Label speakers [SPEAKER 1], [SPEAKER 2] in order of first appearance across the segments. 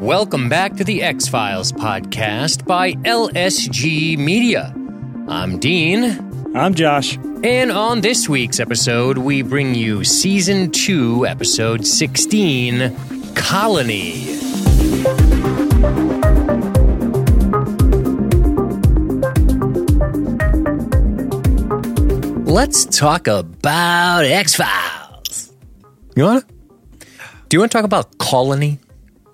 [SPEAKER 1] Welcome back to the X Files podcast by LSG Media. I'm Dean,
[SPEAKER 2] I'm Josh.
[SPEAKER 1] and on this week's episode, we bring you season 2, episode 16 Colony. Let's talk about X Files. You want to? Do you want to talk about Colony?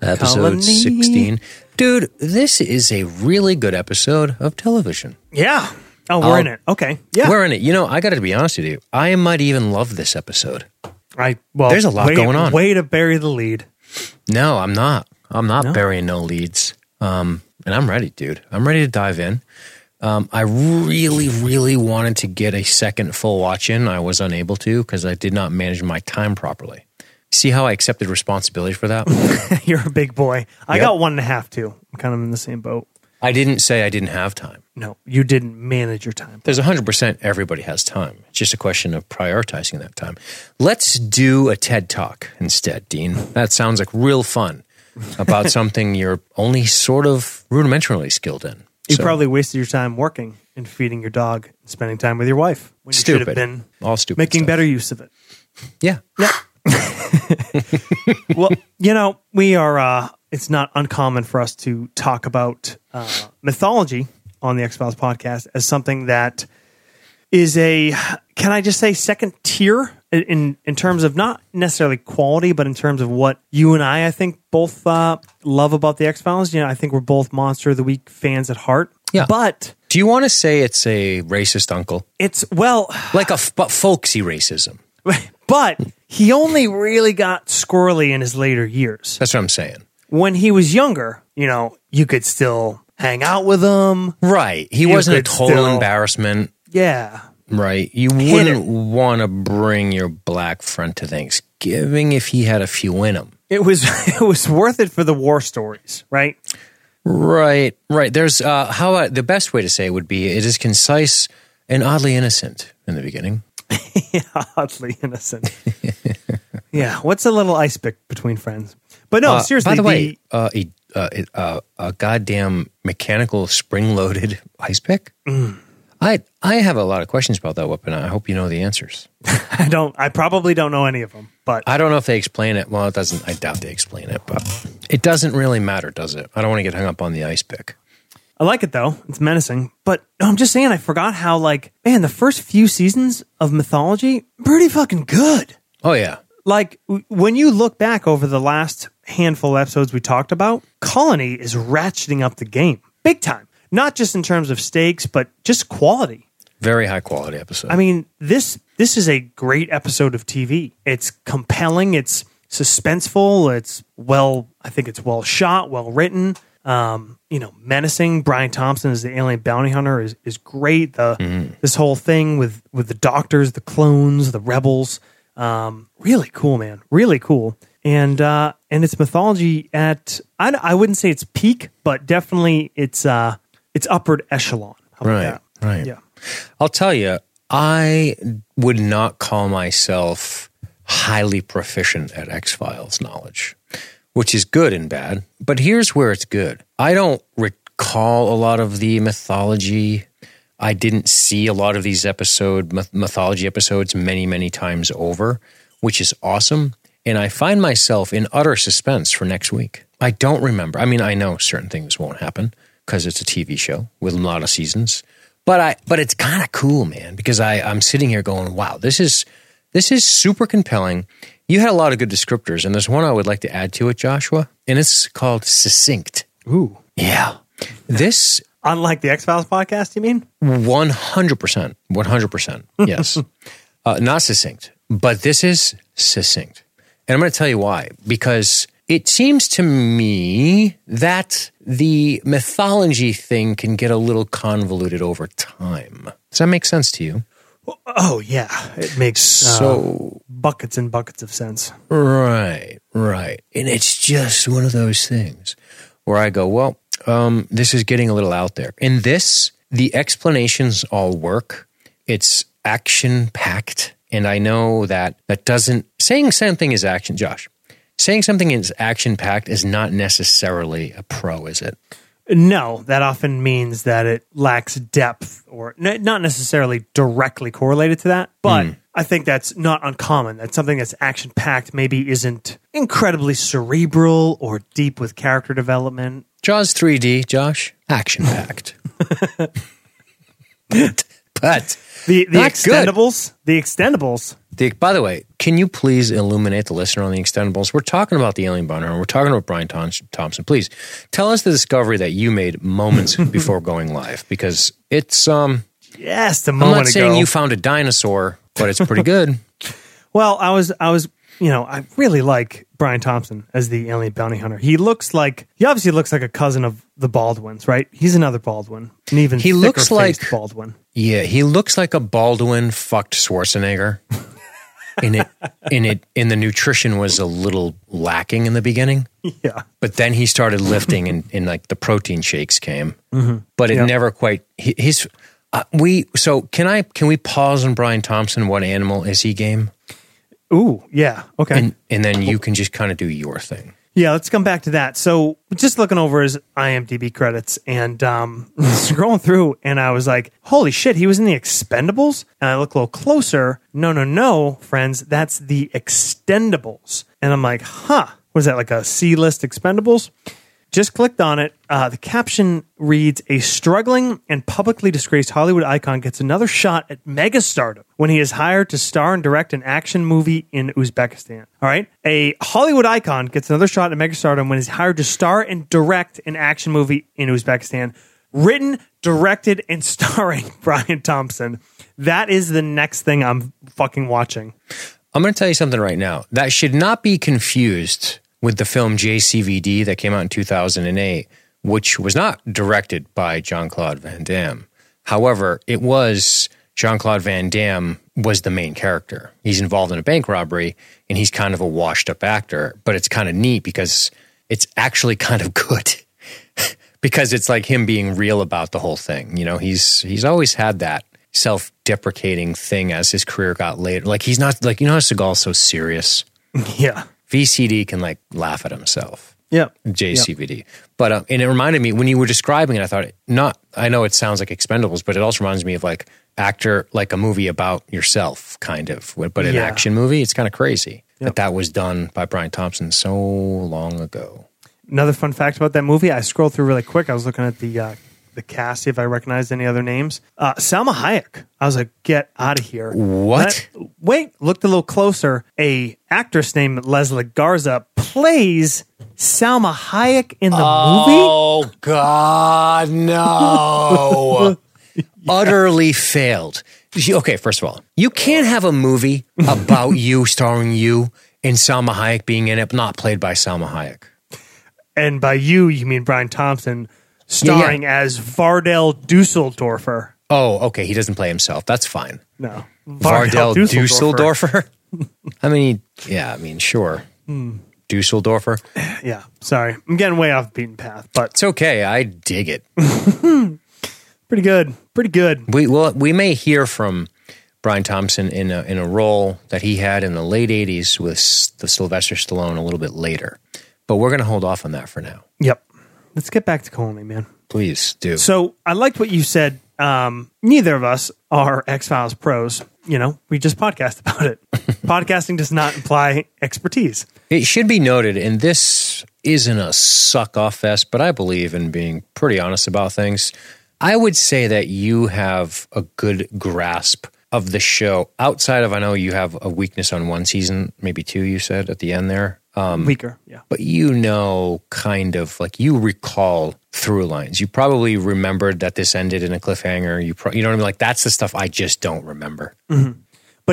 [SPEAKER 1] Episode
[SPEAKER 2] Colony.
[SPEAKER 1] 16. Dude, this is a really good episode of television.
[SPEAKER 2] Yeah. Oh, we're
[SPEAKER 1] Oh.
[SPEAKER 2] in it. Okay. Yeah.
[SPEAKER 1] We're in it. You know, I got to be honest with you. I might even love this episode.
[SPEAKER 2] I well,
[SPEAKER 1] There's a lot
[SPEAKER 2] way-
[SPEAKER 1] going on.
[SPEAKER 2] Way to bury the lead.
[SPEAKER 1] No, I'm not. I'm not burying no leads. Um, and I'm ready, dude. I'm ready to dive in. Um, I really, really wanted to get a second full watch in. I was unable to because I did not manage my time properly. See how I accepted responsibility for that?
[SPEAKER 2] You're a big boy. I
[SPEAKER 1] Yep.
[SPEAKER 2] got one and a half too. I'm kind of in the same boat.
[SPEAKER 1] I didn't say I didn't have time.
[SPEAKER 2] No, you didn't manage your time.
[SPEAKER 1] There's 100% everybody has time. It's just a question of prioritizing that time. Let's do a TED Talk instead, Dean. That sounds like real fun about something you're only sort of rudimentarily skilled in.
[SPEAKER 2] You
[SPEAKER 1] So,
[SPEAKER 2] probably wasted your time working and feeding your dog and spending time with your wife when you should
[SPEAKER 1] Stupid.
[SPEAKER 2] have been
[SPEAKER 1] All stupid
[SPEAKER 2] making
[SPEAKER 1] stuff.
[SPEAKER 2] better use of it.
[SPEAKER 1] yeah.
[SPEAKER 2] well, you know, we are. Uh, it's not uncommon for us to talk about uh, mythology on the X Files podcast as something that is a can I just say second tier in in terms of not necessarily quality, but in terms of what you and I I think both uh, love about the X Files. You know, I think we're both Monster of the Week fans at heart.
[SPEAKER 1] Yeah.
[SPEAKER 2] but
[SPEAKER 1] Do you want to say it's a racist uncle?
[SPEAKER 2] it's well.
[SPEAKER 1] Like a f- but folksy racism.
[SPEAKER 2] But he only really got squirrely in his later years.
[SPEAKER 1] That's what I'm saying.
[SPEAKER 2] when he was younger, you know, you could still hang out with him.
[SPEAKER 1] Right. He wasn't a
[SPEAKER 2] could
[SPEAKER 1] total
[SPEAKER 2] still-
[SPEAKER 1] embarrassment.
[SPEAKER 2] Yeah.
[SPEAKER 1] Right. You
[SPEAKER 2] Hit it.
[SPEAKER 1] wouldn't want to bring your black friend to Thanksgiving if he had a few in him.
[SPEAKER 2] It was it was worth it for the war stories, right?
[SPEAKER 1] Right, right. There's uh, how I, the best way to say it would be it is concise and oddly innocent in the beginning.
[SPEAKER 2] Yeah, oddly innocent. yeah, what's a little ice pick between friends? But no,
[SPEAKER 1] Uh,
[SPEAKER 2] seriously,
[SPEAKER 1] by the way, uh, a, uh, it- uh, a goddamn mechanical spring-loaded ice pick.
[SPEAKER 2] Mm.
[SPEAKER 1] I I have a lot of questions about that weapon. I hope you know the answers.
[SPEAKER 2] I don't I probably don't know any of them, but
[SPEAKER 1] I don't know if they explain it. Well, it doesn't. I doubt they explain it, but it doesn't really matter, does it? I don't want to get hung up on the ice pick.
[SPEAKER 2] I like it though. It's menacing. But no, I'm just saying I forgot how like man, the first few seasons of mythology pretty fucking good.
[SPEAKER 1] Oh yeah,
[SPEAKER 2] like w- when you look back over the last handful of episodes we talked about, Colony is ratcheting up the game big time. Not just in terms of stakes, but just quality.
[SPEAKER 1] very high quality episode.
[SPEAKER 2] I mean, this this is a great episode of TV. It's compelling, it's suspenseful, it's well, I think it's well shot, well written. Um, you know, menacing. Brian Thompson as the alien bounty hunter is is great. The
[SPEAKER 1] Mm-hmm.
[SPEAKER 2] this whole thing with with the doctors, the clones, the rebels. Um, really cool, man. Really cool. And uh, and its mythology at I, I wouldn't say it's peak, but definitely it's uh it's upward echelon. How about
[SPEAKER 1] Right,
[SPEAKER 2] that?
[SPEAKER 1] right.
[SPEAKER 2] Yeah.
[SPEAKER 1] I'll tell you, I would not call myself highly proficient at X Files knowledge, which is good and bad. But here's where it's good I don't recall a lot of the mythology. I didn't see a lot of these episode myth- mythology episodes many, many times over, which is awesome. And I find myself in utter suspense for next week. I don't remember. I mean, I know certain things won't happen because it's a TV show with a lot of seasons. But I but it's kind of cool, man, because I I'm sitting here going, wow, this is this is super compelling. You had a lot of good descriptors, and there's one I would like to add to it, Joshua, and it's called succinct.
[SPEAKER 2] Ooh.
[SPEAKER 1] Yeah. This
[SPEAKER 2] Unlike the X Files podcast, you mean?
[SPEAKER 1] One hundred percent. One hundred percent. Yes. uh, not succinct, but this is succinct, and I'm going to tell you why. Because it seems to me that the mythology thing can get a little convoluted over time. Does that make sense to you?
[SPEAKER 2] Oh yeah, it makes so
[SPEAKER 1] So
[SPEAKER 2] buckets and buckets of sense.
[SPEAKER 1] right, right, and it's just one of those things where I go, well, um, this is getting a little out there. In this, the explanations all work. It's action packed, and I know that that doesn't saying something is action, Josh. saying something is action packed is not necessarily a pro, is it?
[SPEAKER 2] No, that often means that it lacks depth or n- not necessarily directly correlated to that,
[SPEAKER 1] Hmm.
[SPEAKER 2] but I think that's not uncommon. That something that's action packed maybe isn't incredibly cerebral or deep with character development.
[SPEAKER 1] Jaws 3D, Josh, action packed. but, but
[SPEAKER 2] The the
[SPEAKER 1] Not good.
[SPEAKER 2] extendables, the extendables.
[SPEAKER 1] the, by the way, can you please illuminate the listener on the Extendables? We're talking about the alien boner and we're talking about Brian Thom- Thompson. Please tell us the discovery that you made moments before going live because it's um.
[SPEAKER 2] Yes, the
[SPEAKER 1] I'm
[SPEAKER 2] moment
[SPEAKER 1] not saying
[SPEAKER 2] ago.
[SPEAKER 1] you found a dinosaur, but it's pretty good.
[SPEAKER 2] Well, I was, I was, you know, I really like Brian Thompson as the alien bounty hunter. He looks like he obviously looks like a cousin of the Baldwins, right? He's another Baldwin, an even
[SPEAKER 1] He looks
[SPEAKER 2] thicker-faced
[SPEAKER 1] like-
[SPEAKER 2] Baldwin.
[SPEAKER 1] Yeah, he looks like a Baldwin fucked Schwarzenegger. and it and it and the nutrition was a little lacking in the beginning.
[SPEAKER 2] Yeah,
[SPEAKER 1] But then he started lifting and, and like the protein shakes came. But it never quite he, he's uh, we so can I can we pause on Brian Thompson what animal is he game?
[SPEAKER 2] Ooh, yeah. Okay.
[SPEAKER 1] And and then you can just kind of do your thing.
[SPEAKER 2] yeah, let's come back to that. So, just looking over his IMDb credits and um, scrolling through, and I was like, holy shit, he was in the Expendables? And I look a little closer. No, no, no, friends, that's the Extendables. And I'm like, huh, what is that, like a C list Expendables? Just clicked on it. Uh, the caption reads A struggling and publicly disgraced Hollywood icon gets another shot at megastardom when he is hired to star and direct an action movie in Uzbekistan. All right. A Hollywood icon gets another shot at megastardom when he's hired to star and direct an action movie in Uzbekistan. Written, directed, and starring Brian Thompson. That is the next thing I'm fucking watching.
[SPEAKER 1] I'm going to tell you something right now that should not be confused with the film JCVD that came out in 2008, which was not directed by Jean Claude Van Damme. However, it was Jean Claude Van Damme was the main character. He's involved in a bank robbery and he's kind of a washed up actor, but it's kind of neat because it's actually kind of good. because it's like him being real about the whole thing. You know, he's he's always had that self-deprecating thing as his career got later. Like he's not like you know how Seagal's so serious.
[SPEAKER 2] Yeah.
[SPEAKER 1] VCD can like laugh at himself.
[SPEAKER 2] Yeah.
[SPEAKER 1] JCVD. But um, and it reminded me when you were describing it, I thought not. I know it sounds like Expendables, but it also reminds me of like actor like a movie about yourself, kind of, but an
[SPEAKER 2] Yeah.
[SPEAKER 1] action movie. It's kind of crazy that that was done by Brian Thompson so long ago.
[SPEAKER 2] Another fun fact about that movie, I scrolled through really quick. I was looking at the uh, the cast, see if I recognized any other names. Uh, Salma Hayek. I was like, get out of here.
[SPEAKER 1] What?
[SPEAKER 2] Let- wait, looked a little closer. A actress named Leslie Garza plays Salma Hayek in the movie.
[SPEAKER 1] Oh God, no! Utterly failed. She- Okay, first of all, you can't have a movie about you starring you and Salma Hayek being in it, not played by Salma Hayek.
[SPEAKER 2] And by you, you mean Brian Thompson, starring as Vardell Dusseldorfer.
[SPEAKER 1] Oh, okay, he doesn't play himself. That's fine.
[SPEAKER 2] No,
[SPEAKER 1] Vardell Dusseldorfer. I mean, yeah, I mean, sure, Dusseldorfer.
[SPEAKER 2] Yeah, sorry, I'm getting way off the beaten path, but
[SPEAKER 1] It's okay. I dig it.
[SPEAKER 2] pretty good, pretty good.
[SPEAKER 1] We well, we may hear from Brian Thompson in a, in a role that he had in the late '80s with S- the Sylvester Stallone a little bit later, but we're going to hold off on that for now.
[SPEAKER 2] Yep. Let's get back to Colony, man.
[SPEAKER 1] Please do.
[SPEAKER 2] So I liked what you said. Um, neither of us are X Files pros. You know, we just podcast about it. Podcasting does not imply expertise.
[SPEAKER 1] It should be noted, and this isn't a suck off fest, but I believe in being pretty honest about things. I would say that you have a good grasp of the show outside of, I know you have a weakness on one season, maybe two, you said at the end there.
[SPEAKER 2] Weaker, yeah.
[SPEAKER 1] but you know kind of like you recall through lines you probably remembered that this ended in a cliffhanger you pro- you know what i mean like that's the stuff i just don't remember
[SPEAKER 2] But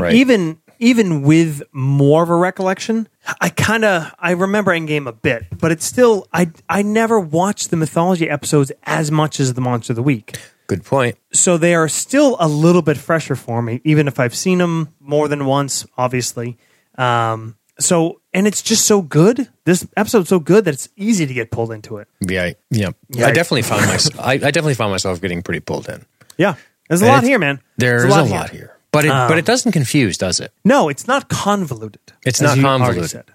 [SPEAKER 1] Right.
[SPEAKER 2] even even with more of a recollection, I kind of I remember Endgame a bit, but it's still I I never watched the mythology episodes as much as the Monster of the Week.
[SPEAKER 1] good point
[SPEAKER 2] so they are still a little bit fresher for me, even if I've seen them more than once, obviously. Um, so, and it's just so good. This episode's so good that it's easy to get pulled into it.
[SPEAKER 1] yeah I- yeah,
[SPEAKER 2] Yeah,
[SPEAKER 1] i
[SPEAKER 2] I-
[SPEAKER 1] definitely found myself I, I definitely found myself getting pretty pulled in
[SPEAKER 2] Yeah, there's a Um,
[SPEAKER 1] And
[SPEAKER 2] lot
[SPEAKER 1] it's-
[SPEAKER 2] here, man.
[SPEAKER 1] there's a lot, here. but it but it doesn't confuse does it
[SPEAKER 2] No, it's not convoluted.
[SPEAKER 1] It's not
[SPEAKER 2] as you already
[SPEAKER 1] convoluted.
[SPEAKER 2] said.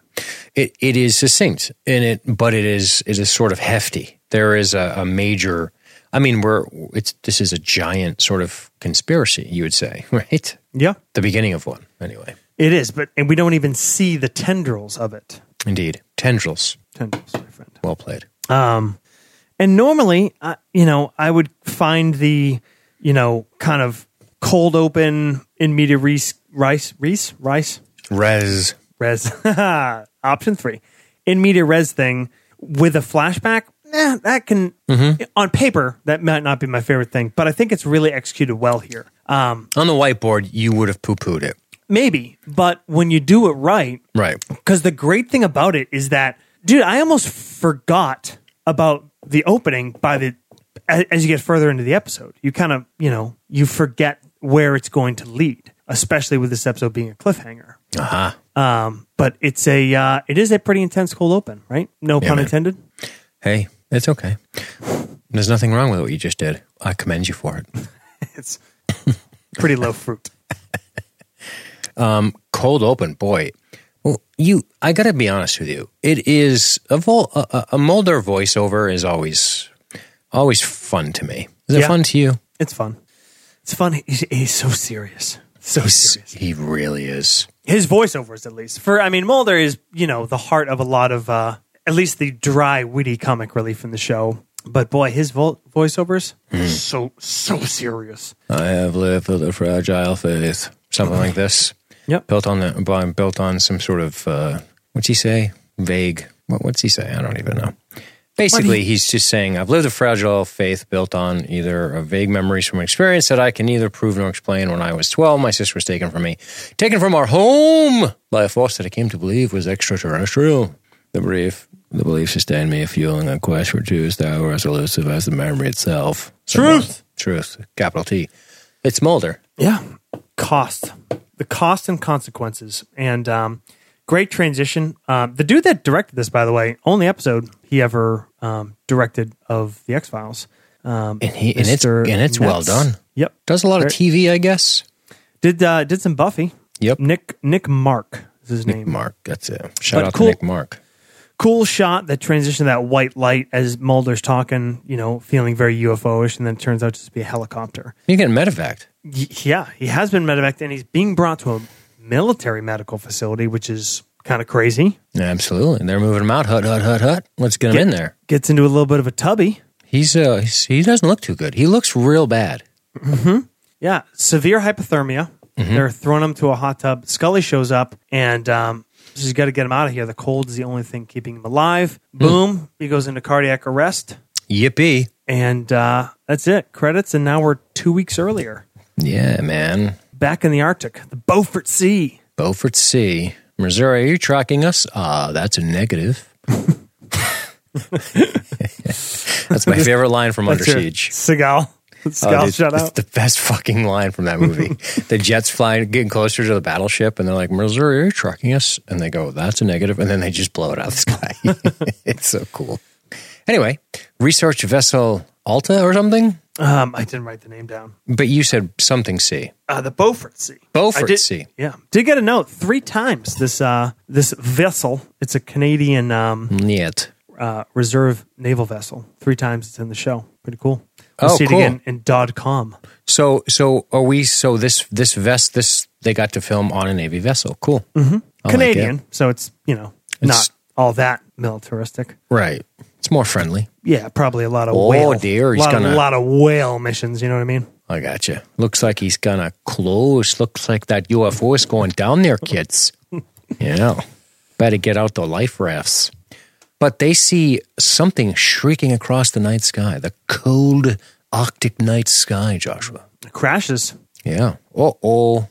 [SPEAKER 1] It it is succinct in it, but it is it is sort of hefty. There is a, a major. I mean, we're it's this is a giant sort of conspiracy. You would say, right?
[SPEAKER 2] Yeah,
[SPEAKER 1] The beginning of one, anyway.
[SPEAKER 2] it is. But and we don't even see the tendrils of it.
[SPEAKER 1] Indeed, tendrils.
[SPEAKER 2] Tendrils, my friend.
[SPEAKER 1] Well played.
[SPEAKER 2] Um, and normally, I you know, I would find the, you know, kind of cold open in media Reese, rice, Reese, rice,
[SPEAKER 1] Res.
[SPEAKER 2] res, option three, in media res thing with a flashback. Eh, that can on paper that might not be my favorite thing, but I think it's really executed well here. Um,
[SPEAKER 1] On the whiteboard, you would have poo pooed it.
[SPEAKER 2] maybe, but when you do it right,
[SPEAKER 1] Right.
[SPEAKER 2] because the great thing about it is that, dude, I almost forgot about the opening by the a- as you get further into the episode. You kind of, you know, you forget where it's going to lead, especially with this episode being a cliffhanger.
[SPEAKER 1] Uh huh.
[SPEAKER 2] Um, but it's a uh, it is a pretty intense cold open, right? No pun
[SPEAKER 1] man.
[SPEAKER 2] intended.
[SPEAKER 1] Hey, it's okay. There's nothing wrong with what you just did. I commend you for it.
[SPEAKER 2] It's pretty low fruit.
[SPEAKER 1] cold open, boy. Well, you, I gotta be honest with you. It is a, vol, a- a, a Mulder voiceover is always, always fun to me. Is it
[SPEAKER 2] Yeah.
[SPEAKER 1] fun to you?
[SPEAKER 2] It's fun. It's fun. He's, he's so serious. So serious.
[SPEAKER 1] He really is.
[SPEAKER 2] his voiceovers at least for i mean mulder is you know the heart of a lot of uh at least the dry witty comic relief in the show but boy his vo- voiceovers so so serious
[SPEAKER 1] I have lived with a fragile faith, something like this.
[SPEAKER 2] Yep.
[SPEAKER 1] Built on the, by- built on some sort of uh, what's he say? Vague. What, what's he say? I don't even know. Basically, he's just saying, I've lived a fragile faith built on either a vague memories from experience that I can neither prove nor explain. When I was 12, my sister was taken from me, taken from our home by a force that I came to believe was extraterrestrial. The belief, the belief sustained me, fueling a quest for truth that were as elusive as the memory itself.
[SPEAKER 2] Truth!
[SPEAKER 1] Truth. Capital T. It's Mulder.
[SPEAKER 2] yeah cost the cost and consequences and um great transition um the dude that directed this by the way only episode he ever um directed of the x-files um
[SPEAKER 1] And, he, and it's,
[SPEAKER 2] Mr.
[SPEAKER 1] and it's well
[SPEAKER 2] Netz.
[SPEAKER 1] done.
[SPEAKER 2] yep
[SPEAKER 1] Does a lot of
[SPEAKER 2] Right.
[SPEAKER 1] TV, I guess.
[SPEAKER 2] did uh did some buffy
[SPEAKER 1] Yep.
[SPEAKER 2] nick nick mark is his name
[SPEAKER 1] Mark, that's it. Shout
[SPEAKER 2] But
[SPEAKER 1] out
[SPEAKER 2] cool.
[SPEAKER 1] to Nick Mark.
[SPEAKER 2] cool shot that transition to that white light as Mulder's talking, you know, feeling very UFO-ish, and then it turns out to just be a helicopter.
[SPEAKER 1] You get medevac.
[SPEAKER 2] Y- yeah, he has been medevaced, and he's being brought to a military medical facility, which is kind of crazy.
[SPEAKER 1] Absolutely. And they're moving him out. Hut, hut, hut, hut. Let's get him in there.
[SPEAKER 2] Gets into a little bit of a tubby.
[SPEAKER 1] He's, uh, he's he doesn't look too good. He looks real bad.
[SPEAKER 2] Yeah, severe hypothermia. They're throwing him to a hot tub. Scully shows up, and um, she's got to get him out of here. The cold is the only thing keeping him alive. Boom, he goes into cardiac arrest,
[SPEAKER 1] Yippee.
[SPEAKER 2] and uh, that's it. Credits, and now we're two weeks earlier.
[SPEAKER 1] Yeah, man.
[SPEAKER 2] back in the Arctic, the Beaufort Sea.
[SPEAKER 1] Beaufort Sea. Missouri, are you tracking us? Ah, that's a negative. that's my favorite line from Under
[SPEAKER 2] That's your
[SPEAKER 1] Siege.
[SPEAKER 2] Seagal. Seagal,
[SPEAKER 1] Oh, dude,
[SPEAKER 2] shut
[SPEAKER 1] it's
[SPEAKER 2] out.
[SPEAKER 1] the best fucking line from that movie. the jets flying, getting closer to the battleship, and they're like, "Missouri, are you trucking us?" And they go, "That's a negative," and then they just blow it out of the sky. it's so cool. Anyway, research vessel Alta or something,
[SPEAKER 2] Um, I didn't write the name down.
[SPEAKER 1] but you said something C.
[SPEAKER 2] Uh, the Beaufort Sea.
[SPEAKER 1] Beaufort
[SPEAKER 2] I did-
[SPEAKER 1] Sea.
[SPEAKER 2] Yeah, did get a note three times. This uh, this vessel. It's a Canadian um,
[SPEAKER 1] Niet.
[SPEAKER 2] uh, reserve naval vessel. Three times it's in the show. Pretty cool. We'll
[SPEAKER 1] Oh,
[SPEAKER 2] see
[SPEAKER 1] cool.
[SPEAKER 2] it again in Dod Com.
[SPEAKER 1] So, so are we? So this this vest this they got to film on a navy vessel. Cool. Mm-hmm.
[SPEAKER 2] Canadian, so it's you know
[SPEAKER 1] It's-
[SPEAKER 2] not all that militaristic.
[SPEAKER 1] right? It's more friendly.
[SPEAKER 2] Yeah, probably a lot of
[SPEAKER 1] Oh,
[SPEAKER 2] whale.
[SPEAKER 1] dear, he's
[SPEAKER 2] lot,
[SPEAKER 1] gonna-
[SPEAKER 2] lot of whale missions. You know what I mean?
[SPEAKER 1] I gotcha. Looks like he's gonna close. Looks like that UFO is going down there, kids. yeah. Better get out the life rafts. But they see something shrieking across the night sky, the cold Arctic night sky, Joshua.
[SPEAKER 2] Crashes.
[SPEAKER 1] Yeah. Uh oh.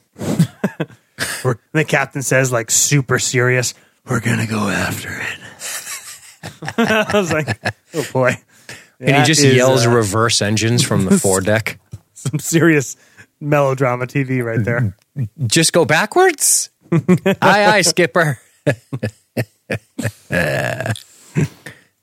[SPEAKER 2] We're, and the captain says, like, super serious, we're going to go after it. I was like, oh boy.
[SPEAKER 1] And he
[SPEAKER 2] That
[SPEAKER 1] just
[SPEAKER 2] is,
[SPEAKER 1] yells
[SPEAKER 2] uh,
[SPEAKER 1] reverse engines from the foredeck.
[SPEAKER 2] some serious melodrama TV right
[SPEAKER 1] Mm-hmm.
[SPEAKER 2] there.
[SPEAKER 1] Just go backwards? aye, aye, skipper.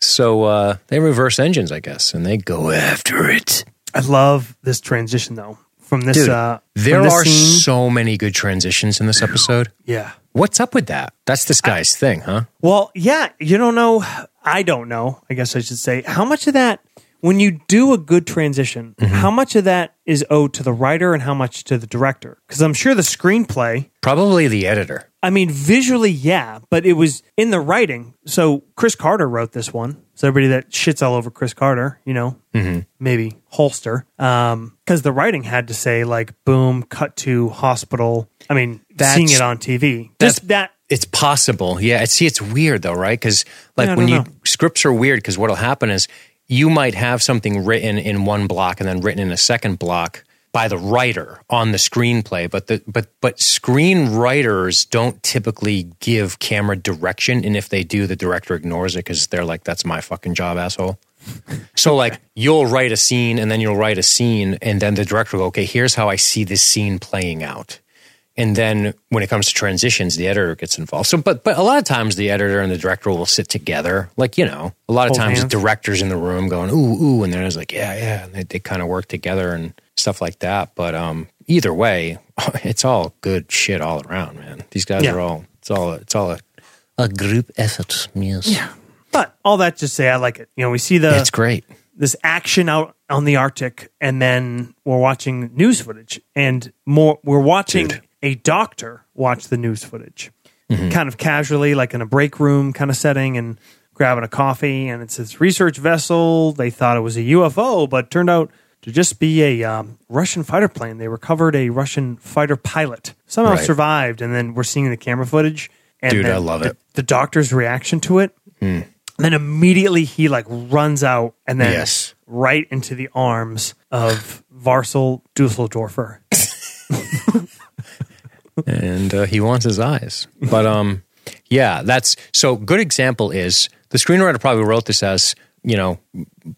[SPEAKER 1] so uh, they reverse engines, I guess, and they go after it.
[SPEAKER 2] I love this transition, though, from this.
[SPEAKER 1] Dude,
[SPEAKER 2] uh, from
[SPEAKER 1] there
[SPEAKER 2] this
[SPEAKER 1] are
[SPEAKER 2] scene.
[SPEAKER 1] so many good transitions in this episode.
[SPEAKER 2] yeah.
[SPEAKER 1] What's up with that? That's this guy's thing, huh?
[SPEAKER 2] Well, yeah, you don't know. I don't know. I guess I should say how much of that when you do a good transition,
[SPEAKER 1] Mm-hmm.
[SPEAKER 2] how much of that is owed to the writer and how much to the director? Because I'm sure the screenplay.
[SPEAKER 1] Probably the editor.
[SPEAKER 2] I mean, visually, yeah, but it was in the writing. So Chris Carter wrote this one. So everybody that shits all over Chris Carter, you know, maybe holster, because the writing had to say like, boom, cut to hospital. I mean,
[SPEAKER 1] That's-
[SPEAKER 2] seeing it on TV.
[SPEAKER 1] that's-
[SPEAKER 2] This, that
[SPEAKER 1] It's possible. Yeah. See, it's weird though, right? Because like
[SPEAKER 2] Yeah, I
[SPEAKER 1] when you
[SPEAKER 2] don't know.
[SPEAKER 1] scripts are weird because what'll happen is you might have something written in one block and then written in a second block by the writer on the screenplay, but the but but screenwriters don't typically give camera direction, and if they do, the director ignores it because they're like, "That's my fucking job, asshole." So like you'll write a scene and then you'll write a scene and then the director will go, okay, here's how I see this scene playing out. And then when it comes to transitions, the editor gets involved. So but but a lot of times the editor and the director will sit together. Like, you know, a lot of
[SPEAKER 2] Hold
[SPEAKER 1] times the
[SPEAKER 2] hands.
[SPEAKER 1] director's in the room going, ooh, ooh, and then it's like, yeah, yeah. And they, they kind of work together and stuff like that. But um either way, it's all good shit all around, man. These guys
[SPEAKER 2] Yeah.
[SPEAKER 1] are all it's all it's all a, a group effort. Yes. Yeah.
[SPEAKER 2] But all that to say, I like it. You know, we see the
[SPEAKER 1] It's great.
[SPEAKER 2] this action out on the Arctic, and then we're watching news footage, and more we're watching a doctor watch the news footage,
[SPEAKER 1] Mm-hmm.
[SPEAKER 2] kind of casually, like in a break room kind of setting, and grabbing a coffee. And it's this research vessel. They thought it was a UFO, but turned out to just be a um, Russian fighter plane. They recovered a Russian fighter pilot somehow
[SPEAKER 1] Right.
[SPEAKER 2] survived, and then we're seeing the camera footage. And
[SPEAKER 1] Dude,
[SPEAKER 2] then
[SPEAKER 1] I love
[SPEAKER 2] the-
[SPEAKER 1] it.
[SPEAKER 2] The doctor's reaction to it. And then immediately he like runs out and then
[SPEAKER 1] Yes.
[SPEAKER 2] right into the arms of Varsel Dusseldorfer.
[SPEAKER 1] and uh, he wants his eyes. But um, yeah, that's so. Good example is the screenwriter probably wrote this as you know,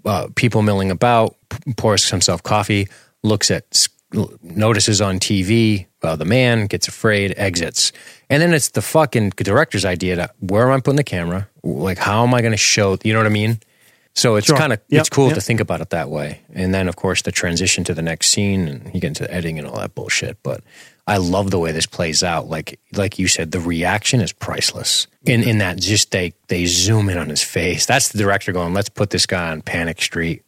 [SPEAKER 1] uh, people milling about, p- pours himself coffee, looks at s- notices on TV. Uh, the man gets afraid, exits, and then it's the fucking director's idea to where am I putting the camera? Like, how am I going to show? You know what I mean? So it's
[SPEAKER 2] Sure.
[SPEAKER 1] kind of
[SPEAKER 2] Yep,
[SPEAKER 1] it's cool
[SPEAKER 2] yep.
[SPEAKER 1] to think about it that way. And then of course the transition to the next scene and you get into the editing and all that bullshit. But I love the way this plays out. Like like you said, the reaction is priceless. In in that just they they zoom in on his face. That's the director going, let's put this guy on Panic Street,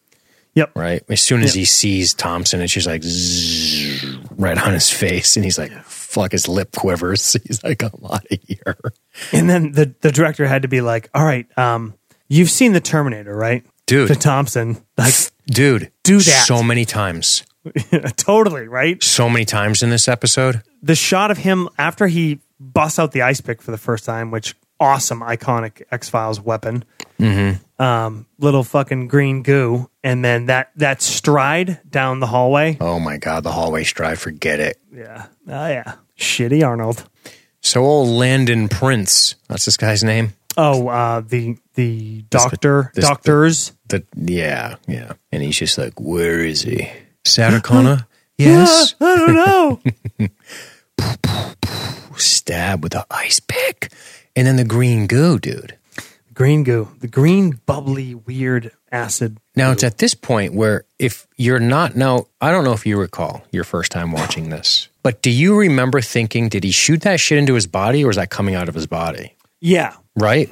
[SPEAKER 2] Yep.
[SPEAKER 1] right? As soon as he sees Thompson, it's just like zzz, right on his face, and he's like, fuck, his lip quivers. He's like, I'm out of here.
[SPEAKER 2] And then the, the director had to be like, all right, um, you've seen the Terminator, right?
[SPEAKER 1] Dude.
[SPEAKER 2] To Thompson. Like,
[SPEAKER 1] Dude,
[SPEAKER 2] Do that.
[SPEAKER 1] so many times.
[SPEAKER 2] totally, right?
[SPEAKER 1] So many times in this episode.
[SPEAKER 2] The shot of him after he busts out the ice pick for the first time, which awesome, iconic X Files weapon.
[SPEAKER 1] Mm-hmm.
[SPEAKER 2] Um, little fucking green goo. And then that, that stride down the hallway.
[SPEAKER 1] Oh my God, the hallway stride, forget it.
[SPEAKER 2] Yeah. Oh, yeah. Shitty Arnold.
[SPEAKER 1] So old Landon Prince, that's this guy's name.
[SPEAKER 2] Oh, uh, the the doctor,
[SPEAKER 1] this-
[SPEAKER 2] doctors.
[SPEAKER 1] The yeah, yeah. And he's just like, where is he? Saturcona? yes.
[SPEAKER 2] Ah, I don't know.
[SPEAKER 1] Stab with a ice pick. And then the green goo, dude.
[SPEAKER 2] green goo, the green bubbly weird acid.
[SPEAKER 1] Now it's at this point where if you're not now, I don't know if you recall your first time watching this, but do you remember thinking, did he shoot that shit into his body or is that coming out of his body?
[SPEAKER 2] Yeah.
[SPEAKER 1] Right?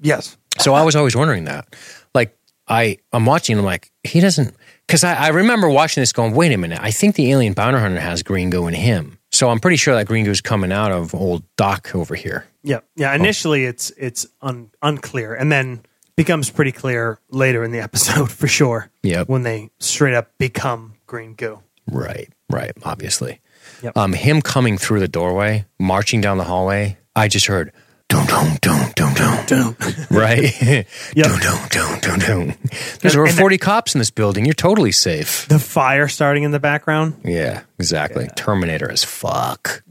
[SPEAKER 2] Yes.
[SPEAKER 1] So I was always wondering that. Like I, I'm watching. I'm like, he doesn't. Because I, I remember watching this, going, wait a minute. I think the alien bounty hunter has Green Goo in him. So I'm pretty sure that Green Goo's coming out of old Doc over here.
[SPEAKER 2] Yeah.
[SPEAKER 1] Oh.
[SPEAKER 2] Yeah. Initially, it's it's un, unclear, and then becomes pretty clear later in the episode for sure.
[SPEAKER 1] Yep.
[SPEAKER 2] When they straight up become green goo.
[SPEAKER 1] Right. Right. Obviously.
[SPEAKER 2] Yep.
[SPEAKER 1] Um, him coming through the doorway, marching down the hallway. I just heard. Dum dum dum dum dum dum. Right. Dum dum dum dum dum. There's over
[SPEAKER 2] and the-
[SPEAKER 1] forty cops in this building. You're totally safe.
[SPEAKER 2] The fire starting in the background.
[SPEAKER 1] Yeah. Exactly. Terminator as fuck.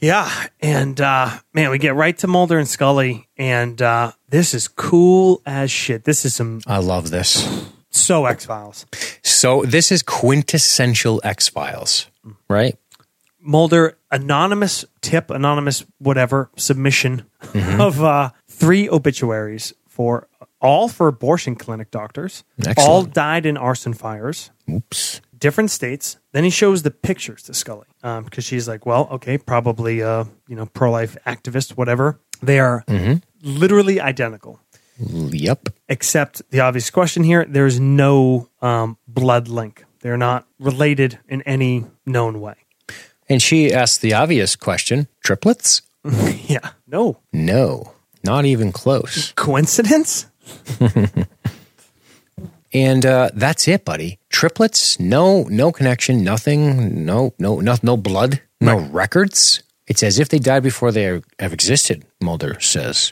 [SPEAKER 2] Yeah. And uh, man, we get right to Mulder and Scully, and uh, this is cool as shit. This is some
[SPEAKER 1] I love this.
[SPEAKER 2] so X Files.
[SPEAKER 1] So this is quintessential X Files, right?
[SPEAKER 2] Mulder anonymous tip, anonymous whatever submission
[SPEAKER 1] Mm-hmm.
[SPEAKER 2] of uh, three obituaries for all for abortion clinic doctors.
[SPEAKER 1] Excellent.
[SPEAKER 2] All died in arson fires.
[SPEAKER 1] Oops.
[SPEAKER 2] different states. Then he shows the pictures to Scully because she's like, well, okay, probably uh, you know pro life activist, whatever. They are
[SPEAKER 1] Mm-hmm.
[SPEAKER 2] literally identical,
[SPEAKER 1] Yep.
[SPEAKER 2] except the obvious question here: there is no um, blood link. They're not related in any known way.
[SPEAKER 1] And she asked the obvious question triplets?
[SPEAKER 2] yeah, no
[SPEAKER 1] No, not even close.
[SPEAKER 2] coincidence.
[SPEAKER 1] And uh, that's it, buddy. Triplets? No, no connection, nothing, no, no, no, no blood, no records. It's as if they died before they have existed, Mulder says.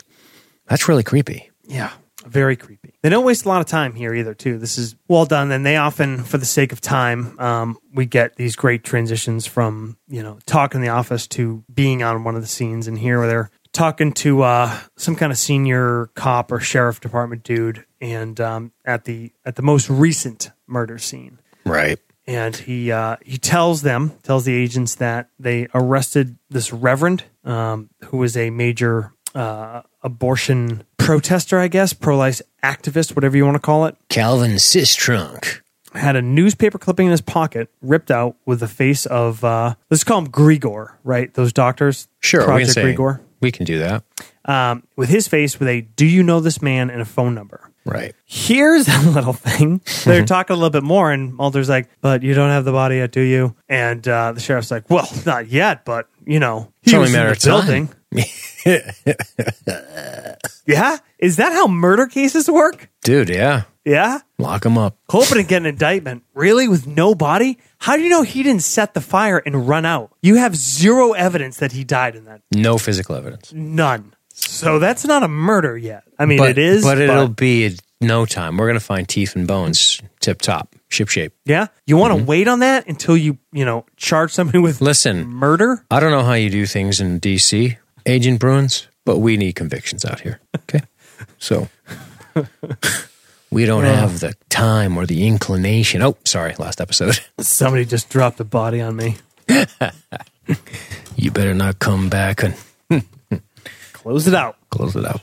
[SPEAKER 1] That's really creepy.
[SPEAKER 2] Yeah, very creepy. They don't waste a lot of time here either, too. This is well done, and they often, for the sake of time, um, we get these great transitions from you know talk in the office to being on one of the scenes, and here where they're talking to uh, some kind of senior cop or sheriff department dude, and um, at the at the most recent murder scene,
[SPEAKER 1] Right.
[SPEAKER 2] and he uh, he tells them tells the agents that they arrested this reverend um, who was a major uh, abortion protester, I guess, pro life activist, whatever you want to call it.
[SPEAKER 1] Calvin Sistrunk.
[SPEAKER 2] Had a newspaper clipping in his pocket, ripped out with the face of uh, let's call him Grigor, right? Those doctors,
[SPEAKER 1] Sure. we can
[SPEAKER 2] Project
[SPEAKER 1] say-
[SPEAKER 2] Grigor,
[SPEAKER 1] We can do that.
[SPEAKER 2] um, with his face with a "Do you know this man?" and a phone number.
[SPEAKER 1] Right.
[SPEAKER 2] here's a little thing.
[SPEAKER 1] Mm-hmm.
[SPEAKER 2] They're talking a little bit more, and Mulder's like, "But you don't have the body yet, do you?" And uh, the sheriff's like, "Well, not yet, but you know, he
[SPEAKER 1] It's only
[SPEAKER 2] was
[SPEAKER 1] a matter
[SPEAKER 2] in
[SPEAKER 1] of
[SPEAKER 2] the building."
[SPEAKER 1] time.
[SPEAKER 2] Yeah, is that how murder cases work?
[SPEAKER 1] Dude, yeah.
[SPEAKER 2] Yeah,
[SPEAKER 1] Lock him up.
[SPEAKER 2] Copeland didn't get an indictment really with no body. How do you know he didn't set the fire and run out? You have zero evidence that he died in that.
[SPEAKER 1] No physical evidence.
[SPEAKER 2] None. So that's not a murder yet. I mean,
[SPEAKER 1] but,
[SPEAKER 2] it is,
[SPEAKER 1] But it'll be in no time. We're going to find teeth and bones, tip top, ship shape.
[SPEAKER 2] yeah. You want to wait on that until you, you know, charge somebody with
[SPEAKER 1] Listen,
[SPEAKER 2] murder?
[SPEAKER 1] I don't know how you do things in D.C., Agent Bruins, but we need convictions out here. Okay. So we don't have the time or the inclination. Oh, sorry, last episode.
[SPEAKER 2] Somebody just dropped a body on me.
[SPEAKER 1] You better not come back and
[SPEAKER 2] Close it out.
[SPEAKER 1] close it out.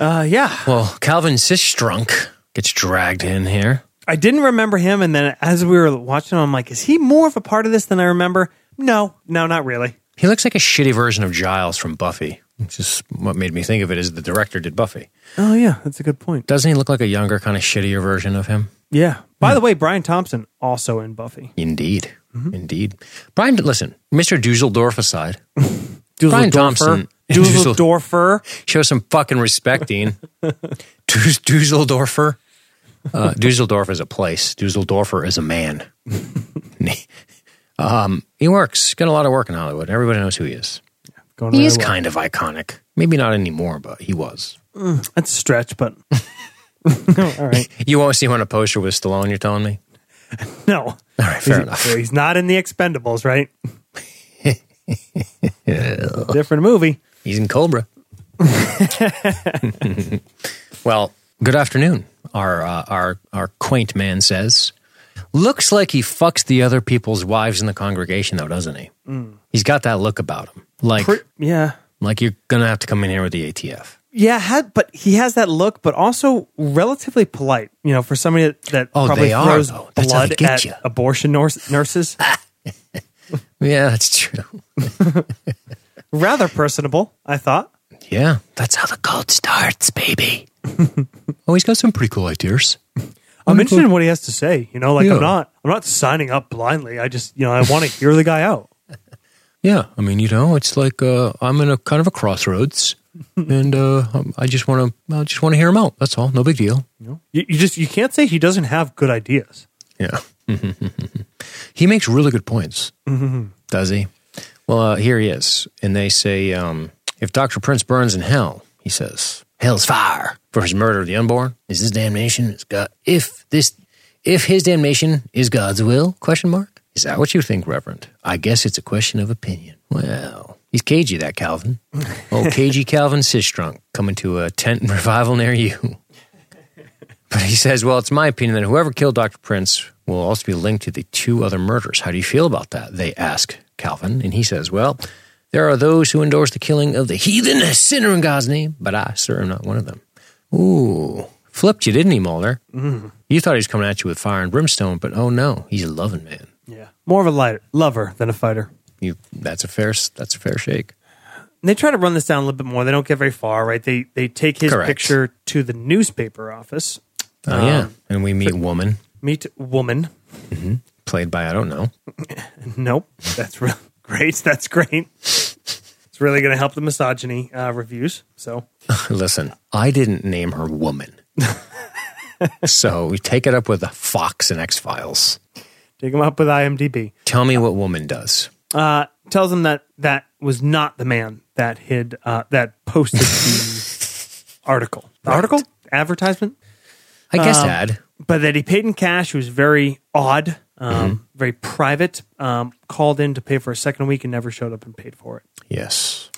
[SPEAKER 2] Uh, yeah.
[SPEAKER 1] Well, Calvin Sistrunk gets dragged in here.
[SPEAKER 2] I didn't remember him. And then as we were watching him, I'm like, is he more of a part of this than I remember? No, no, not really.
[SPEAKER 1] He looks like a shitty version of Giles from Buffy, which is what made me think of it is the director did Buffy.
[SPEAKER 2] Oh, yeah. That's a good point.
[SPEAKER 1] Doesn't he look like a younger, kind of shittier version of him?
[SPEAKER 2] Yeah. By the way, Brian Thompson also in Buffy.
[SPEAKER 1] Indeed. Indeed. Brian, listen, Mr. Dusseldorf aside, Brian Thompson.
[SPEAKER 2] Dusseldorfer.
[SPEAKER 1] show some fucking respect, Dean. Dus- Dusseldorfer. Uh, Dusseldorf is a place. Dusseldorfer is a man. um, he works. He's Got a lot of work in Hollywood. Everybody knows who he is.
[SPEAKER 2] Going
[SPEAKER 1] He
[SPEAKER 2] really
[SPEAKER 1] is
[SPEAKER 2] well.
[SPEAKER 1] kind of iconic. Maybe not anymore, but he was.
[SPEAKER 2] That's a stretch, but. All right.
[SPEAKER 1] You won't see him on a poster with Stallone, you're telling me?
[SPEAKER 2] No. All
[SPEAKER 1] right, fair
[SPEAKER 2] he's,
[SPEAKER 1] enough.
[SPEAKER 2] He's not in the Expendables, right? Different movie.
[SPEAKER 1] He's in Cobra. well, good afternoon. Our uh, our our quaint man says, "Looks like he fucks the other people's wives in the congregation, though, doesn't he? He's got that look about him. Like
[SPEAKER 2] Pre- yeah.
[SPEAKER 1] like you're gonna have to come in here with the ATF.
[SPEAKER 2] Yeah, had, but he has that look, but also relatively polite. You know, for somebody that, that
[SPEAKER 1] Oh,
[SPEAKER 2] probably
[SPEAKER 1] they are,
[SPEAKER 2] throws
[SPEAKER 1] though. That's how they
[SPEAKER 2] blood
[SPEAKER 1] get
[SPEAKER 2] at
[SPEAKER 1] you.
[SPEAKER 2] abortion nurse, nurses,
[SPEAKER 1] Yeah, that's true.
[SPEAKER 2] rather personable. I thought.
[SPEAKER 1] Yeah, that's how the cult starts, baby. oh, he's got some pretty cool ideas.
[SPEAKER 2] I'm interested in what he has to say. You know, like
[SPEAKER 1] Yeah.
[SPEAKER 2] I'm not, I'm not signing up blindly. I just, you know, I want to hear the guy out.
[SPEAKER 1] Yeah, I mean, you know, it's like uh, I'm in a kind of a crossroads, and uh, um, I just want to, I just want to hear him out. That's all. No big deal.
[SPEAKER 2] You, know? you, you just, you can't say he doesn't have good ideas.
[SPEAKER 1] Yeah, he makes really good points, does he? Well, uh, here he is, and they say um, if Doctor Prince burns in hell, he says hell's fire for his murder of the unborn. Is his damnation is God? If this, if his damnation is God's will? Question mark. Is that what you think, Reverend? I guess it's a question of opinion. Well, he's cagey, that Calvin. Oh, cagey Calvin Sistrunk coming to a tent revival near you. But he says, Well, it's my opinion that whoever killed Dr. Prince will also be linked to the two other murders. How do you feel about that? They ask Calvin. And he says, Well, there are those who endorse the killing of the heathen, a sinner in God's name, but I, sir, am not one of them. Ooh, Flipped you, didn't he, Mulder? You thought he was coming at you with fire and brimstone, but oh no, he's a loving man.
[SPEAKER 2] Yeah. More of a lighter, lover than a fighter.
[SPEAKER 1] You, that's a fair, s- that's a fair shake.
[SPEAKER 2] And they try to run this down a little bit more. They don't get very far, right? They they take his
[SPEAKER 1] Correct.
[SPEAKER 2] picture to the newspaper office.
[SPEAKER 1] Oh yeah, and we meet woman
[SPEAKER 2] Meet woman.
[SPEAKER 1] played by I don't know.
[SPEAKER 2] Nope. That's real great. That's great. It's really going to help the misogyny uh, reviews. So
[SPEAKER 1] Listen, I didn't name her woman, so we take it up with the Fox and X Files.
[SPEAKER 2] take them up with IMDb.
[SPEAKER 1] Tell me what woman does.
[SPEAKER 2] Uh, tells him that that was not the man that hid uh, that posted the article. The Article advertisement.
[SPEAKER 1] I guess
[SPEAKER 2] Um,
[SPEAKER 1] ad.
[SPEAKER 2] but that he paid in cash. He was very odd, um, very private. Um, called in to pay for a second week and never showed up and paid for it.
[SPEAKER 1] Yes.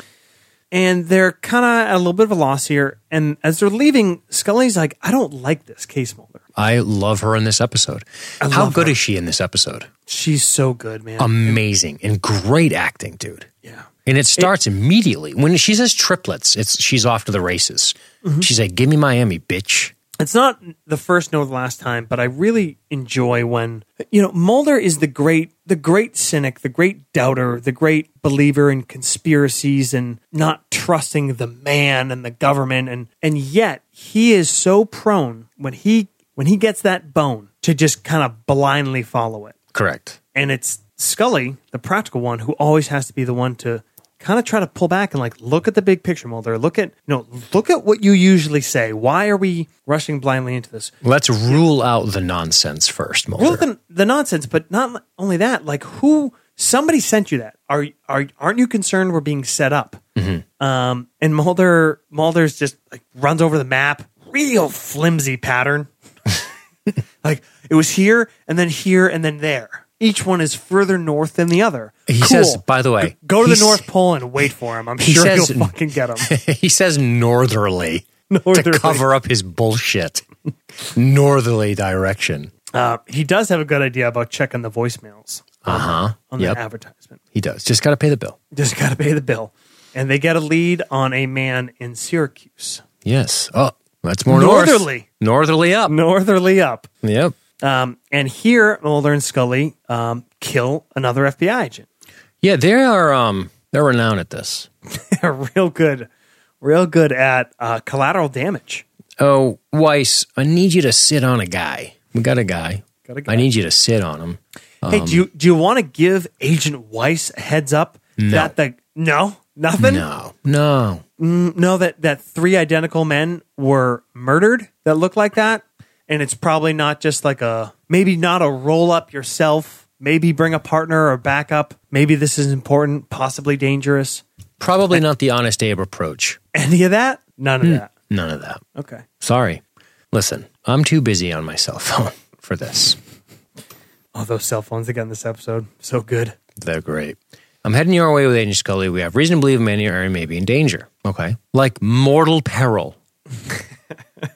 [SPEAKER 2] And they're kind of at a little bit of a loss here. And as they're leaving, Scully's like, "I don't like this case, Mulder.
[SPEAKER 1] I love her in this episode. How
[SPEAKER 2] love
[SPEAKER 1] good
[SPEAKER 2] her.
[SPEAKER 1] is she in this episode?
[SPEAKER 2] She's so good,
[SPEAKER 1] Um,
[SPEAKER 2] man.
[SPEAKER 1] Amazing and great acting, dude.
[SPEAKER 2] yeah,
[SPEAKER 1] And it starts immediately when she says triplets. It's she's off to the races.
[SPEAKER 2] Mm-hmm.
[SPEAKER 1] She's like, "Give me Miami, bitch."
[SPEAKER 2] it's not the first nor the last time, but I really enjoy when you know Mulder is the great, the great cynic, the great doubter, the great believer in conspiracies and not trusting the man and the government, and and yet he is so prone when he when he gets that bone to just kind of blindly follow it,
[SPEAKER 1] Correct.
[SPEAKER 2] and it's Scully, the practical one, who always has to be the one to kind of try to pull back and like look at the big picture, Mulder. Look at you know, look at what you usually say. Why are we rushing blindly into this?
[SPEAKER 1] Let's rule out the nonsense first, Mulder.
[SPEAKER 2] Well, the, the nonsense, but not only that. Like, who? Somebody sent you that. Are are aren't you concerned we're being set up?
[SPEAKER 1] Mm-hmm.
[SPEAKER 2] Um, and Mulder Mulder's just like runs over the map, real flimsy pattern. like it was here and then here and then there. Each one is further north than the other.
[SPEAKER 1] He
[SPEAKER 2] Cool.
[SPEAKER 1] says, by the way,
[SPEAKER 2] go to the
[SPEAKER 1] he's-
[SPEAKER 2] North Pole and wait for him. I'm
[SPEAKER 1] He
[SPEAKER 2] sure
[SPEAKER 1] says-
[SPEAKER 2] you'll fucking get him.
[SPEAKER 1] he says northerly,
[SPEAKER 2] Northerly.
[SPEAKER 1] to cover up his bullshit. northerly direction.
[SPEAKER 2] Uh, he does have a good idea about checking the voicemails
[SPEAKER 1] Uh huh.
[SPEAKER 2] on
[SPEAKER 1] Yep,
[SPEAKER 2] the advertisement.
[SPEAKER 1] he does. Just got to pay the bill.
[SPEAKER 2] just got to pay the bill. And they get a lead on a man in Syracuse,
[SPEAKER 1] Yes. Oh, that's more north.
[SPEAKER 2] Northerly. Mm.
[SPEAKER 1] Northerly up.
[SPEAKER 2] northerly up.
[SPEAKER 1] Yep.
[SPEAKER 2] Um, and here, Mulder and Scully um, kill another FBI agent.
[SPEAKER 1] Yeah, they are. Um, they're renowned at this.
[SPEAKER 2] They're real good, real good at uh, collateral damage.
[SPEAKER 1] Oh, Weiss, I need you to sit on a guy. We got a guy.
[SPEAKER 2] Got a guy.
[SPEAKER 1] I need you to sit on him.
[SPEAKER 2] hey, do you do you want to give Agent Weiss a heads up that the no nothing
[SPEAKER 1] No, no.
[SPEAKER 2] Mm, no that that three identical men were murdered that look like that and it's probably not just like a maybe not a roll up yourself maybe bring a partner or backup maybe this is important possibly dangerous
[SPEAKER 1] Probably not the honest Abe approach.
[SPEAKER 2] any of that none
[SPEAKER 1] Hmm.
[SPEAKER 2] of that
[SPEAKER 1] None of that.
[SPEAKER 2] okay
[SPEAKER 1] Sorry. Listen, I'm too busy on my cell phone for this.
[SPEAKER 2] oh those cell phones again this episode so good
[SPEAKER 1] They're great. I'm heading your way with Agent Scully. We have reason to believe Manny or Aaron may be in danger. Okay. Like mortal peril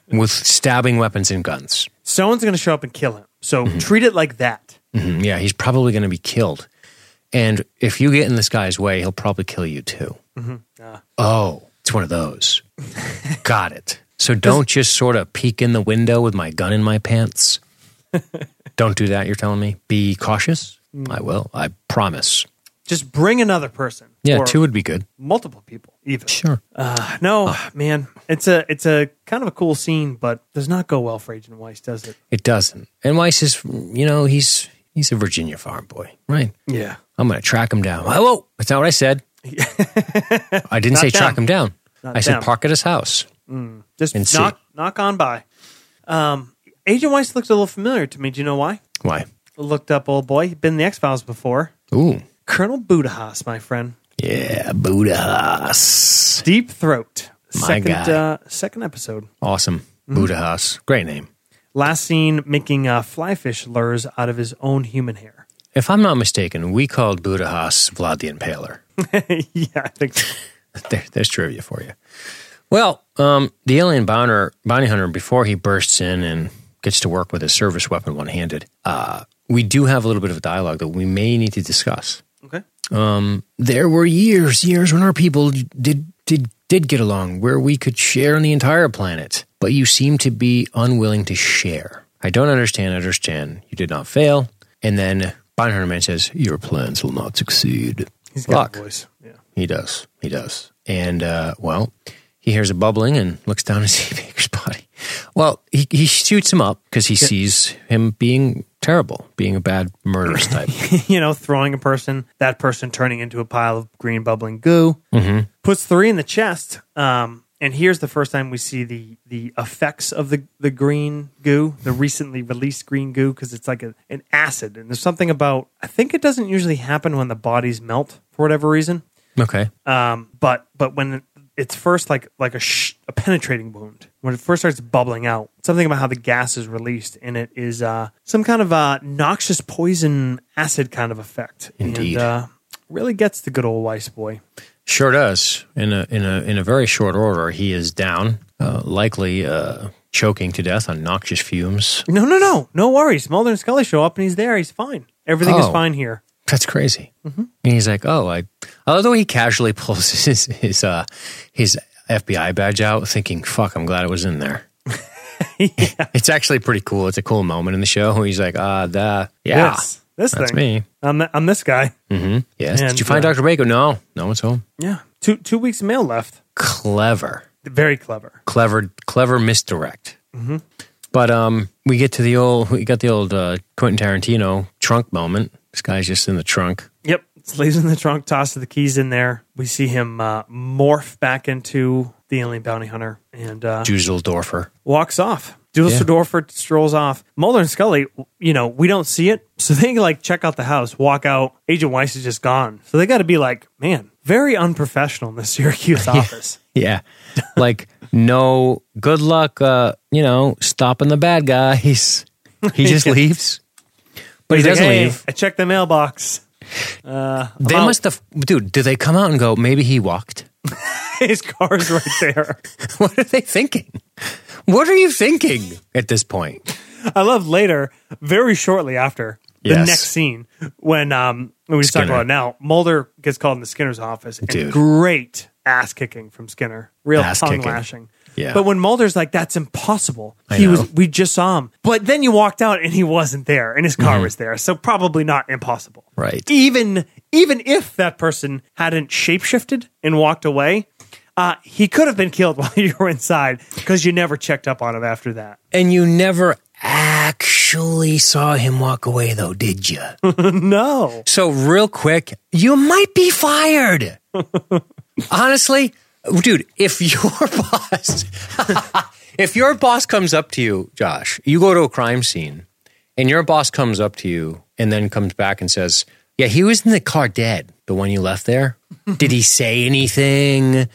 [SPEAKER 1] with stabbing weapons and guns.
[SPEAKER 2] someone's gonna show up and kill him so
[SPEAKER 1] Mm-hmm.
[SPEAKER 2] treat it like that
[SPEAKER 1] Mhm, Yeah, he's probably going to be killed. And if you get in this guy's way, he'll probably kill you too. oh, it's one of those. Got it. So don't just sort of peek in the window with my gun in my pants. don't do that, you're telling me? Be cautious? I will. I promise.
[SPEAKER 2] just bring another person
[SPEAKER 1] Yeah,
[SPEAKER 2] or
[SPEAKER 1] two would be good.
[SPEAKER 2] multiple people even
[SPEAKER 1] Sure.
[SPEAKER 2] uh, no man it's a it's a kind of a cool scene but does not go well for agent weiss does it
[SPEAKER 1] It doesn't. And Weiss is, you know, he's he's a Virginia farm boy, right?
[SPEAKER 2] yeah
[SPEAKER 1] I'm going to track him down. Hello, that's not what I said. I didn't say track
[SPEAKER 2] them.
[SPEAKER 1] him down.
[SPEAKER 2] Not
[SPEAKER 1] I said
[SPEAKER 2] them.
[SPEAKER 1] park at his house.
[SPEAKER 2] Just
[SPEAKER 1] and see.
[SPEAKER 2] knock knock on by. Um, Agent Weiss looked a little familiar to me. Do you know why?
[SPEAKER 1] Why?
[SPEAKER 2] Looked up old boy. He'd been in the X Files before.
[SPEAKER 1] Ooh,
[SPEAKER 2] Colonel Budahas, my friend.
[SPEAKER 1] yeah, Budahas.
[SPEAKER 2] Deep Throat.
[SPEAKER 1] My
[SPEAKER 2] second
[SPEAKER 1] guy.
[SPEAKER 2] Uh, second episode.
[SPEAKER 1] Awesome, Budahas. Great name.
[SPEAKER 2] Last scene making uh, flyfish lures out of his own human hair.
[SPEAKER 1] If I'm not mistaken, we called Budahas Vlad the Impaler.
[SPEAKER 2] yeah, I think so.
[SPEAKER 1] there, there's trivia for you. Well, um, the alien bounty, bounty hunter, before he bursts in and gets to work with his service weapon one handed, uh, we do have a little bit of a dialogue that we may need to discuss.
[SPEAKER 2] Okay.
[SPEAKER 1] Um, there were years, years when our people did did did get along, where we could share on the entire planet. but you seem to be unwilling to share. I don't understand, I understand. You did not fail. And then Beinhorn Man says, Your plans will not succeed.
[SPEAKER 2] He's got
[SPEAKER 1] Fuck.
[SPEAKER 2] a voice. Yeah.
[SPEAKER 1] He does. He does. And uh, well, he hears a bubbling and looks down and sees Baker's body. Well, he, he shoots him up because he sees him being terrible, being a bad murderous type.
[SPEAKER 2] you know, throwing a person, that person turning into a pile of green bubbling goo.
[SPEAKER 1] Mhm.
[SPEAKER 2] Puts three in the chest. Um, and here's the first time we see the the effects of the, the green goo, the recently released green goo, because it's like a, an acid. And there's something about, I think it doesn't usually happen when the bodies melt for whatever reason.
[SPEAKER 1] Okay.
[SPEAKER 2] Um, but but when it's first like like a sh- a penetrating wound, when it first starts bubbling out, something about how the gas is released, and it is uh, some kind of uh, noxious poison acid kind of effect.
[SPEAKER 1] Indeed.
[SPEAKER 2] and, uh, really gets the good old Weiss boy.
[SPEAKER 1] Sure does. In a in a in a very short order, he is down, uh, likely uh, choking to death on noxious fumes.
[SPEAKER 2] No, no, no, no worries. Mulder and Scully show up, and he's there. He's fine. Everything is
[SPEAKER 1] Oh.
[SPEAKER 2] fine here.
[SPEAKER 1] That's crazy.
[SPEAKER 2] Mm-hmm.
[SPEAKER 1] And he's like, "Oh, I." Although he casually pulls his his uh, his FBI badge out, thinking, "Fuck, I'm glad it was in there." It's actually pretty cool. It's a cool moment in the show. He's like, "Ah, the yeah,
[SPEAKER 2] Yes, this
[SPEAKER 1] that's
[SPEAKER 2] thing.
[SPEAKER 1] me."
[SPEAKER 2] I'm, th- I'm this guy.
[SPEAKER 1] hmm Yes.
[SPEAKER 2] And,
[SPEAKER 1] Did you find
[SPEAKER 2] uh,
[SPEAKER 1] Doctor Baker? No, no one's home.
[SPEAKER 2] Yeah, two two weeks of mail left.
[SPEAKER 1] Clever.
[SPEAKER 2] Very clever.
[SPEAKER 1] clever clever misdirect.
[SPEAKER 2] Mm-hmm.
[SPEAKER 1] But um, we get to the old we got the old uh, Quentin Tarantino trunk moment. This guy's just in the trunk.
[SPEAKER 2] Yep. Sleeves in the trunk, tosses the keys in there. We see him uh, morph back into the alien bounty hunter and uh,
[SPEAKER 1] Dusseldorfer.
[SPEAKER 2] walks off. Dusseldorfer strolls off. Mulder and Scully, you know, we don't see it. So they like check out the house, walk out. Agent Weiss is just gone. So they got to be like, man, very unprofessional in the Syracuse office.
[SPEAKER 1] Yeah, like no good luck. Uh, you know, stopping the bad guys. He just leaves, but he
[SPEAKER 2] He's like,
[SPEAKER 1] doesn't
[SPEAKER 2] "Hey,
[SPEAKER 1] leave.
[SPEAKER 2] I checked the mailbox. Uh, I'm
[SPEAKER 1] They
[SPEAKER 2] out."
[SPEAKER 1] must have, dude. Did they come out and go? Maybe he walked.
[SPEAKER 2] his car's right there.
[SPEAKER 1] What are they thinking? What are you thinking at this point?
[SPEAKER 2] I love later, very shortly after the
[SPEAKER 1] Yes.
[SPEAKER 2] next scene when um when we just talk
[SPEAKER 1] Skinner.
[SPEAKER 2] about it now, Mulder gets called in the Skinner's office and
[SPEAKER 1] Dude.
[SPEAKER 2] great ass kicking from Skinner, real tongue
[SPEAKER 1] Ass-kicking.
[SPEAKER 2] lashing.
[SPEAKER 1] Yeah.
[SPEAKER 2] But when Mulder's like, "That's impossible,"
[SPEAKER 1] I
[SPEAKER 2] he
[SPEAKER 1] know.
[SPEAKER 2] was. We just saw him, but then you walked out and he wasn't there, and his car was there, so probably not impossible,
[SPEAKER 1] Mm-hmm. Right.
[SPEAKER 2] Even even if that person hadn't shapeshifted and walked away. Uh, he could have been killed while you were inside because you never checked up on him after that.
[SPEAKER 1] And you never actually saw him walk away, though, did you?
[SPEAKER 2] No.
[SPEAKER 1] So, real quick, you might be fired. Honestly, dude, if your boss if your boss comes up to you, Josh, you go to a crime scene and your boss comes up to you and then comes back and says, "Yeah, he was in the car dead, the one you left there." Did he say anything?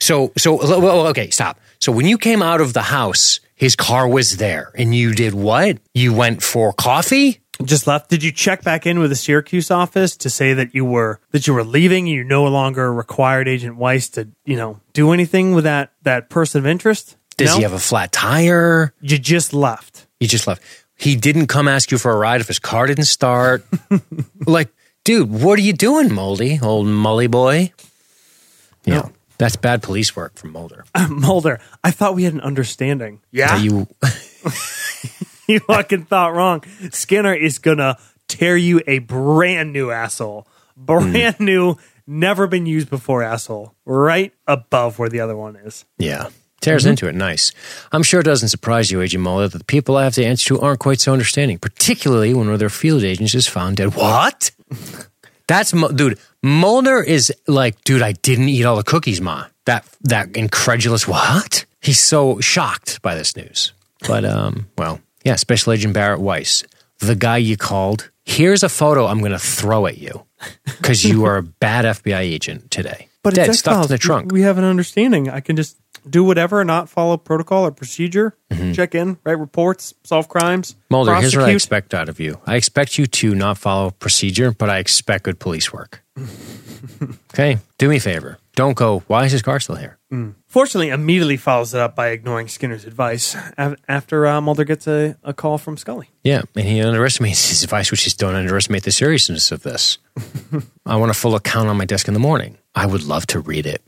[SPEAKER 1] So so well, well, okay, stop. So when you came out of the house, his car was there and you did what? You went for coffee?
[SPEAKER 2] just left did you check back in with the syracuse office to say that you were that you were leaving you no longer required agent weiss to you know do anything with that that person of interest
[SPEAKER 1] Does
[SPEAKER 2] no?
[SPEAKER 1] he have a flat tire?
[SPEAKER 2] you just left
[SPEAKER 1] He just left. He didn't come ask you for a ride if his car didn't start. like, dude, what are you doing, Moldy, old Mully boy? Yeah, that's bad police work from Mulder.
[SPEAKER 2] mulder i thought we had an understanding
[SPEAKER 1] That you
[SPEAKER 2] you fucking thought wrong skinner is gonna tear you a brand new asshole brand
[SPEAKER 1] Hmm.
[SPEAKER 2] new never been used before asshole right above where the other one is
[SPEAKER 1] yeah tears into it. Nice. I'm sure it doesn't surprise you, Agent Mulder, that the people I have to answer to aren't quite so understanding, particularly when one of their field agents is found dead. What? That's Mu- dude. Mulder is like, dude, I didn't eat all the cookies, ma. That that incredulous what? He's so shocked by this news. But um, well, yeah. Special Agent Barrett Weiss, the guy you called. Here's a photo I'm going to throw at you because you are a bad FBI agent today.
[SPEAKER 2] But
[SPEAKER 1] dead
[SPEAKER 2] it's
[SPEAKER 1] stuffed
[SPEAKER 2] X-Files.
[SPEAKER 1] in the trunk.
[SPEAKER 2] We have an understanding. I can just do whatever, not follow protocol or procedure, check in, write reports, solve crimes.
[SPEAKER 1] Mm-hmm. Mulder, here's what I
[SPEAKER 2] prosecute.
[SPEAKER 1] expect out of you. I expect you to not follow procedure, but I expect good police work. okay, do me a favor. Don't go. Why is his car still here?
[SPEAKER 2] Fortunately, immediately follows it up by ignoring Skinner's advice af- after uh, Mulder gets a, a call from Scully.
[SPEAKER 1] Yeah, and he underestimates his advice, which is don't underestimate the seriousness of this. I want a full account on my desk in the morning. I would love to read it.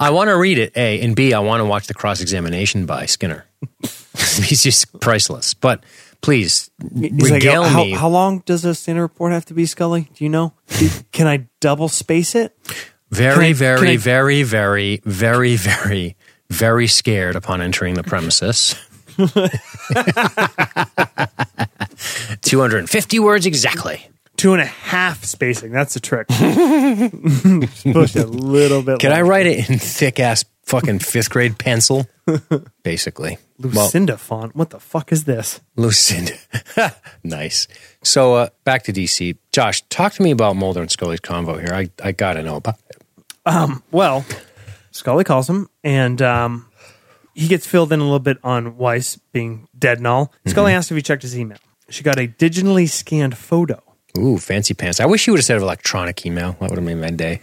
[SPEAKER 1] I want to read it, A, and B, I want to watch the cross examination by Skinner. He's just priceless. But please
[SPEAKER 2] He's like,
[SPEAKER 1] regale
[SPEAKER 2] how,
[SPEAKER 1] me.
[SPEAKER 2] how long does a standard report have to be, Scully? Do you know? Do- Can I double space it?
[SPEAKER 1] very,
[SPEAKER 2] I-
[SPEAKER 1] very,
[SPEAKER 2] can I-
[SPEAKER 1] very, very, very, very, very scared upon entering the premises. 250 words exactly.
[SPEAKER 2] Two and a half spacing. That's the trick. Push a little bit.
[SPEAKER 1] Can I
[SPEAKER 2] longer.
[SPEAKER 1] write it in thick ass fucking fifth grade pencil? Basically. Well,
[SPEAKER 2] Lucinda font? What the fuck is this?
[SPEAKER 1] Lucinda. nice. So uh, back to DC. Josh, talk to me about Mulder and Scully's convo here. I, I got to know about it.
[SPEAKER 2] Well, Scully calls him, and um, he gets filled in a little bit on Weiss being dead and all.
[SPEAKER 1] Mm-hmm.
[SPEAKER 2] Scully asked if he checked his email. She got a digitally scanned photo.
[SPEAKER 1] Ooh, fancy pants. I wish you would have said electronic email. That would have made my day.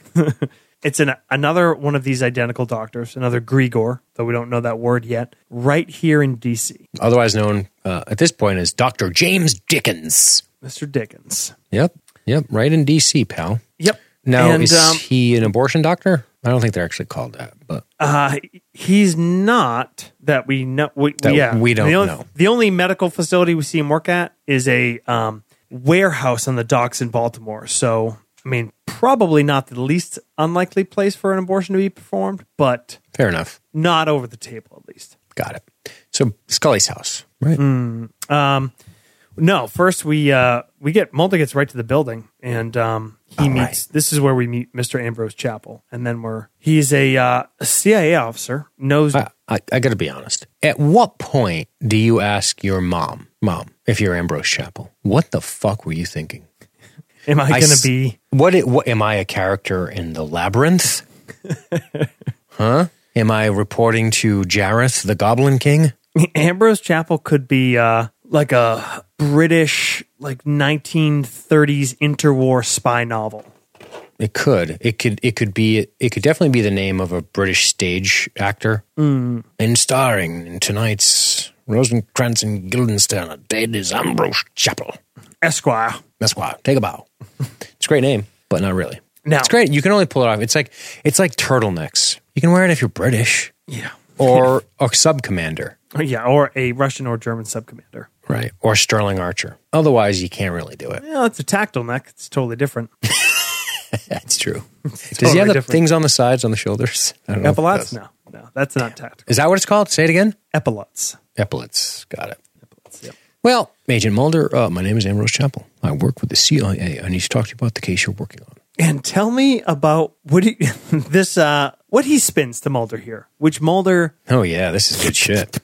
[SPEAKER 2] It's an, another one of these identical doctors, another Grigor, though we don't know that word yet, right here in D.C.
[SPEAKER 1] Otherwise known uh, at this point as Dr. James Dickens.
[SPEAKER 2] Mr. Dickens.
[SPEAKER 1] Yep. Yep. Right in DC, pal.
[SPEAKER 2] Yep.
[SPEAKER 1] Now,
[SPEAKER 2] and
[SPEAKER 1] is
[SPEAKER 2] um,
[SPEAKER 1] he an abortion doctor? I don't think they're actually called that, but
[SPEAKER 2] uh, he's not that we know. We,
[SPEAKER 1] That
[SPEAKER 2] yeah,
[SPEAKER 1] we don't
[SPEAKER 2] the only,
[SPEAKER 1] know.
[SPEAKER 2] The only medical facility we see him work at is a um, warehouse on the docks in Baltimore. So, I mean, probably not the least unlikely place for an abortion to be performed, but
[SPEAKER 1] fair enough.
[SPEAKER 2] not over the table at least.
[SPEAKER 1] Got it. So Scully's house, right?
[SPEAKER 2] Um, no, first we uh, we get Mulder gets right to the building, and um, he
[SPEAKER 1] All
[SPEAKER 2] meets.
[SPEAKER 1] right.
[SPEAKER 2] This is where we meet Mr. Ambrose Chapel, and then we're he's a uh, CIA officer, knows
[SPEAKER 1] I, I, I got to be honest. At what point do you ask your mom, mom, if you're Ambrose Chapel, what the fuck were you thinking?
[SPEAKER 2] am I,
[SPEAKER 1] I
[SPEAKER 2] going to
[SPEAKER 1] s-
[SPEAKER 2] be
[SPEAKER 1] What, i- what am I a character in the labyrinth? huh? Am I reporting to Jareth, the Goblin King?
[SPEAKER 2] Ambrose Chapel could be uh, like a British, like 1930s interwar spy novel.
[SPEAKER 1] It could. It could. It could be. It could definitely be the name of a British stage actor.
[SPEAKER 2] Mm.
[SPEAKER 1] And starring in tonight's Rosencrantz and Guildenstern, dead is Ambrose Chapel.
[SPEAKER 2] Esquire.
[SPEAKER 1] That's why. Take a bow. It's a great name, but not really.
[SPEAKER 2] No.
[SPEAKER 1] It's great. You can only pull it off. It's like it's like turtlenecks. You can wear it if you're British
[SPEAKER 2] Yeah.
[SPEAKER 1] or a sub commander,
[SPEAKER 2] Yeah, or a Russian or German subcommander.
[SPEAKER 1] right? Or Sterling Archer. Otherwise, you can't really do it.
[SPEAKER 2] Well, it's a tactile neck. It's totally different.
[SPEAKER 1] That's true. Does
[SPEAKER 2] totally
[SPEAKER 1] he have the
[SPEAKER 2] different.
[SPEAKER 1] things on the sides on the shoulders? I don't know if he
[SPEAKER 2] Epaulets?
[SPEAKER 1] does.
[SPEAKER 2] No, no, that's not tactical.
[SPEAKER 1] Is that what it's called? Say it again.
[SPEAKER 2] Epaulets.
[SPEAKER 1] Epaulets. Got it.
[SPEAKER 2] Yep.
[SPEAKER 1] Well, Agent Mulder, uh, my name is Ambrose Chapel. I work with the CIA. I need to talk to you about the case you're working on.
[SPEAKER 2] And tell me about what he, this uh, what he spins to Mulder here, which Mulder
[SPEAKER 1] Oh yeah, this is good shit.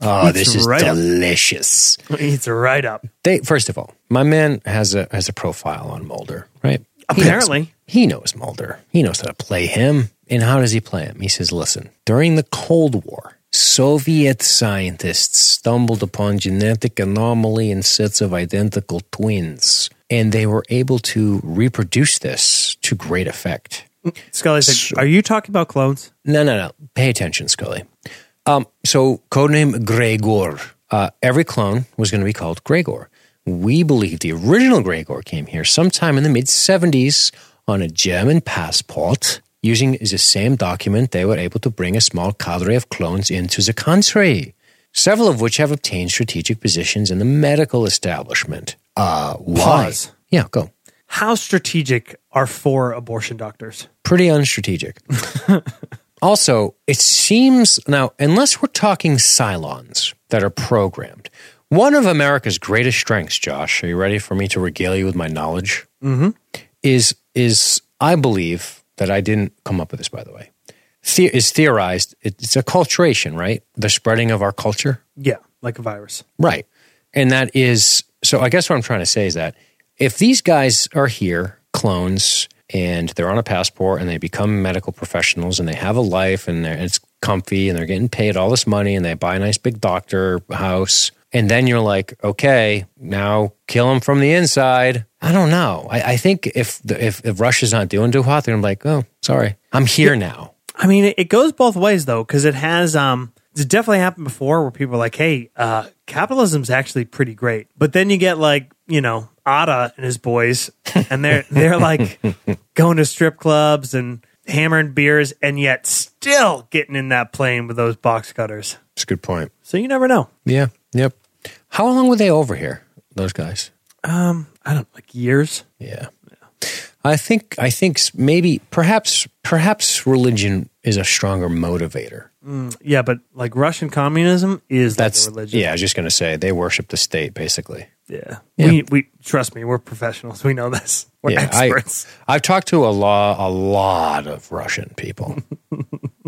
[SPEAKER 1] Oh, this is
[SPEAKER 2] right up.
[SPEAKER 1] delicious.
[SPEAKER 2] eats right up.
[SPEAKER 1] They first of all, my man has a has a profile on Mulder, right? He
[SPEAKER 2] Apparently.
[SPEAKER 1] knows- he knows Mulder. He knows how to play him. And how does he play him? He says, "Listen, during the Cold War, Soviet scientists stumbled upon genetic anomaly in sets of identical twins, and they were able to reproduce this to great effect."
[SPEAKER 2] Scully's like, "Are you talking about clones?"
[SPEAKER 1] No, no, no. Pay attention, Scully. Um, so, codename Gregor. Uh, every clone was going to be called Gregor. We believe the original Gregor came here sometime in the mid 70s on a German passport. Using the same document, they were able to bring a small cadre of clones into the country, several of which have obtained strategic positions in the medical establishment. Uh, why?
[SPEAKER 2] Pause.
[SPEAKER 1] Yeah, go.
[SPEAKER 2] How strategic are four abortion doctors?
[SPEAKER 1] pretty unstrategic. also, it seems now, unless we're talking Cylons that are programmed, one of America's greatest strengths, Josh, are you ready for me to regale you with my knowledge? Mm-hmm. Is is I believe that I didn't come up with this, by the way. The- is theorized. It's acculturation, right? The spreading of our culture.
[SPEAKER 2] Yeah, like a virus.
[SPEAKER 1] Right. And that is so I guess what I'm trying to say is that if these guys are here, clones, and they're on a passport and they become medical professionals and they have a life and they're, it's comfy and they're getting paid all this money and they buy a nice big doctor house. And then you're like, okay, now kill them from the inside. I don't know. I, I think if, the, if if Russia's not doing too hot, they're gonna be like, oh, sorry, I'm here now.
[SPEAKER 2] I mean, it- it goes both ways though, because it has um, It's definitely happened before where people are like, hey, uh, capitalism's actually pretty great. But then you get like, you know, Ada and his boys, and they're they're like going to strip clubs and hammering beers and yet still getting in that plane with those box cutters.
[SPEAKER 1] It's a good point.
[SPEAKER 2] So you never know.
[SPEAKER 1] Yeah. Yep. How long were they over here? Those guys.
[SPEAKER 2] Um, I don't like years.
[SPEAKER 1] Yeah. I think I think s- maybe perhaps perhaps religion is a stronger motivator.
[SPEAKER 2] Yeah, but like Russian communism is
[SPEAKER 1] That's
[SPEAKER 2] like a religion.
[SPEAKER 1] yeah. I was just gonna say they worship the state basically.
[SPEAKER 2] Yeah.
[SPEAKER 1] Yeah.
[SPEAKER 2] We, we trust me, we're professionals. We know this. We're
[SPEAKER 1] yeah,
[SPEAKER 2] experts.
[SPEAKER 1] I, I've talked to a lot, a lot of Russian people,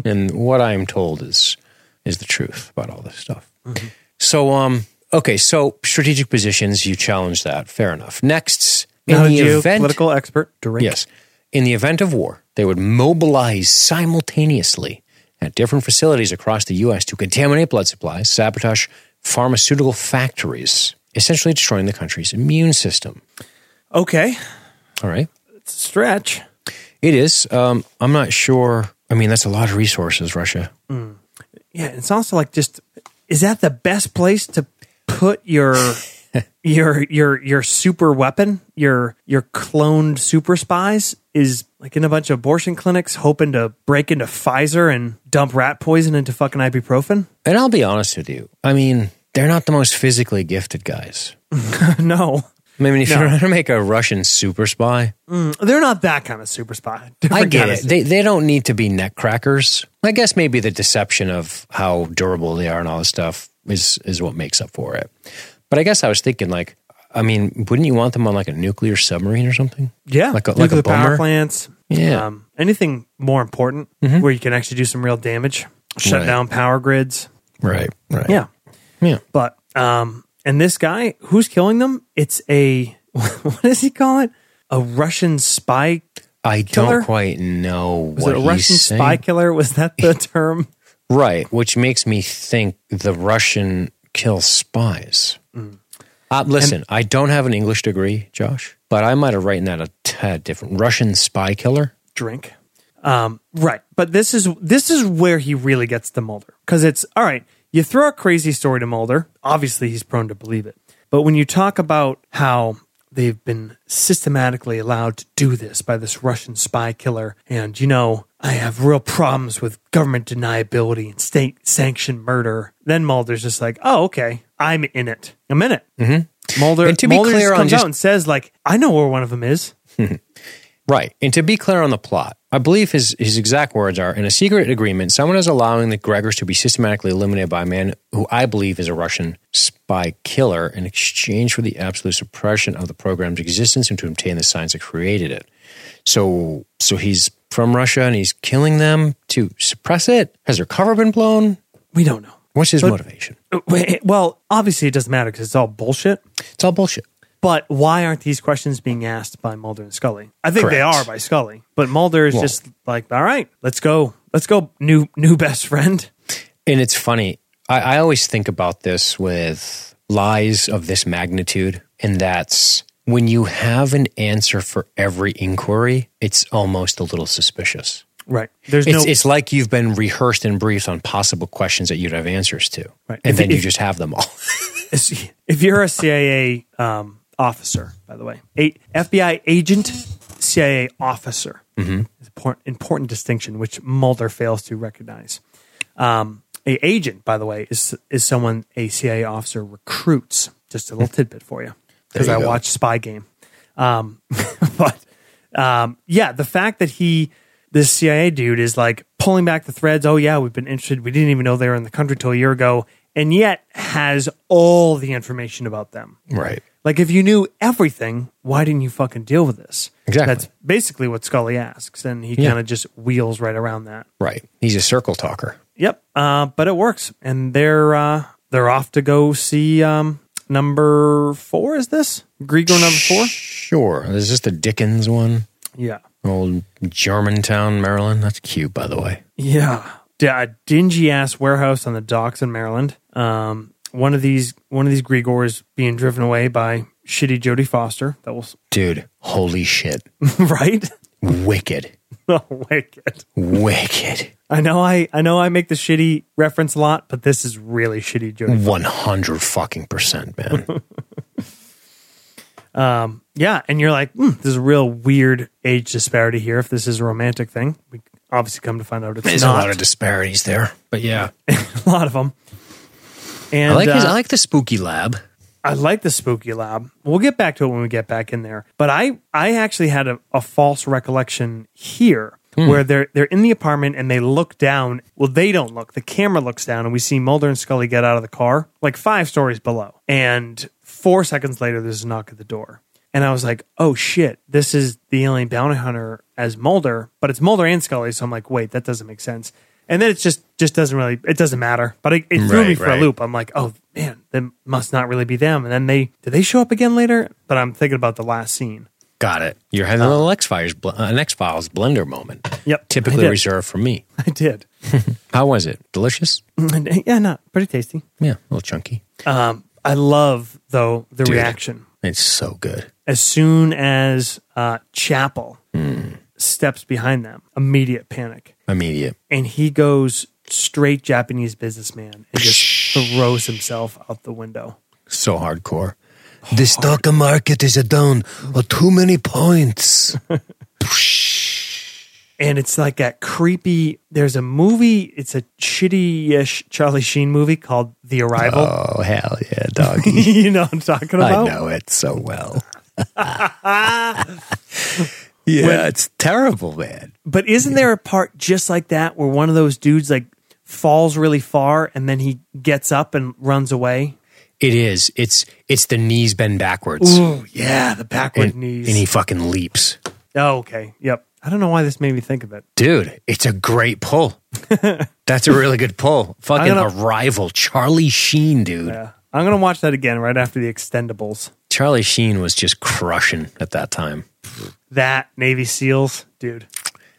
[SPEAKER 1] and what I am told is is the truth about all this stuff.
[SPEAKER 2] Mm-hmm.
[SPEAKER 1] So, um, okay, so strategic positions, you challenge that, fair enough. Next, in
[SPEAKER 2] Not a
[SPEAKER 1] the event,
[SPEAKER 2] geopolitical expert. Drink.
[SPEAKER 1] yes, in the event of war, they would mobilize simultaneously at different facilities across the U.S. to contaminate blood supplies, sabotage pharmaceutical factories, essentially destroying the country's immune system.
[SPEAKER 2] Okay.
[SPEAKER 1] All right.
[SPEAKER 2] It's a stretch.
[SPEAKER 1] It is. Um, I'm not sure. I mean, that's a lot of resources, Russia.
[SPEAKER 2] Yeah, it's also like just is that the best place to put your your your your super weapon, your your cloned super spies is like in a bunch of abortion clinics hoping to break into Pfizer and dump rat poison into fucking ibuprofen?
[SPEAKER 1] And I'll be honest with you. I mean, they're not the most physically gifted guys.
[SPEAKER 2] no.
[SPEAKER 1] I mean, if you're trying to make a Russian super spy,
[SPEAKER 2] They're not that kind of super spy.
[SPEAKER 1] I
[SPEAKER 2] Different
[SPEAKER 1] get
[SPEAKER 2] kind of
[SPEAKER 1] it. They, they don't need to be neck crackers. I guess maybe the deception of how durable they are and all this stuff is, is what makes up for it. But I guess I was thinking, like, I mean, wouldn't you want them on like a nuclear submarine or something?
[SPEAKER 2] Yeah,
[SPEAKER 1] Like a- like a
[SPEAKER 2] nuclear power
[SPEAKER 1] bomber?
[SPEAKER 2] plants.
[SPEAKER 1] Yeah. Mm-hmm.
[SPEAKER 2] um, anything more important where you can actually do some real damage, shut
[SPEAKER 1] Right.
[SPEAKER 2] down power grids.
[SPEAKER 1] Right, right.
[SPEAKER 2] Yeah,
[SPEAKER 1] Yeah.
[SPEAKER 2] But um, and this guy who's killing them, it's a what does he call it? A Russian spy?
[SPEAKER 1] I
[SPEAKER 2] Killer?
[SPEAKER 1] don't quite know
[SPEAKER 2] Was
[SPEAKER 1] what
[SPEAKER 2] it a
[SPEAKER 1] he's
[SPEAKER 2] Russian
[SPEAKER 1] saying.
[SPEAKER 2] spy killer? Was that the term?
[SPEAKER 1] Right, which makes me think the Russian kill spies.
[SPEAKER 2] Mm.
[SPEAKER 1] Uh, listen, I don't have an English degree, Josh, but I might have written that a tad different. Russian spy killer.
[SPEAKER 2] drink. Um, right. But this is this is where he really gets to Mulder because it's all right. You throw a crazy story to Mulder. Obviously, he's prone to believe it. But when you talk about how they've been systematically allowed to do this by this Russian spy killer, and you know, I have real problems with government deniability and state sanctioned murder. Then Mulder's just like, "Oh, okay, I'm in it. I'm in it." Mm-hmm. Mulder,
[SPEAKER 1] And to be
[SPEAKER 2] Mulder
[SPEAKER 1] clear
[SPEAKER 2] just
[SPEAKER 1] on
[SPEAKER 2] comes
[SPEAKER 1] just-
[SPEAKER 2] out and says, "Like, I know where one of them is."
[SPEAKER 1] Right. And to be clear on the plot, I believe his, his exact words are in a secret agreement, someone is allowing the Gregors to be systematically eliminated by a man who I believe is a Russian spy killer in exchange for the absolute suppression of the program's existence and to obtain the science that created it. So so he's from Russia and he's killing them to suppress it? Has their cover been blown?
[SPEAKER 2] We don't know.
[SPEAKER 1] What's his motivation?
[SPEAKER 2] Wait, Well, obviously it doesn't matter because it's all bullshit.
[SPEAKER 1] It's all bullshit.
[SPEAKER 2] But why aren't these questions being asked by Mulder and Scully? I think they
[SPEAKER 1] Correct.
[SPEAKER 2] are by Scully, but Mulder is just like, "All right, let's go, let's go, new new best friend."
[SPEAKER 1] And it's funny. I, I always think about this with lies of this magnitude, and that's when you have an answer for every inquiry, it's almost a little suspicious.
[SPEAKER 2] Right? There's
[SPEAKER 1] It's,
[SPEAKER 2] no
[SPEAKER 1] it's like you've been rehearsed and briefed on possible questions that you'd have answers to,
[SPEAKER 2] Right.
[SPEAKER 1] and
[SPEAKER 2] If-
[SPEAKER 1] then you
[SPEAKER 2] if-
[SPEAKER 1] just have them all.
[SPEAKER 2] if you're a CIA um, officer, by the way, a- FBI agent, CIA officer, mm-hmm. important, important distinction which Mulder fails to recognize. Um, a agent, by the way, is is someone a CIA officer recruits. Just a little tidbit for you because
[SPEAKER 1] Hmm. There
[SPEAKER 2] I
[SPEAKER 1] you go.
[SPEAKER 2] watched Spy Game. Um, but um, yeah, the fact that he, this CIA dude, is like pulling back the threads. Oh yeah, we've been interested. We didn't even know they were in the country till a year ago, and yet has all the information about them.
[SPEAKER 1] right.
[SPEAKER 2] Like if you knew everything, why didn't you fucking deal with this?
[SPEAKER 1] Exactly.
[SPEAKER 2] That's basically what Scully asks, and he kind of just wheels right around that.
[SPEAKER 1] Right. He's a circle talker.
[SPEAKER 2] Yep. Uh, but it works, and they're uh, they're off to go see um, number four. Is this Grigor number four?
[SPEAKER 1] Sure. Is this the Dickens one?
[SPEAKER 2] Yeah.
[SPEAKER 1] Old Germantown, Maryland. That's cute, by the way.
[SPEAKER 2] Yeah. D- a dingy ass warehouse on the docks in Maryland. Um, one of these one of these Grigors being driven away by shitty Jodie Foster. That was
[SPEAKER 1] Dude, holy shit.
[SPEAKER 2] right.
[SPEAKER 1] Wicked.
[SPEAKER 2] Wicked.
[SPEAKER 1] Wicked.
[SPEAKER 2] I know I I know I make the shitty reference a lot, but this is really shitty
[SPEAKER 1] Mm.
[SPEAKER 2] Jodie.
[SPEAKER 1] 100 fucking percent, man.
[SPEAKER 2] Um, yeah, and you're like, hmm, there's a real weird age disparity here. If this is a romantic thing, we obviously come to find out it's
[SPEAKER 1] There's a
[SPEAKER 2] not.
[SPEAKER 1] lot of disparities there. But yeah.
[SPEAKER 2] a lot of them. And
[SPEAKER 1] I like, his,
[SPEAKER 2] uh,
[SPEAKER 1] I like the spooky lab.
[SPEAKER 2] I like the spooky lab. We'll get back to it when we get back in there. But I, I actually had a, a false recollection here
[SPEAKER 1] Hmm.
[SPEAKER 2] where they're they're in the apartment and they look down. Well, they don't look. The camera looks down and we see Mulder and Scully get out of the car, like five stories below. And four seconds later there's a knock at the door. And I was like, oh shit, this is the alien bounty hunter as Mulder, but it's Mulder and Scully, so I'm like, wait, that doesn't make sense. And then it's just just doesn't really it doesn't matter. But it, it threw
[SPEAKER 1] Right,
[SPEAKER 2] me for
[SPEAKER 1] right.
[SPEAKER 2] a loop. I'm like, oh man, that must not really be them. And then they did they show up again later? But I'm thinking about the last scene.
[SPEAKER 1] Got it. You're having a little X Files, bl- an X Files blender moment.
[SPEAKER 2] Yep, I
[SPEAKER 1] Typically
[SPEAKER 2] did.
[SPEAKER 1] reserved for me.
[SPEAKER 2] I did.
[SPEAKER 1] How was it? Delicious?
[SPEAKER 2] yeah, no, pretty tasty.
[SPEAKER 1] Yeah, a little chunky.
[SPEAKER 2] Um, I love though the reaction
[SPEAKER 1] It's so good.
[SPEAKER 2] as soon as uh, Chapel steps behind them, immediate panic,
[SPEAKER 1] Immediate.
[SPEAKER 2] and he goes straight Japanese businessman and just throws himself out the window.
[SPEAKER 1] So hardcore. The stock market is down or too many points.
[SPEAKER 2] and it's like that creepy. There's a movie. It's a shitty-ish Charlie Sheen movie called The Arrival.
[SPEAKER 1] Oh, hell yeah, doggy.
[SPEAKER 2] you know what I'm talking about?
[SPEAKER 1] I know it so well. yeah, it's terrible, man.
[SPEAKER 2] But isn't there a part just like that where one of those dudes like falls really far and then he gets up and runs away?
[SPEAKER 1] It is. It's it's the knees bend backwards.
[SPEAKER 2] Oh yeah, the backward
[SPEAKER 1] and,
[SPEAKER 2] knees.
[SPEAKER 1] and he fucking leaps.
[SPEAKER 2] oh okay, yep. I don't know why this made me think of it.
[SPEAKER 1] Dude, it's a great pull. That's a really good pull. Fucking
[SPEAKER 2] gonna-
[SPEAKER 1] arrival. Charlie Sheen, dude.
[SPEAKER 2] Yeah. I'm gonna watch that again right after the Extendables.
[SPEAKER 1] Charlie Sheen was just crushing at that time.
[SPEAKER 2] That Navy SEALs, dude,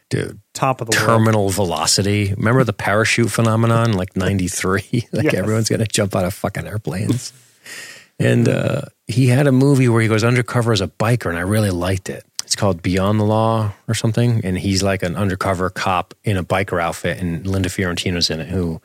[SPEAKER 1] Dude,
[SPEAKER 2] top of the world.
[SPEAKER 1] terminal velocity. Remember the parachute phenomenon like 93? like
[SPEAKER 2] Yes.
[SPEAKER 1] everyone's going to jump out of fucking airplanes. and uh, he had a movie where he goes undercover as a biker, and I really liked it. It's called Beyond the Law or something. And he's like an undercover cop in a biker outfit, and Linda Fiorentino's in it, who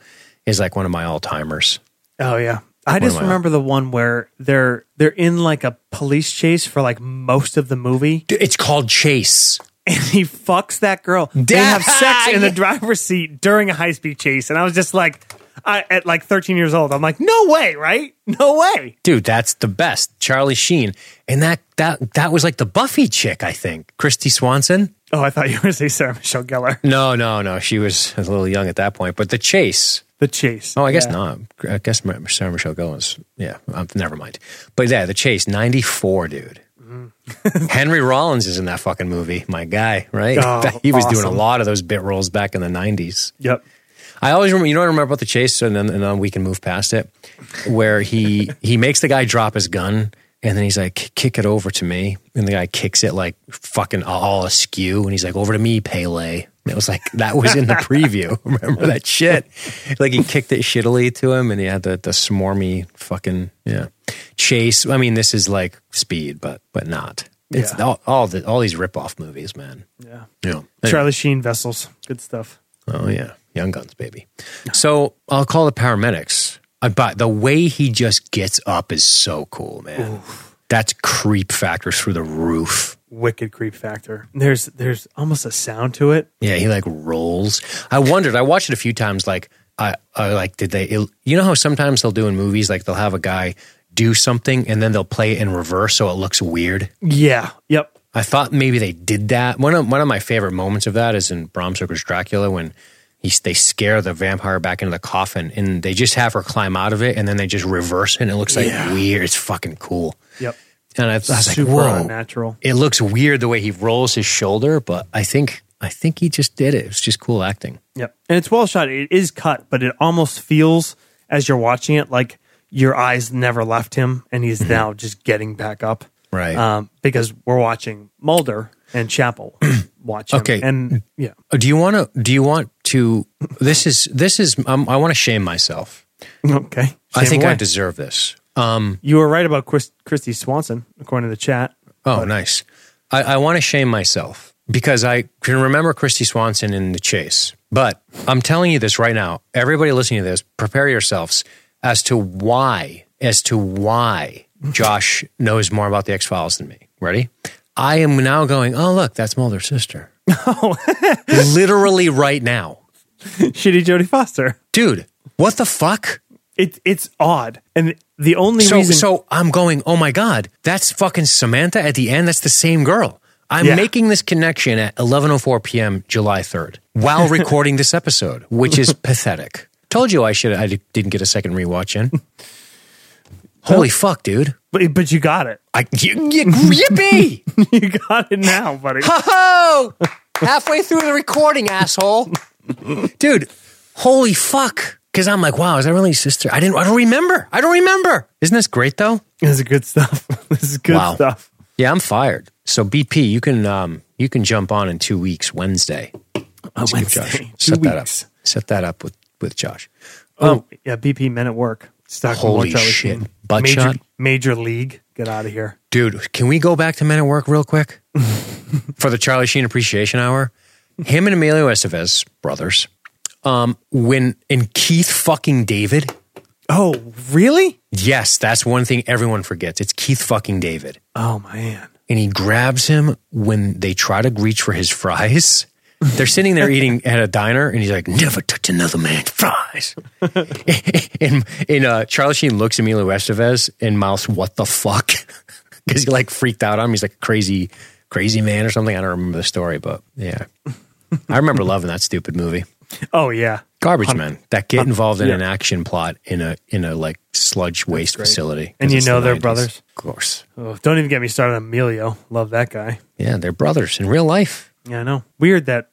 [SPEAKER 1] is like one of my all timers.
[SPEAKER 2] Oh yeah. I just
[SPEAKER 1] am I?
[SPEAKER 2] remember the one where they're they're in like a police chase for like most of the movie,
[SPEAKER 1] It's called Chase.
[SPEAKER 2] and he fucks that girl. They have sex in the driver's seat during a high speed chase, and I was just like, I, at like 13 years old, I'm like, no way, right? No way.
[SPEAKER 1] Dude, that's the best. Charlie Sheen. And that that that was like the Buffy chick, I think. Christy Swanson.
[SPEAKER 2] Oh, I thought you were going to say Sarah Michelle Gellar.
[SPEAKER 1] No, no, no. She was a little young at that point. But the chase.
[SPEAKER 2] The chase.
[SPEAKER 1] Oh, I guess not. I guess Ma- Sarah Michelle Gellar's. Yeah, um, never mind. But yeah, the chase. Ninety four, dude.
[SPEAKER 2] Mm-hmm.
[SPEAKER 1] Henry Rollins is in that fucking movie. My guy, right?
[SPEAKER 2] Oh,
[SPEAKER 1] he was doing a
[SPEAKER 2] awesome.
[SPEAKER 1] lot of those bit roles back in the nineties.
[SPEAKER 2] Yep.
[SPEAKER 1] I always remember. You know what I remember about the chase, and then, and then we can move past it, where he he makes the guy drop his gun, and then he's like, "Kick it over to me," and the guy kicks it like fucking all askew, and he's like, "Over to me, Pele." And it was like that was in the preview. remember that shit? Like he kicked it shittily to him, and he had the the smarmy fucking yeah chase. I mean, this is like speed, but but not. It's
[SPEAKER 2] Yeah.
[SPEAKER 1] all all, the, all these ripoff movies, man.
[SPEAKER 2] Yeah.
[SPEAKER 1] Yeah.
[SPEAKER 2] Charlie Sheen vessels. Good stuff.
[SPEAKER 1] Oh yeah, young guns, baby. So I'll call the paramedics. I, but the way he just gets up is so cool, man. That's creep factor through the roof.
[SPEAKER 2] Wicked creep factor. There's there's almost a sound to it.
[SPEAKER 1] Yeah, he like rolls. I wondered. I watched it a few times. Like I, I like did they? You know how sometimes they'll do in movies like they'll have a guy do something and then they'll play it in reverse so it looks weird.
[SPEAKER 2] Yeah. Yep.
[SPEAKER 1] I thought maybe they did that. One of one of my favorite moments of that is in Bram Stoker's Dracula when he they scare the vampire back into the coffin and they just have her climb out of it and then they just reverse it and it looks like weird. It's fucking cool.
[SPEAKER 2] Yep.
[SPEAKER 1] And I, I was
[SPEAKER 2] Super
[SPEAKER 1] like, whoa,
[SPEAKER 2] unnatural.
[SPEAKER 1] it looks weird the way he rolls his shoulder, but I think I think he just did it. It was just cool acting.
[SPEAKER 2] Yep. And it's well shot. It is cut, but it almost feels as you're watching it like your eyes never left him and he's now just getting back up.
[SPEAKER 1] Mm-hmm. Right.
[SPEAKER 2] Um, because we're watching Mulder and Chapel watch him.
[SPEAKER 1] Okay.
[SPEAKER 2] And yeah.
[SPEAKER 1] Uh, Do you want to? Do you want to? This is this is. Um, I want to shame myself.
[SPEAKER 2] Okay.
[SPEAKER 1] I think I
[SPEAKER 2] I
[SPEAKER 1] deserve this. Um,
[SPEAKER 2] You were right about Chris, Christy Swanson, according to the chat.
[SPEAKER 1] Oh, nice. I, I want to shame myself because I can remember Christy Swanson in The Chase. But I'm telling you this right now, everybody listening to this, prepare yourselves as to why, as to why Josh knows more about the X Files than me. Ready? I am now going, oh, look, that's Mulder's sister. Literally right now.
[SPEAKER 2] Shitty Jodie Foster.
[SPEAKER 1] Dude, what the fuck?
[SPEAKER 2] It, it's odd. And the only
[SPEAKER 1] So,
[SPEAKER 2] reason.
[SPEAKER 1] so I'm going, oh my God, that's fucking Samantha at the end. That's the same girl. I'm
[SPEAKER 2] Yeah.
[SPEAKER 1] making this connection at 11.04 p.m. July 3rd while recording this episode, which is pathetic. Told you I should. I didn't get a second rewatch in. Holy fuck, dude.
[SPEAKER 2] but, but you got it.
[SPEAKER 1] I, y- y- yippee!
[SPEAKER 2] You got it now, buddy.
[SPEAKER 1] Ho ho! Halfway through the recording, asshole. Dude, holy fuck. Cause I'm like, wow, is that really his sister? I didn't I don't remember. I don't remember. Isn't this great though?
[SPEAKER 2] this is good stuff. This is good
[SPEAKER 1] Wow.
[SPEAKER 2] stuff.
[SPEAKER 1] Yeah, I'm fired. So BP, you can um you can jump on in two weeks, Wednesday. Let's give
[SPEAKER 2] Wednesday.
[SPEAKER 1] Josh.
[SPEAKER 2] Two
[SPEAKER 1] Set that up.
[SPEAKER 2] weeks.
[SPEAKER 1] Set that up with, with Josh.
[SPEAKER 2] Oh, yeah. BP men at work. Stock
[SPEAKER 1] Holy shit. Butt
[SPEAKER 2] major,
[SPEAKER 1] shot?
[SPEAKER 2] Major league. Get out of here.
[SPEAKER 1] Dude, can we go back to Men at Work real quick for the Charlie Sheen Appreciation Hour? Him and Emilio Estevez, brothers. Um, when and Keith fucking David.
[SPEAKER 2] Oh, really?
[SPEAKER 1] Yes, that's one thing everyone forgets. It's Keith fucking David,
[SPEAKER 2] Oh man.
[SPEAKER 1] and he grabs him when they try to reach for his fries. They're sitting there eating at a diner, and he's like, "Never touch another man's fries." and and uh, Charlie Sheen looks at Emilio Estevez and mouths, "What the fuck?" Because he like freaked out on him. He's like a crazy, crazy man or something. I don't remember the story, but yeah, I remember loving that stupid movie.
[SPEAKER 2] Oh yeah.
[SPEAKER 1] Garbage men that get involved in
[SPEAKER 2] uh, yeah.
[SPEAKER 1] an action plot in a in a like sludge waste facility, 'Cause
[SPEAKER 2] And you
[SPEAKER 1] it's
[SPEAKER 2] know
[SPEAKER 1] the
[SPEAKER 2] they're
[SPEAKER 1] 90s.
[SPEAKER 2] brothers?
[SPEAKER 1] of course.
[SPEAKER 2] Oh, don't even get me started on Emilio. Love that guy.
[SPEAKER 1] Yeah, they're brothers in real life.
[SPEAKER 2] Yeah, I know. Weird that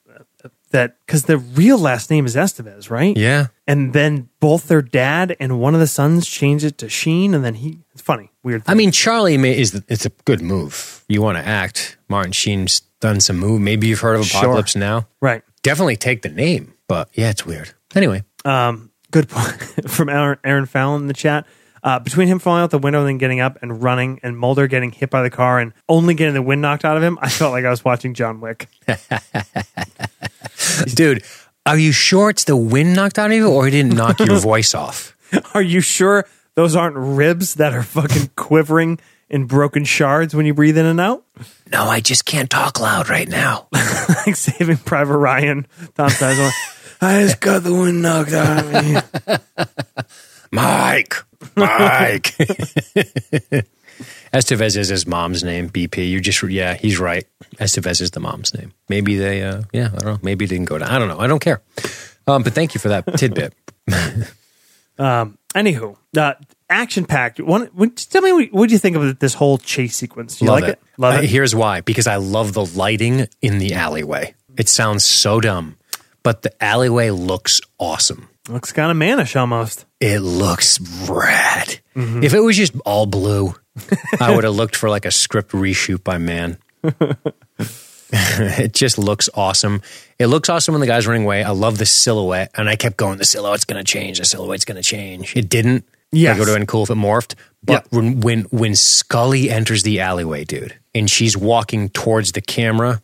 [SPEAKER 2] that because the real last name is Estevez, right?
[SPEAKER 1] Yeah,
[SPEAKER 2] And then both their dad and one of the sons changed it to Sheen, and then he. It's funny. Weird.
[SPEAKER 1] I mean Charlie may, is the, it's a good move. You want to act? Martin Sheen's done some move. Maybe you've heard of
[SPEAKER 2] Sure.
[SPEAKER 1] Apocalypse Now.
[SPEAKER 2] right.
[SPEAKER 1] Definitely take the name, but yeah, it's weird. Anyway,
[SPEAKER 2] Um, good point from Aaron, Aaron Fallon in the chat. Uh, between him falling out the window and then getting up and running, and Mulder getting hit by the car and only getting the wind knocked out of him, I felt like I was watching John Wick.
[SPEAKER 1] dude, are you sure it's the wind knocked out of you, or he didn't knock your voice off?
[SPEAKER 2] Are you sure those aren't ribs that are fucking quivering in broken shards when you breathe in and out?
[SPEAKER 1] No, I just can't talk loud right now.
[SPEAKER 2] like Saving Private Ryan. Tom Sizemore. I just got the wind knocked out of me.
[SPEAKER 1] Mike, Mike. Estevez is his mom's name. BP. You just yeah, he's right. Estevez is the mom's name. Maybe they uh, yeah, I don't know. Maybe it didn't go down. I don't know. I don't care. Um, but thank you for that tidbit.
[SPEAKER 2] Um, anywho, uh, action packed. One, would- just tell me what, what do you think of this whole chase sequence? Do you
[SPEAKER 1] love
[SPEAKER 2] like it? Love
[SPEAKER 1] Uh,
[SPEAKER 2] it.
[SPEAKER 1] Here's why: because I love the lighting in the alleyway. It sounds so dumb, but the alleyway looks awesome.
[SPEAKER 2] Looks kind of mannish almost.
[SPEAKER 1] It looks rad.
[SPEAKER 2] Mm-hmm.
[SPEAKER 1] If it was just all blue, I would have looked for like a script reshoot by man. it just looks awesome. It looks awesome when the guy's running away. I love the silhouette, and I kept going. The silhouette's going to change. The silhouette's going to change. It didn't.
[SPEAKER 2] Yes.
[SPEAKER 1] Like, it would have been cool if it morphed. But
[SPEAKER 2] Yeah.
[SPEAKER 1] when, when when Scully enters the alleyway, dude, and she's walking towards the camera,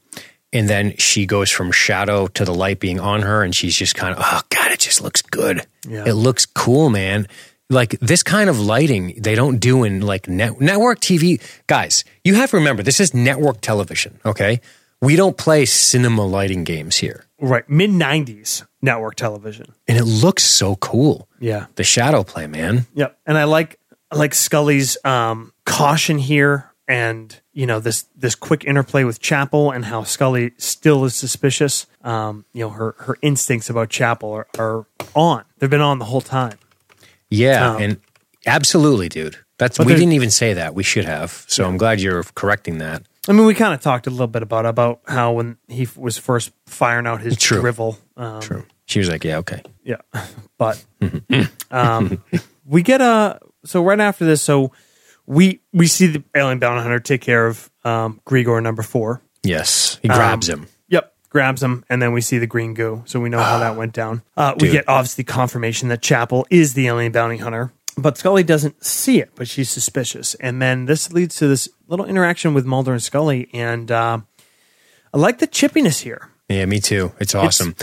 [SPEAKER 1] and then she goes from shadow to the light being on her, and she's just kind of, oh god, it just looks good.
[SPEAKER 2] Yeah.
[SPEAKER 1] It looks cool, man. Like this kind of lighting, they don't do in like net- network TV. Guys, you have to remember this is network television. Okay, we don't play cinema lighting games here,
[SPEAKER 2] Right, mid '90s network television.
[SPEAKER 1] and it looks so cool.
[SPEAKER 2] Yeah,
[SPEAKER 1] The shadow play, man.
[SPEAKER 2] yep. And I like I like Scully's um, caution here, and you know this this quick interplay with Chapel, and how Scully still is suspicious. Um, you know her her instincts about Chapel are, are on. They've been on the whole time.
[SPEAKER 1] Yeah,
[SPEAKER 2] Um,
[SPEAKER 1] and absolutely, dude. That's we
[SPEAKER 2] there-
[SPEAKER 1] didn't even say that. We should have. So I'm glad you're correcting that.
[SPEAKER 2] I mean, we kind of talked a little bit about about how when he f- was first firing out his
[SPEAKER 1] True.
[SPEAKER 2] drivel. Um, True.
[SPEAKER 1] She was like, "Yeah, okay."
[SPEAKER 2] Yeah, but um, we get a so right after this, so we we see the alien bounty hunter take care of um, Grigor number four.
[SPEAKER 1] Yes, he grabs
[SPEAKER 2] Um,
[SPEAKER 1] him.
[SPEAKER 2] Yep, grabs him, and then we see the green goo. So we know how that went down. Uh, we
[SPEAKER 1] Dude.
[SPEAKER 2] get obviously confirmation that Chapel is the alien bounty hunter, but Scully doesn't see it, but she's suspicious. And then this leads to this little interaction with Mulder and Scully, and uh, I like the chippiness here.
[SPEAKER 1] Yeah, me too. It's awesome.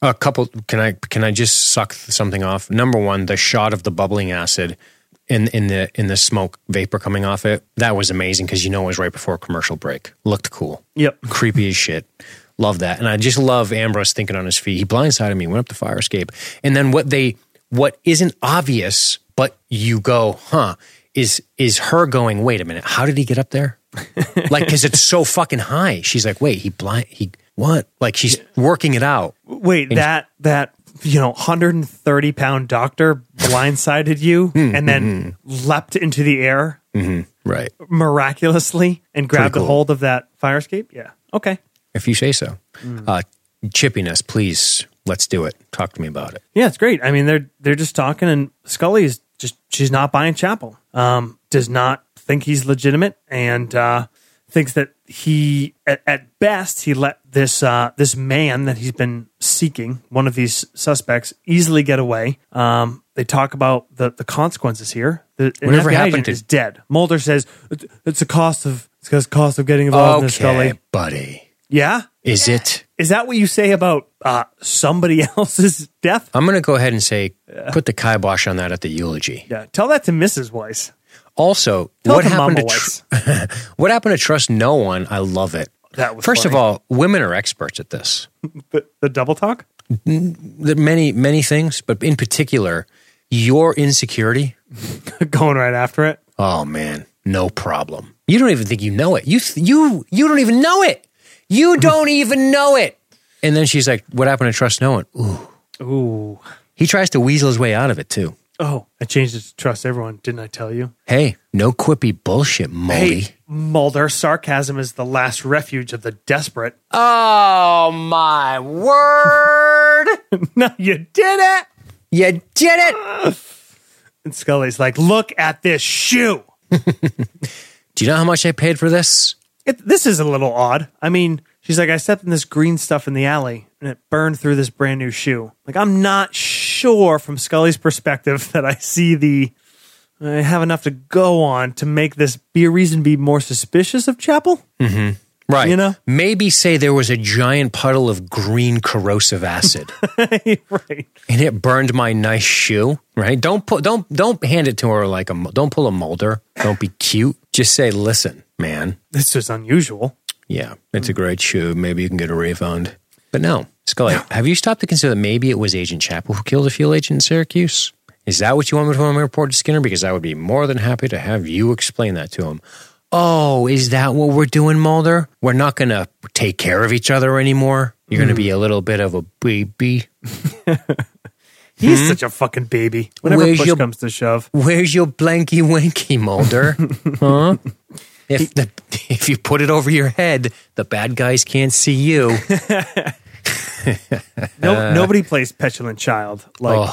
[SPEAKER 1] a couple. Can I can I just suck something off? Number one, the shot of the bubbling acid in in the in the smoke vapor coming off it. That was amazing because you know it was right before commercial break. Looked cool.
[SPEAKER 2] Yep.
[SPEAKER 1] Creepy as shit. Love that. And I just love Ambrose thinking on his feet. He blindsided me. Went up the fire escape. And then what they what isn't obvious, but you go, huh? Is is her going? Wait a minute. How did he get up there? like because it's so fucking high. She's like, wait, he blind he what? Like she's working it out.
[SPEAKER 2] Wait, that that you know, 130 pound doctor blindsided you and then leapt into the air
[SPEAKER 1] Right.
[SPEAKER 2] miraculously and grabbed
[SPEAKER 1] cool.
[SPEAKER 2] a hold of that fire escape. Yeah. Okay.
[SPEAKER 1] If you say so.
[SPEAKER 2] Mm.
[SPEAKER 1] Uh, chippiness, please. Let's do it. Talk to me about it.
[SPEAKER 2] Yeah, it's great. I mean, they're they're just talking, and Scully is just she's not buying Chapel. Um, does not think he's legitimate, and uh, thinks that he at, at best he let this uh, this man that he's been seeking, one of these suspects, easily get away. Um, they talk about the the consequences here. The, an
[SPEAKER 1] Whatever
[SPEAKER 2] FBI
[SPEAKER 1] happened
[SPEAKER 2] agent
[SPEAKER 1] to-
[SPEAKER 2] is dead. Mulder says it's, it's the cost of it's the cost of getting involved in this, Scully.
[SPEAKER 1] buddy.
[SPEAKER 2] Yeah.
[SPEAKER 1] Is it?
[SPEAKER 2] Is that what you say about uh, somebody else's death?
[SPEAKER 1] I'm going to go ahead and say put the kibosh on that at the eulogy.
[SPEAKER 2] Yeah, tell that to Mrs. Weiss.
[SPEAKER 1] Also,
[SPEAKER 2] Tell
[SPEAKER 1] what
[SPEAKER 2] it to
[SPEAKER 1] happened
[SPEAKER 2] Mama
[SPEAKER 1] to tr- what happened to trust no one? I love it.
[SPEAKER 2] That was
[SPEAKER 1] First of
[SPEAKER 2] funny.
[SPEAKER 1] all, women are experts at this.
[SPEAKER 2] The, the double talk?
[SPEAKER 1] There are many many things, but in particular, your insecurity.
[SPEAKER 2] Going right after it.
[SPEAKER 1] Oh man, no problem. You don't even think you know it. You th- you you don't even know it. You don't even know it. And then she's like, "What happened to trust no one?" Ooh.
[SPEAKER 2] Ooh.
[SPEAKER 1] He tries to weasel his way out of it too.
[SPEAKER 2] Oh, I changed it to trust everyone. Didn't I tell you?
[SPEAKER 1] Hey, no quippy bullshit, Molly.
[SPEAKER 2] Mulder, sarcasm is the last refuge of the desperate.
[SPEAKER 1] Oh my word!
[SPEAKER 2] no, you did it.
[SPEAKER 1] you did it.
[SPEAKER 2] And Scully's like, look at this shoe.
[SPEAKER 1] Do you know how much I paid for this?
[SPEAKER 2] It, this is a little odd. I mean, she's like, I stepped in this green stuff in the alley and it burned through this brand new shoe. Like, I'm not sure from Scully's perspective that I see the. I have enough to go on to make this be a reason to be more suspicious of Chapel.
[SPEAKER 1] Right.
[SPEAKER 2] You know?
[SPEAKER 1] Maybe say there was a giant puddle of green corrosive acid.
[SPEAKER 2] right.
[SPEAKER 1] and it burned my nice shoe. Right? Don't put don't don't hand it to her like a mo- don't pull a Mulder. Don't be cute. Just say, listen, man.
[SPEAKER 2] This is unusual.
[SPEAKER 1] Yeah, it's a great shoe. Maybe you can get a refund. But no, Scully, have you stopped to consider that maybe it was Agent Chapel who killed a field agent in Syracuse? Is that what you want me to want me to report to Skinner? Because I would be more than happy to have you explain that to him. Oh, is that what we're doing, Mulder? We're not going to take care of each other anymore. You're going to be a little bit of a baby.
[SPEAKER 2] He's such a fucking baby. Whenever
[SPEAKER 1] Hmm? Where's
[SPEAKER 2] push
[SPEAKER 1] your-
[SPEAKER 2] comes to shove,
[SPEAKER 1] Where's your blanky wanky, Mulder? huh? If the, if you put it over your head, the bad guys can't see you. Uh,
[SPEAKER 2] no, nobody plays petulant child like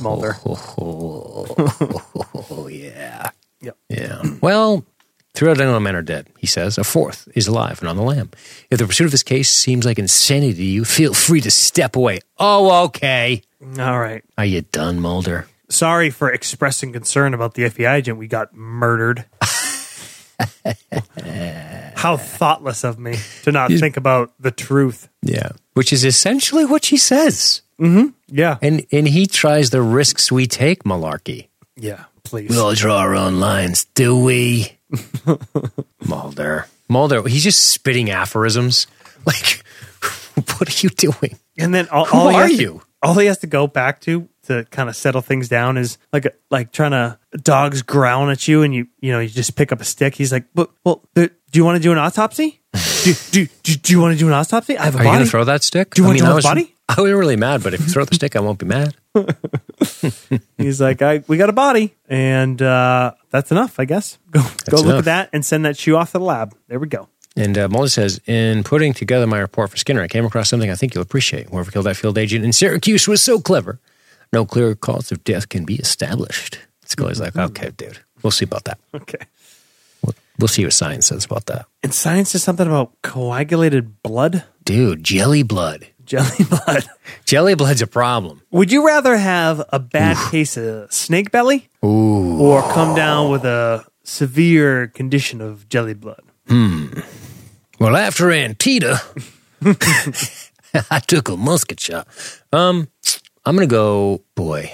[SPEAKER 2] Mulder.
[SPEAKER 1] Oh yeah.
[SPEAKER 2] Yep.
[SPEAKER 1] Yeah. Well, three out of nine men are dead, he says. A fourth is alive and on the lam. If the pursuit of this case seems like insanity to you, feel free to step away. Oh, okay.
[SPEAKER 2] All right.
[SPEAKER 1] Are you done, Mulder?
[SPEAKER 2] Sorry for expressing concern about the FBI agent. We got murdered. How thoughtless of me to not think about the truth.
[SPEAKER 1] Yeah. Which is essentially what she says.
[SPEAKER 2] Yeah.
[SPEAKER 1] And and he tries the risks we take, malarkey.
[SPEAKER 2] Yeah. Please.
[SPEAKER 1] We all draw our own lines, do we? Mulder. Mulder, he's just spitting aphorisms. Like, what are you doing?
[SPEAKER 2] And then all, all he
[SPEAKER 1] are
[SPEAKER 2] has to-
[SPEAKER 1] you?
[SPEAKER 2] all he has to go back to to kind of settle things down is like uh, like trying to dogs growl at you and you you know you just pick up a stick. He's like, but well, th- do you want to do an autopsy? do, do, do, do you want to do an autopsy? I have a
[SPEAKER 1] Are you
[SPEAKER 2] body.
[SPEAKER 1] going to throw that stick?
[SPEAKER 2] Do you want to
[SPEAKER 1] I
[SPEAKER 2] throw
[SPEAKER 1] was,
[SPEAKER 2] the body?
[SPEAKER 1] I was really mad, but if you throw the stick, I won't be mad.
[SPEAKER 2] He's like, I we got a body, and uh, that's enough, I guess. Go go look
[SPEAKER 1] enough.
[SPEAKER 2] at that and send that shoe off to the lab. There we go.
[SPEAKER 1] And uh, Mulder says, in putting together my report for Skinner, I came across something I think you'll appreciate. Whoever killed that field agent in Syracuse was so clever. No clear cause of death can be established. Scully's like,
[SPEAKER 2] Mm-hmm.
[SPEAKER 1] okay, dude, we'll see about that.
[SPEAKER 2] Okay.
[SPEAKER 1] We'll, we'll see what science says about that.
[SPEAKER 2] And science is something about coagulated blood,
[SPEAKER 1] Dude, jelly blood.
[SPEAKER 2] jelly blood.
[SPEAKER 1] Jelly blood's a problem.
[SPEAKER 2] Would you rather have a bad case of snake belly or come down with a severe condition of jelly blood?
[SPEAKER 1] Well, after Antietam, I took a musket shot. Um, I'm gonna go, boy.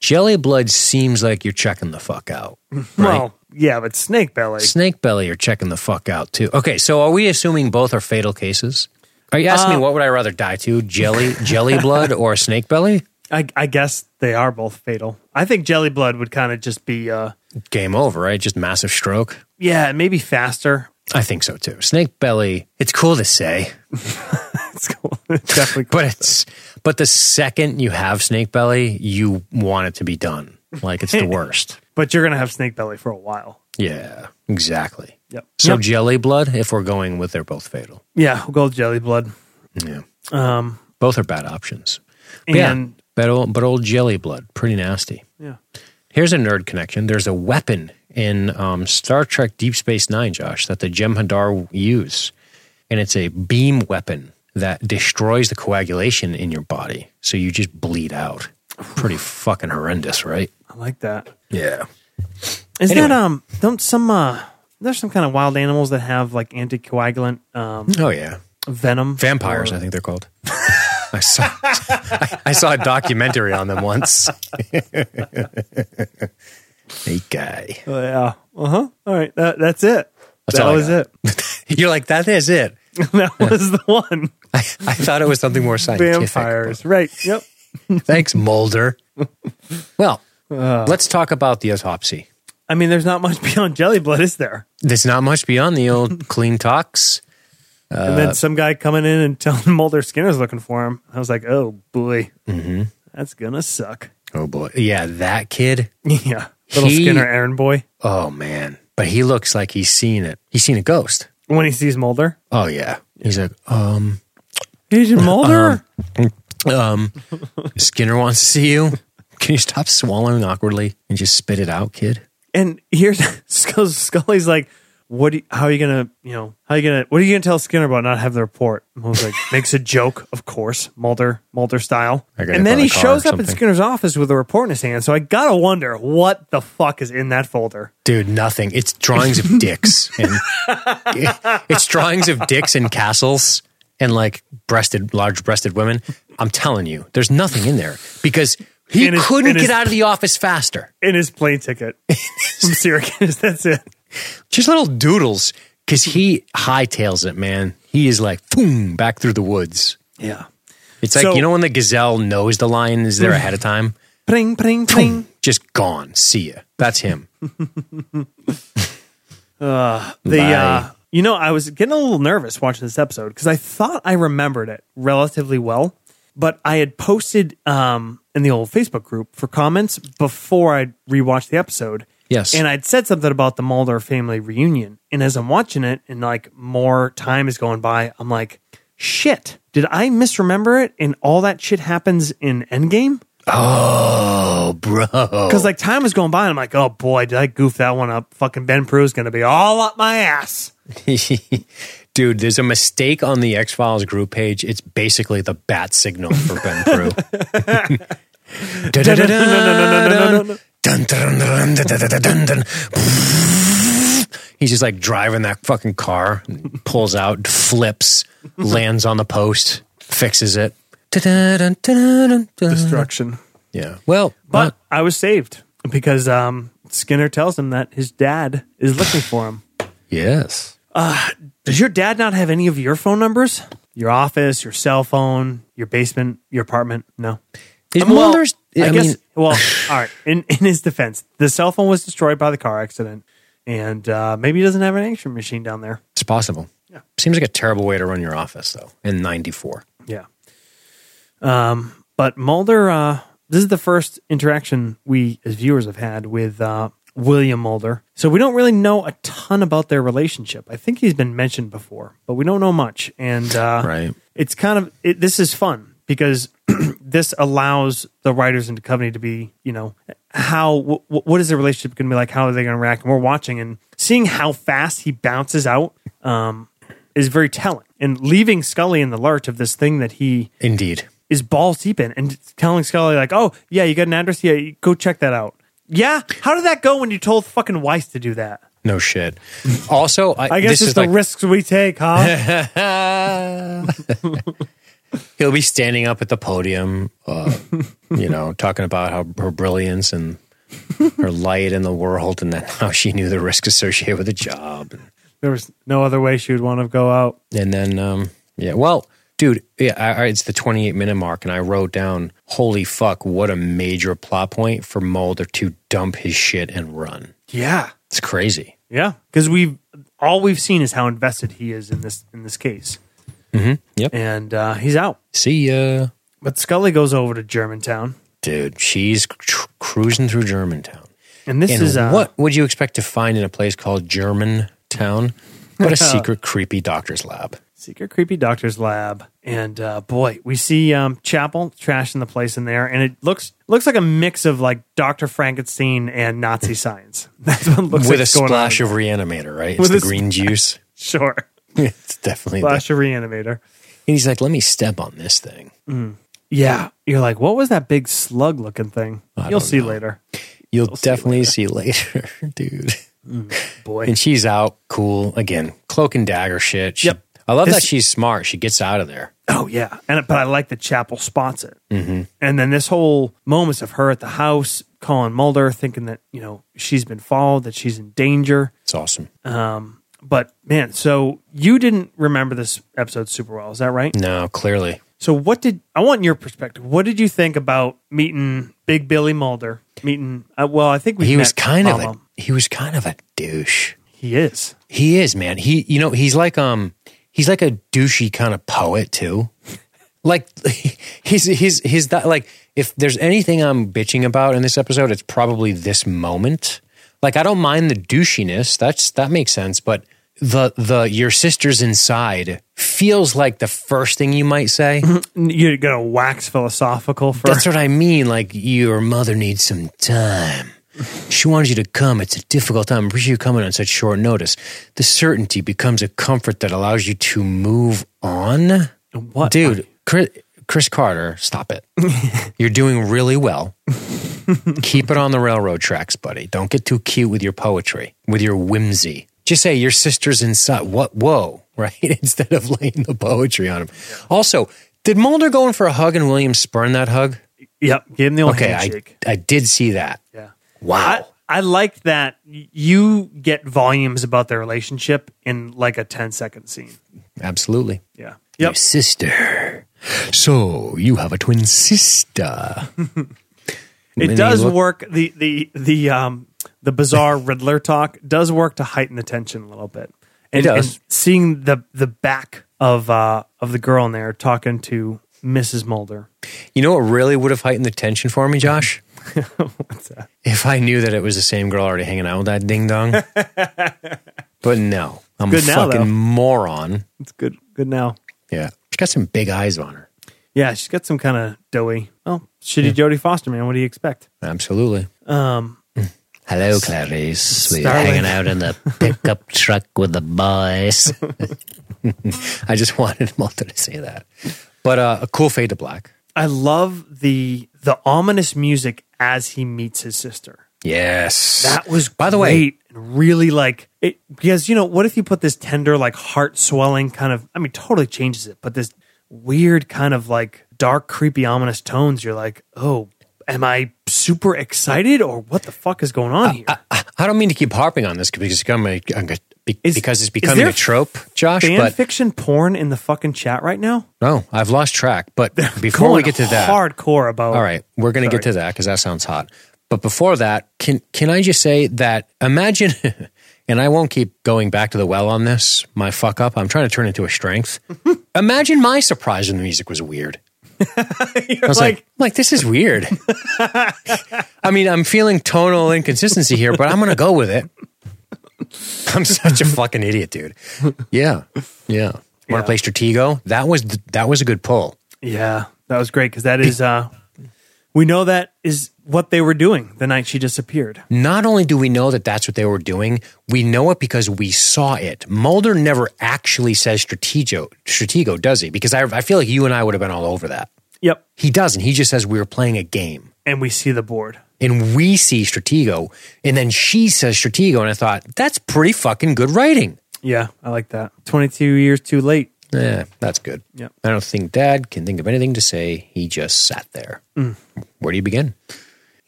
[SPEAKER 1] Jelly blood seems like you're checking the fuck out.
[SPEAKER 2] Well, yeah, but snake belly.
[SPEAKER 1] Snake belly, you're checking the fuck out too. Okay, so are we assuming both are fatal cases? Are you asking me what would I rather die to, jelly jelly blood or snake belly?
[SPEAKER 2] I, I guess they are both fatal. I think jelly blood would kind of just be, uh,
[SPEAKER 1] Game over, right? Just massive stroke.
[SPEAKER 2] yeah, maybe faster.
[SPEAKER 1] I think so too. Snake belly. It's cool to say,
[SPEAKER 2] It's cool. It's definitely cool.
[SPEAKER 1] but it's but the second you have snake belly, you want it to be done. Like it's the worst.
[SPEAKER 2] But you're gonna have snake belly for a while.
[SPEAKER 1] Yeah, exactly.
[SPEAKER 2] Yep.
[SPEAKER 1] So
[SPEAKER 2] Yep.
[SPEAKER 1] jelly blood, if we're going with they're both fatal.
[SPEAKER 2] yeah, we'll go with jelly blood.
[SPEAKER 1] Yeah.
[SPEAKER 2] Um,
[SPEAKER 1] Both are bad options. But yeah,
[SPEAKER 2] and
[SPEAKER 1] but old, but old jelly blood, pretty nasty.
[SPEAKER 2] yeah.
[SPEAKER 1] Here's a nerd connection. There's a weapon in um, Star Trek Deep Space Nine, Josh, that the Jem'Hadar use, and it's a beam weapon that destroys the coagulation in your body, so you just bleed out. Pretty fucking horrendous, right?
[SPEAKER 2] I like that.
[SPEAKER 1] Yeah.
[SPEAKER 2] Is
[SPEAKER 1] Anyway.
[SPEAKER 2] that um? Don't some uh? There's some kind of wild animals that have like anticoagulant um
[SPEAKER 1] Oh yeah.
[SPEAKER 2] venom.
[SPEAKER 1] Vampires, I think they're called. I saw I saw a documentary on them once. hey guy.
[SPEAKER 2] Uh, yeah. Uh huh. All right. That, that's it.
[SPEAKER 1] That's
[SPEAKER 2] that
[SPEAKER 1] all I
[SPEAKER 2] was
[SPEAKER 1] got.
[SPEAKER 2] it.
[SPEAKER 1] You're like, that is it.
[SPEAKER 2] that was the one.
[SPEAKER 1] I, I thought it was something more scientific.
[SPEAKER 2] Vampires. Right. Yep.
[SPEAKER 1] Thanks, Mulder. Well, let's talk about the autopsy.
[SPEAKER 2] I mean, there's not much beyond jelly blood, is there?
[SPEAKER 1] There's not much beyond the old clean talks.
[SPEAKER 2] and
[SPEAKER 1] Uh,
[SPEAKER 2] then some guy coming in and telling Mulder Skinner's looking for him. I was like, oh boy,
[SPEAKER 1] Mm-hmm.
[SPEAKER 2] that's gonna suck.
[SPEAKER 1] Oh boy. Yeah, that kid.
[SPEAKER 2] Yeah. Little
[SPEAKER 1] He-
[SPEAKER 2] Skinner errand boy.
[SPEAKER 1] Oh man. But he looks like he's seen it. He's seen a ghost.
[SPEAKER 2] When he sees Mulder,
[SPEAKER 1] Oh yeah. He's like, um,
[SPEAKER 2] Agent Mulder.
[SPEAKER 1] um, Skinner wants to see you. Can you stop swallowing awkwardly and just spit it out, kid?
[SPEAKER 2] and here's Scull- Scully's like, "What? do you- how are you gonna? You know, how are you gonna? What are you gonna tell Skinner about not having the report?" And I was like, "Makes a joke, of course, Mulder, Mulder style."
[SPEAKER 1] I gotta
[SPEAKER 2] And then
[SPEAKER 1] find a
[SPEAKER 2] he
[SPEAKER 1] car
[SPEAKER 2] shows
[SPEAKER 1] or
[SPEAKER 2] up in
[SPEAKER 1] something.
[SPEAKER 2] Skinner's office with a report in his hand. So I gotta wonder what the fuck is in that folder.
[SPEAKER 1] Dude, nothing. It's drawings of dicks. And it's drawings of dicks and castles and like breasted, large breasted women. I'm telling you, there's nothing in there because he
[SPEAKER 2] And his-
[SPEAKER 1] couldn't
[SPEAKER 2] and
[SPEAKER 1] get
[SPEAKER 2] his-
[SPEAKER 1] out of the office faster.
[SPEAKER 2] In his plane ticket from Syracuse. That's it.
[SPEAKER 1] Just little doodles because he hightails it, man. He is like, boom, back through the woods.
[SPEAKER 2] Yeah.
[SPEAKER 1] It's like,
[SPEAKER 2] So-
[SPEAKER 1] you know, when the gazelle knows the lion is there ahead of time?
[SPEAKER 2] Pring, pring, pring.
[SPEAKER 1] Just gone. See ya. That's him.
[SPEAKER 2] The
[SPEAKER 1] Bye.
[SPEAKER 2] uh, you know, I was getting a little nervous watching this episode because I thought I remembered it relatively well, but I had posted um, in the old Facebook group for comments before I rewatched the episode.
[SPEAKER 1] Yes.
[SPEAKER 2] and I'd said something about the Mulder family reunion, and as I'm watching it, and like more time is going by, I'm like, shit, did I misremember it? And all that shit happens in Endgame.
[SPEAKER 1] Oh, bro.
[SPEAKER 2] Because like time is going by, and I'm like, oh boy, did I goof that one up? Fucking Ben Prue's gonna be all up my ass.
[SPEAKER 1] Dude, there's a mistake on the X Files group page. It's basically the bat signal for Ben Crew. He's just like driving that fucking car, pulls out, flips, lands on the post, fixes it.
[SPEAKER 2] Destruction.
[SPEAKER 1] Yeah. Well,
[SPEAKER 2] But I was saved because um, Skinner tells him that his dad is looking for him.
[SPEAKER 1] yes.
[SPEAKER 2] Does your dad not have any of your phone numbers? Your office, your cell phone, your basement, your apartment? No.
[SPEAKER 1] Is
[SPEAKER 2] Um, well,
[SPEAKER 1] Mulder's-
[SPEAKER 2] I,
[SPEAKER 1] I
[SPEAKER 2] guess.
[SPEAKER 1] mean-
[SPEAKER 2] well, all right. In in his defense, the cell phone was destroyed by the car accident, and uh, maybe he doesn't have an answering machine down there.
[SPEAKER 1] It's possible. Seems like a terrible way to run your office, though, in 94.
[SPEAKER 2] Yeah. Um, but Mulder, uh, this is the first interaction we as viewers have had with uh, William Mulder. So we don't really know a ton about their relationship. I think he's been mentioned before, but we don't know much. And uh,
[SPEAKER 1] Right.
[SPEAKER 2] it's kind of it, this is fun because this allows the writers into company to be you know how w- what is the relationship going to be like how are they going to react and we're watching and seeing how fast he bounces out um, is very telling and leaving scully in the lurch of this thing that he
[SPEAKER 1] Indeed.
[SPEAKER 2] is balls deep in and telling scully like oh yeah you got an address yeah go check that out yeah how did that go when you told fucking weiss to do that
[SPEAKER 1] No shit. Also, I,
[SPEAKER 3] I guess
[SPEAKER 1] this
[SPEAKER 3] it's
[SPEAKER 1] is
[SPEAKER 3] the
[SPEAKER 1] like,
[SPEAKER 3] risks we take, huh?
[SPEAKER 1] He'll be standing up at the podium, uh, you know, talking about how her brilliance and her light in the world, and then how she knew the risk associated with the job.
[SPEAKER 3] there was no other way she would want to go out.
[SPEAKER 1] And then, um, yeah, well, dude, yeah, I, I, it's the 28 minute mark, and I wrote down, holy fuck, what a major plot point for Mulder to dump his shit and run.
[SPEAKER 2] Yeah.
[SPEAKER 1] It's crazy.
[SPEAKER 2] Yeah. Because we've all we've seen is how invested he is in this in this case.
[SPEAKER 1] Mm-hmm. Yep.
[SPEAKER 2] And uh, he's out.
[SPEAKER 1] See ya.
[SPEAKER 2] But Scully goes over to Germantown.
[SPEAKER 1] Dude, she's tr- cruising through Germantown.
[SPEAKER 2] And this
[SPEAKER 1] And
[SPEAKER 2] is uh,
[SPEAKER 1] what would you expect to find in a place called Germantown? But a secret, creepy doctor's lab.
[SPEAKER 2] Secret Creepy Doctor's Lab. And uh, boy, we see um, Chapel trashing the place in there, and it looks looks like a mix of like Doctor Frankenstein and Nazi science. That's what it looks
[SPEAKER 1] With
[SPEAKER 2] like
[SPEAKER 1] a
[SPEAKER 2] is going
[SPEAKER 1] splash
[SPEAKER 2] on.
[SPEAKER 1] of reanimator, right? It's
[SPEAKER 2] With
[SPEAKER 1] the
[SPEAKER 2] a
[SPEAKER 1] green juice.
[SPEAKER 2] sure
[SPEAKER 1] it's definitely that.
[SPEAKER 2] splash of reanimator.
[SPEAKER 1] And he's like, let me step on this thing.
[SPEAKER 2] Yeah, you're like, what was that big slug looking thing? You'll see later,
[SPEAKER 1] You'll definitely see later, dude.
[SPEAKER 2] boy.
[SPEAKER 1] And she's out, cool. Again, cloak and dagger shit. She-
[SPEAKER 2] Yep.
[SPEAKER 1] I love
[SPEAKER 2] This-
[SPEAKER 1] that she's smart. She gets out of there.
[SPEAKER 2] Oh yeah, and but I like that Chapel spots it, mm-hmm. and then this whole moments of her at the house calling Mulder, thinking that you know she's been followed, that she's in danger.
[SPEAKER 1] It's awesome.
[SPEAKER 2] Um, but man, so you didn't remember this episode super well, is that right?
[SPEAKER 1] No, clearly.
[SPEAKER 2] So what did I want your perspective? What did you think about meeting Big Billy Mulder? Meeting uh, well, I think we
[SPEAKER 1] He was
[SPEAKER 2] met
[SPEAKER 1] kind of a,
[SPEAKER 2] Mama.
[SPEAKER 1] he was kind of a douche.
[SPEAKER 2] he is
[SPEAKER 1] He is, man. He you know, he's like um he's like a douchey kind of poet too. Like his his his that like if there's anything I'm bitching about in this episode, it's probably this moment. Like I don't mind the douchiness. That's that makes sense, but the the your sister's inside feels like the first thing you might say.
[SPEAKER 2] you're gonna wax philosophical for
[SPEAKER 1] That's what I mean. Like your mother needs some time. She wanted you to come. It's a difficult time. I Appreciate you coming on such short notice. The certainty becomes a comfort that allows you to move on.
[SPEAKER 2] what
[SPEAKER 1] Dude, Chris, Chris Carter, stop it. You're doing really well. Keep it on the railroad tracks, buddy. Don't get too cute with your poetry, with your whimsy. Just say your sister's inside. What? Whoa, right? Instead of laying the poetry on him. Also, did Mulder go in for a hug and Williams spurn that hug?
[SPEAKER 2] Yep, give him the old
[SPEAKER 1] Okay, I,
[SPEAKER 2] handshake.
[SPEAKER 1] I did see that.
[SPEAKER 2] yeah.
[SPEAKER 1] Wow.
[SPEAKER 2] I, I like that y- you get volumes about their relationship in like a 10 second scene.
[SPEAKER 1] Absolutely.
[SPEAKER 2] Yeah.
[SPEAKER 1] Your sister. So you have a twin sister.
[SPEAKER 2] It
[SPEAKER 1] they
[SPEAKER 2] does
[SPEAKER 1] look-
[SPEAKER 2] work the the the um the bizarre Riddler talk does work to heighten the tension a little bit. And,
[SPEAKER 1] does.
[SPEAKER 2] and seeing the the back of uh of the girl in there talking to Mrs. Mulder.
[SPEAKER 1] You know what really would have heightened the tension for me, Josh? What's that? If I knew that it was the same girl already hanging out with that ding dong. but no. I'm
[SPEAKER 2] Good
[SPEAKER 1] a
[SPEAKER 2] now,
[SPEAKER 1] fucking
[SPEAKER 2] though.
[SPEAKER 1] moron.
[SPEAKER 2] It's good good now.
[SPEAKER 1] Yeah. She's got some big eyes on her.
[SPEAKER 2] Yeah, she's got some kind of doughy. Well, shitty Jodie Foster, man. What do you expect?
[SPEAKER 1] Absolutely.
[SPEAKER 2] Um
[SPEAKER 1] Hello, Clarice. We're
[SPEAKER 2] Starling.
[SPEAKER 1] hanging out in the pickup truck with the boys. I just wanted Malta to say that. But uh, a cool fade to black.
[SPEAKER 2] I love the the ominous music as he meets his sister.
[SPEAKER 1] Yes.
[SPEAKER 2] That was
[SPEAKER 1] By the way-
[SPEAKER 2] great and really like it because you know what if you put this tender like heart swelling kind of I mean totally changes it but this weird kind of like dark creepy ominous tones you're like oh am I super excited or what the fuck is going
[SPEAKER 1] Uh,
[SPEAKER 2] on here
[SPEAKER 1] I, I don't mean to keep harping on this because it's becoming, be-
[SPEAKER 2] Is-
[SPEAKER 1] because it's
[SPEAKER 2] is
[SPEAKER 1] becoming
[SPEAKER 2] there
[SPEAKER 1] a trope, Josh.
[SPEAKER 2] fan
[SPEAKER 1] But
[SPEAKER 2] fiction porn in the fucking chat right now
[SPEAKER 1] no, I've lost track. But before we
[SPEAKER 2] Going
[SPEAKER 1] get to that,
[SPEAKER 2] hardcore about
[SPEAKER 1] all right, we're going to get to that because that sounds hot. But before that, can can I just say that imagine, and I won't keep going back to the well on this. My fuck up. I'm trying to turn it into a strength. imagine my surprise when the music was weird. I was like,
[SPEAKER 2] like-
[SPEAKER 1] I'm like this is weird. I mean, I'm feeling tonal inconsistency here, but I'm going to go with it. I'm such a fucking idiot, dude. Yeah, yeah. Want to play Stratego? That was that was a good pull.
[SPEAKER 2] yeah that was great because that is uh we know that is what they were doing the night she disappeared
[SPEAKER 1] Not only do we know that that's what they were doing, we know it because we saw it. Mulder never actually says Stratego, Stratego does he? Because I, I feel like you and I would have been all over that.
[SPEAKER 2] yep
[SPEAKER 1] He doesn't. He just says we were playing a game.
[SPEAKER 2] and we see the board
[SPEAKER 1] and we see Stratego, and then she says Stratego, and I thought that's pretty fucking good writing.
[SPEAKER 2] Yeah, I like that.
[SPEAKER 3] 22 years too late.
[SPEAKER 1] Yeah, that's good.
[SPEAKER 2] Yep.
[SPEAKER 1] I don't think Dad can think of anything to say. He just sat there. Where do you begin?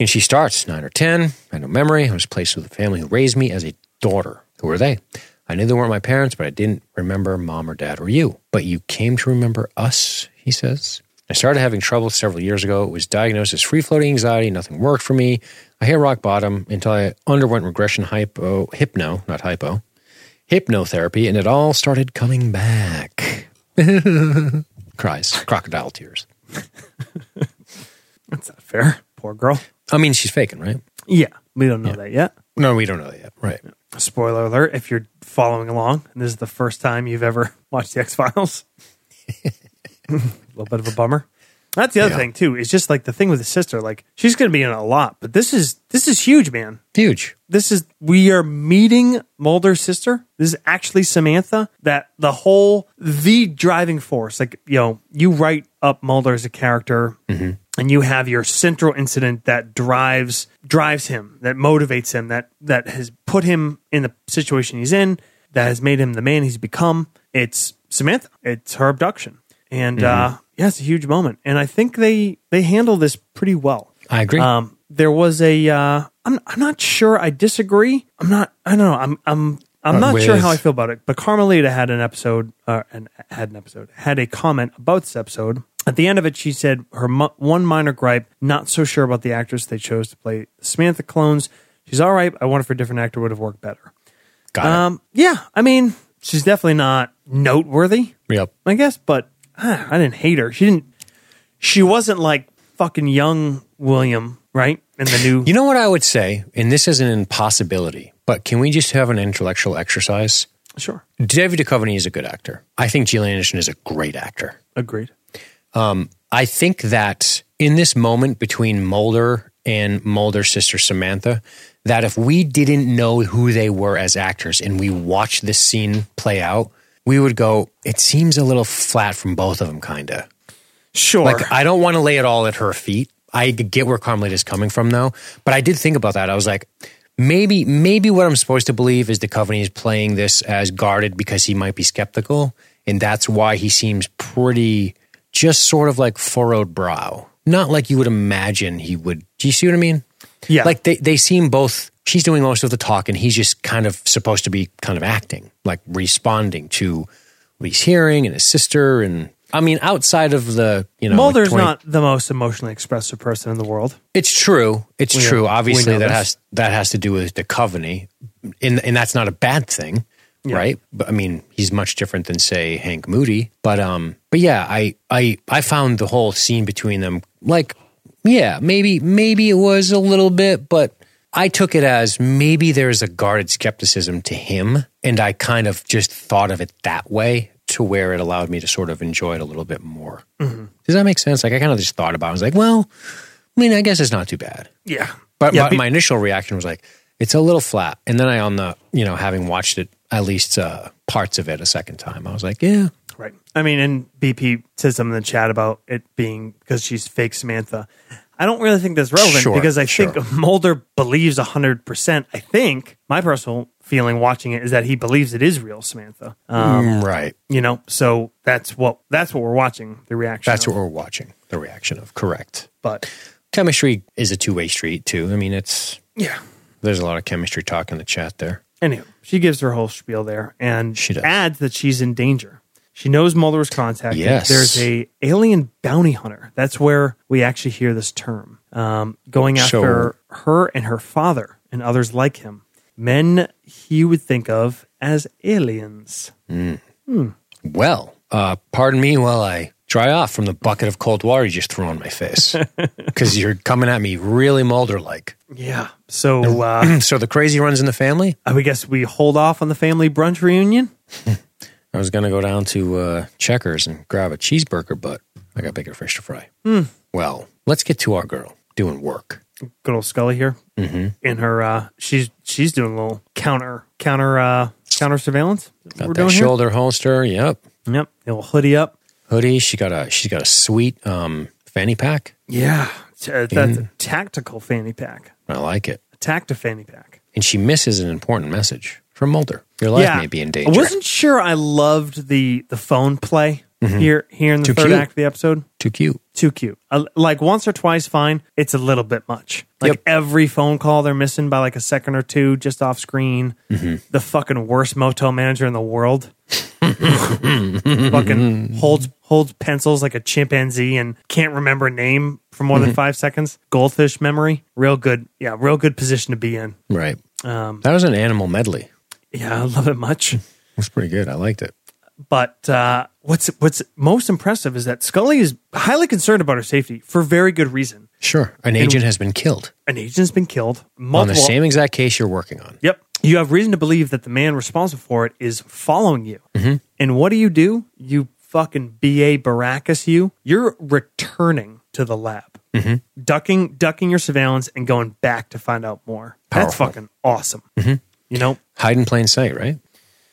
[SPEAKER 1] And she starts nine or ten. I had no memory. I was placed with a family who raised me as a daughter. Who were they? I knew they weren't my parents, but I didn't remember mom or dad or you. But you came to remember us, he says. I started having trouble several years ago. It was diagnosed as free floating anxiety. Nothing worked for me. I hit rock bottom until I underwent regression hypo, hypno, not hypo, hypnotherapy, and it all started coming back. Cries, crocodile tears.
[SPEAKER 2] That's not fair. Poor girl.
[SPEAKER 1] I mean, she's faking, right?
[SPEAKER 2] Yeah, we don't know that yet.
[SPEAKER 1] No, we don't know that yet. Right.
[SPEAKER 2] Spoiler alert if you're following along and this is the first time you've ever watched The X Files. a little bit of a bummer. That's the other
[SPEAKER 1] Yeah.
[SPEAKER 2] thing too. Is just like the thing with his sister. Like she's going to be in it a lot, but this is this is huge, man.
[SPEAKER 1] Huge.
[SPEAKER 2] This is we are meeting Mulder's sister. This is actually Samantha. That the whole the driving force. Like you know, you write up Mulder as a character, and you have your central incident that drives drives him, that motivates him, that that has put him in the situation he's in, that has made him the man he's become. It's Samantha. It's her abduction, and uh, yeah, it's a huge moment. And I think they they handle this pretty well.
[SPEAKER 1] I agree.
[SPEAKER 2] Um, there was a. Uh, I'm I'm not sure. I disagree. I'm not. I don't know. I'm I'm I'm not
[SPEAKER 1] With-
[SPEAKER 2] sure how I feel about it. But Carmelita had an episode, uh, and had an episode, had a comment about this episode. At the end of it, she said her mo- one minor gripe: not so sure about the actress they chose to play Samantha Clones. She's all right. I wonder if a different actor would have worked better.
[SPEAKER 1] Got
[SPEAKER 2] Um, yeah, I mean, she's definitely not noteworthy.
[SPEAKER 1] it. Yep.
[SPEAKER 2] I guess, but ah, I didn't hate her. She didn't. She wasn't like fucking young William, right? In the new,
[SPEAKER 1] You know what I would say, and this is an impossibility, but can we just have an intellectual exercise?
[SPEAKER 2] sure,
[SPEAKER 1] David Duchovny is a good actor. I think Gillian Anderson is a great actor.
[SPEAKER 2] agreed.
[SPEAKER 1] I think that in this moment between Mulder and Mulder's sister Samantha, that if we didn't know who they were as actors and we watched this scene play out, we would go, it seems a little flat from both of them, kind of.
[SPEAKER 2] Sure,
[SPEAKER 1] Like, I don't want to lay it all at her feet. I get where Carmelita is coming from, though. But I did think about that. I was like, maybe, maybe what I'm supposed to believe is the company is playing this as guarded because he might be skeptical, and that's why he seems pretty, just sort of like furrowed brow. Not like you would imagine he would. Do you see what I mean?
[SPEAKER 2] yeah,
[SPEAKER 1] Like they, they seem both. She's doing most of the talk, and he's just kind of supposed to be kind of acting, like responding to what he's hearing and his sister. And I mean, outside of the you know, like
[SPEAKER 2] Mulder's
[SPEAKER 1] 20
[SPEAKER 2] not the most emotionally expressive person in the world.
[SPEAKER 1] It's true. It's true. Obviously,
[SPEAKER 2] know
[SPEAKER 1] that
[SPEAKER 2] this.
[SPEAKER 1] has that has to do with the Coveney, and and that's not a bad thing, right? But I mean, he's much different than say Hank Moody. But um, but yeah, I I I found the whole scene between them like, yeah, maybe maybe it was a little bit, but I took it as maybe there's a guarded skepticism to him, and I kind of just thought of it that way to where it allowed me to sort of enjoy it a little bit more. Does that make sense? Like I kind of just thought about. it. I was like, well. I mean, I guess it's not too bad.
[SPEAKER 2] Yeah,
[SPEAKER 1] But
[SPEAKER 2] yeah,
[SPEAKER 1] my,
[SPEAKER 2] be-
[SPEAKER 1] my initial reaction was like, it's a little flat. And then I, on the, you know, having watched it, at least uh, parts of it a second time, I was like, yeah,
[SPEAKER 2] Right. I mean, and BP says something in the chat about it being because she's fake Samantha. I don't really think that's relevant
[SPEAKER 1] Sure,
[SPEAKER 2] because I
[SPEAKER 1] sure.
[SPEAKER 2] think Mulder believes 100%. I think my personal feeling watching it is that he believes it is real Samantha. Um,
[SPEAKER 1] right.
[SPEAKER 2] You know, so that's what that's what we're watching the reaction.
[SPEAKER 1] That's
[SPEAKER 2] of.
[SPEAKER 1] what we're watching the reaction of. Correct.
[SPEAKER 2] but
[SPEAKER 1] Chemistry is a two way street, too. I mean, it's,
[SPEAKER 2] yeah.
[SPEAKER 1] there's a lot of chemistry talk in the chat there.
[SPEAKER 2] Anywho, she gives her whole spiel there and
[SPEAKER 1] She does.
[SPEAKER 2] adds that she's in danger. She knows Mulder was contacted.
[SPEAKER 1] Yes.
[SPEAKER 2] There's a alien bounty hunter. That's where we actually hear this term. Um, going after her and her father and others like him. Men he would think of as aliens.
[SPEAKER 1] Well, uh, pardon me while I dry off from the bucket of cold water you just threw on my face because you're coming at me really Mulder like.
[SPEAKER 2] Yeah. So uh,
[SPEAKER 1] so the crazy runs in the family.
[SPEAKER 2] I guess we hold off on the family brunch reunion.
[SPEAKER 1] I was gonna go down to uh, Checkers and grab a cheeseburger, but I got bigger fish to fry. Well, let's get to our girl doing work.
[SPEAKER 2] Good old Scully here. Mm-hmm. In her, uh, she's she's doing a little counter counter uh, counter surveillance.
[SPEAKER 1] Got that shoulder holster. Yep,
[SPEAKER 2] Yep. It'll hoodie up.
[SPEAKER 1] hoodie. She got a she's got a sweet um, fanny pack.
[SPEAKER 2] Yeah. T- uh,
[SPEAKER 1] Mm-hmm.
[SPEAKER 2] that's a tactical fanny pack,
[SPEAKER 1] I like it.
[SPEAKER 2] a tacta fanny pack.
[SPEAKER 1] And she misses an important message from Mulder. Your life may be in danger.
[SPEAKER 2] I wasn't sure. I loved the the phone play here here in the
[SPEAKER 1] Mm-hmm. Too
[SPEAKER 2] third
[SPEAKER 1] cute.
[SPEAKER 2] act of the episode.
[SPEAKER 1] Too cute.
[SPEAKER 2] Too cute. I, like once or twice, fine. It's a little bit much. Like
[SPEAKER 1] Yep.
[SPEAKER 2] every phone call they're missing by like a second or two, just off screen.
[SPEAKER 1] Mm-hmm.
[SPEAKER 2] The fucking worst motel manager in the world. fucking holds holds pencils like a chimpanzee and can't remember a name for more
[SPEAKER 1] Mm-hmm.
[SPEAKER 2] than five seconds. Goldfish memory. Real good. Yeah, real good position to be in.
[SPEAKER 1] Right. Um, that was an animal medley.
[SPEAKER 2] Yeah, I love it much.
[SPEAKER 1] It was pretty good. I liked it.
[SPEAKER 2] But uh, what's what's most impressive is that Scully is highly concerned about her safety for very good reason.
[SPEAKER 1] Sure. An agent has been killed
[SPEAKER 2] An agent's been killed. Multiple,
[SPEAKER 1] on the same exact case you're working on.
[SPEAKER 2] Yep. You have reason to believe that the man responsible for it is following you.
[SPEAKER 1] Mm-hmm.
[SPEAKER 2] And what do you do? You fucking ba Baracus. You you're returning to the lab,
[SPEAKER 1] Mm-hmm.
[SPEAKER 2] ducking ducking your surveillance and going back to find out more. That's
[SPEAKER 1] Powerful. Mm-hmm.
[SPEAKER 2] fucking awesome. You know.
[SPEAKER 1] Hide in plain sight, right?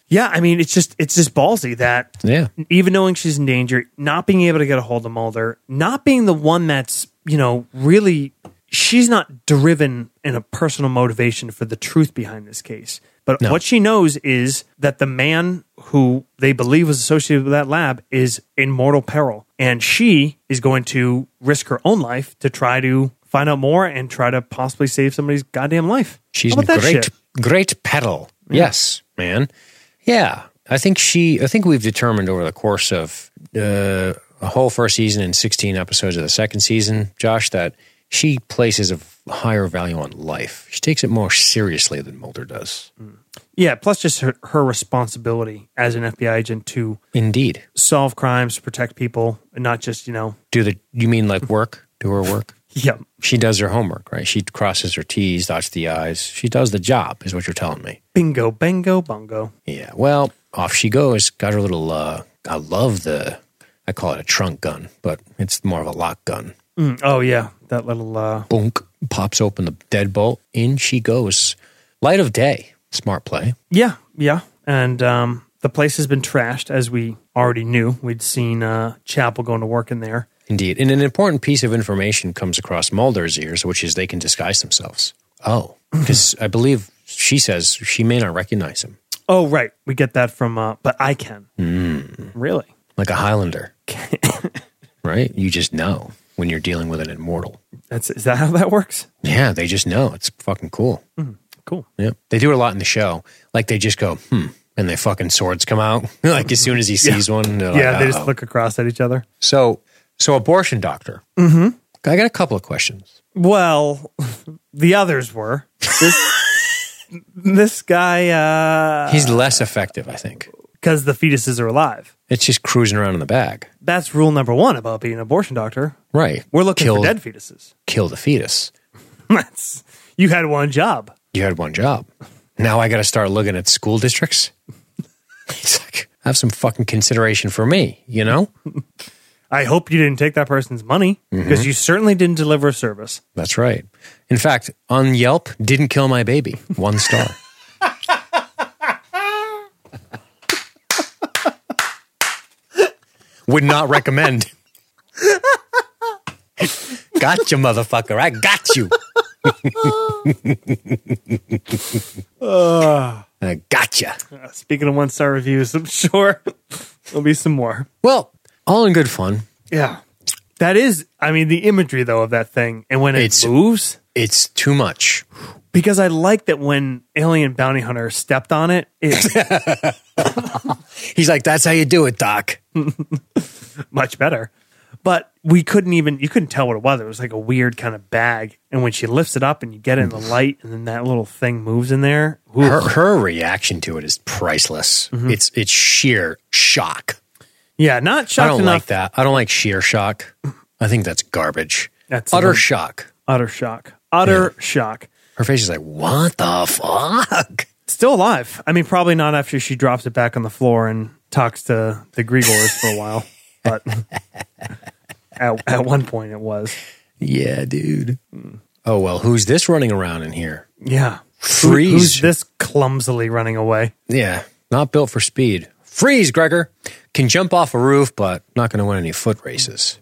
[SPEAKER 2] Yeah, I mean, it's just it's just ballsy that
[SPEAKER 1] Yeah.
[SPEAKER 2] even knowing she's in danger, not being able to get a hold of Mulder, not being the one that's, you know, really, she's not driven in a personal motivation for the truth behind this case. But what she knows is that the man who they believe was associated with that lab is in mortal peril. And she is going to risk her own life to try to find out more and try to possibly save somebody's goddamn life.
[SPEAKER 1] She's
[SPEAKER 2] How
[SPEAKER 1] in
[SPEAKER 2] about that
[SPEAKER 1] great
[SPEAKER 2] shit?
[SPEAKER 1] great pedal. Yes, man. Yeah. I think she I think we've determined over the course of uh, a whole first season and 16 episodes of the second season, Josh, that she places a v- higher value on life. She takes it more seriously than Mulder does.
[SPEAKER 2] Mm. Yeah, plus just her, her responsibility as an FBI agent to
[SPEAKER 1] Indeed.
[SPEAKER 2] solve crimes, protect people, and not just, you know,
[SPEAKER 1] Do the you mean like work? Do her work?
[SPEAKER 2] yeah,
[SPEAKER 1] She does her homework, right? She crosses her T's, dots the I's. She does the job, is what you're telling me.
[SPEAKER 2] bingo, bango, bongo.
[SPEAKER 1] Yeah. Well, off she goes. Got her little. Uh, I love the. I call it a trunk gun, but it's more of a lock gun.
[SPEAKER 2] Mm, oh, yeah, that little, uh,
[SPEAKER 1] Boonk pops open the deadbolt. In she goes. Light of day. Smart play.
[SPEAKER 2] yeah, yeah. And um, the place has been trashed, as we already knew. We'd seen uh, Chapel going to work in there.
[SPEAKER 1] Indeed. And an important piece of information comes across Mulder's ears, which is they can disguise themselves. Oh, because I believe she says she may not recognize him,
[SPEAKER 2] Oh, right, we get that from, uh, but I can. Really?
[SPEAKER 1] like a Highlander. right? You just know when you're dealing with an immortal.
[SPEAKER 2] That's Is that how that works?
[SPEAKER 1] Yeah, they just know. It's fucking cool.
[SPEAKER 2] Cool.
[SPEAKER 1] Yeah. They do it a lot in the show. Like they just go, hmm, and their fucking swords come out. like as soon as he sees one. they're
[SPEAKER 2] Yeah,
[SPEAKER 1] like,
[SPEAKER 2] they just
[SPEAKER 1] "Uh-oh."
[SPEAKER 2] look across at each other.
[SPEAKER 1] So so abortion doctor. Mm-hmm. I got a couple of questions.
[SPEAKER 2] Well, the others were. This, this guy, uh,
[SPEAKER 1] He's less effective, I think.
[SPEAKER 2] because the fetuses are alive.
[SPEAKER 1] It's just cruising around in the bag.
[SPEAKER 2] That's rule number one about being an abortion doctor.
[SPEAKER 1] Right.
[SPEAKER 2] We're looking
[SPEAKER 1] kill,
[SPEAKER 2] for dead fetuses.
[SPEAKER 1] Kill the fetus.
[SPEAKER 2] That's you had one job.
[SPEAKER 1] You had one job. Now I gotta start looking at school districts. It's like, have some fucking consideration for me, you know?
[SPEAKER 2] I hope you didn't take that person's money because you certainly didn't deliver a service.
[SPEAKER 1] That's right. In fact, on Yelp, didn't kill my baby. One star. Would not recommend. got you, motherfucker. I got you. I got you.
[SPEAKER 2] Uh, speaking of one star reviews, I'm sure there'll be some more.
[SPEAKER 1] Well, all in good fun.
[SPEAKER 2] Yeah, that is. I mean, the imagery though of that thing and when it
[SPEAKER 1] It's-
[SPEAKER 2] moves.
[SPEAKER 1] It's too much.
[SPEAKER 2] Because I like that when Alien Bounty Hunter stepped on it, it's
[SPEAKER 1] He's like, that's how you do it, Doc.
[SPEAKER 2] much better. But we couldn't even, you couldn't tell what it was. It was like a weird kind of bag. And when she lifts it up and you get it in the light and then that little thing moves in there, ooh,
[SPEAKER 1] Her, her reaction to it is priceless.
[SPEAKER 2] Mm-hmm.
[SPEAKER 1] It's it's sheer shock.
[SPEAKER 2] Yeah, not
[SPEAKER 1] I
[SPEAKER 2] shocked
[SPEAKER 1] don't
[SPEAKER 2] enough.
[SPEAKER 1] like that. I don't like sheer shock. I think that's garbage.
[SPEAKER 2] That's
[SPEAKER 1] utter
[SPEAKER 2] another-
[SPEAKER 1] shock.
[SPEAKER 2] Utter shock. Utter shock.
[SPEAKER 1] Her face is like, what the fuck?
[SPEAKER 2] Still alive. I mean, probably not after she drops it back on the floor and talks to the Grigors for a while. But at, at one point it was.
[SPEAKER 1] Yeah, dude.
[SPEAKER 2] Mm.
[SPEAKER 1] Oh well, who's this running around in here?
[SPEAKER 2] Yeah. Who-
[SPEAKER 1] Freeze.
[SPEAKER 2] Who's this clumsily running away?
[SPEAKER 1] Yeah, not built for
[SPEAKER 2] Mm.
[SPEAKER 1] speed. Freeze, Gregor. Can jump off a roof, but not going to win any foot races.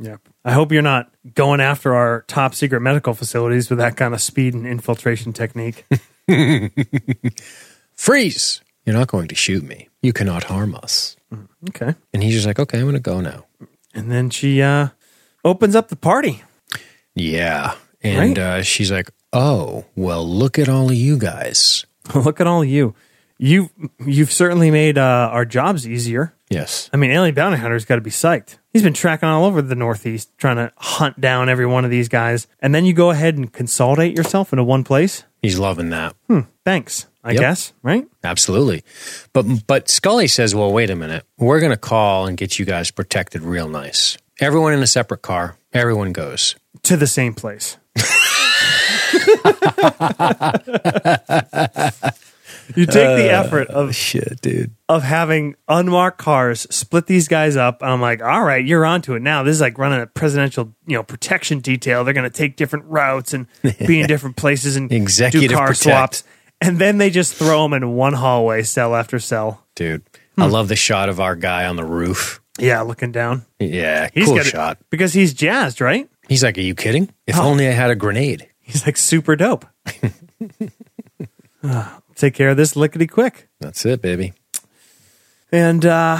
[SPEAKER 2] Yeah.
[SPEAKER 3] I hope you're not going after our top secret medical facilities with that kind of speed and infiltration technique.
[SPEAKER 1] Freeze! You're not going to shoot me. You cannot harm us.
[SPEAKER 2] Okay.
[SPEAKER 1] And he's just like, okay, I'm going to go now.
[SPEAKER 2] And then she uh, opens up the party.
[SPEAKER 1] Yeah. And
[SPEAKER 2] Right.
[SPEAKER 1] uh, she's like, oh, well, look at all of you guys.
[SPEAKER 2] Look at all you. You you've certainly made uh, our jobs easier.
[SPEAKER 1] Yes.
[SPEAKER 2] I mean, Alien Bounty Hunter's got to be psyched. He's been tracking all over the Northeast trying to hunt down every one of these guys. And then you go ahead and consolidate yourself into one place. Hmm.
[SPEAKER 1] He's loving that.
[SPEAKER 2] Thanks, I
[SPEAKER 1] Yep.
[SPEAKER 2] guess, right?
[SPEAKER 1] Absolutely. But but Scully says, "Well, wait a minute. We're going to call and get you guys protected real nice. Everyone in a separate car. Everyone goes."
[SPEAKER 2] To the same place. you take the
[SPEAKER 1] Uh.
[SPEAKER 2] effort of
[SPEAKER 1] Shit, dude.
[SPEAKER 2] of having unmarked cars split these guys up. And I'm like, all right, you're onto it now. This is like running a presidential, you know, protection detail. They're going to take different routes and be in different places and
[SPEAKER 1] Executive
[SPEAKER 2] do car
[SPEAKER 1] protect.
[SPEAKER 2] swaps. And then they just throw them in one hallway, cell after cell.
[SPEAKER 1] Dude, I love the shot of our guy on the roof.
[SPEAKER 2] Yeah, looking down.
[SPEAKER 1] Yeah,
[SPEAKER 2] He's
[SPEAKER 1] cool
[SPEAKER 2] got it-
[SPEAKER 1] shot.
[SPEAKER 2] because he's jazzed, right?
[SPEAKER 1] He's like, "Are you kidding? If only I had a grenade."
[SPEAKER 2] He's like super dope. Ah, take care of this lickety quick.
[SPEAKER 1] That's it, baby.
[SPEAKER 2] And uh,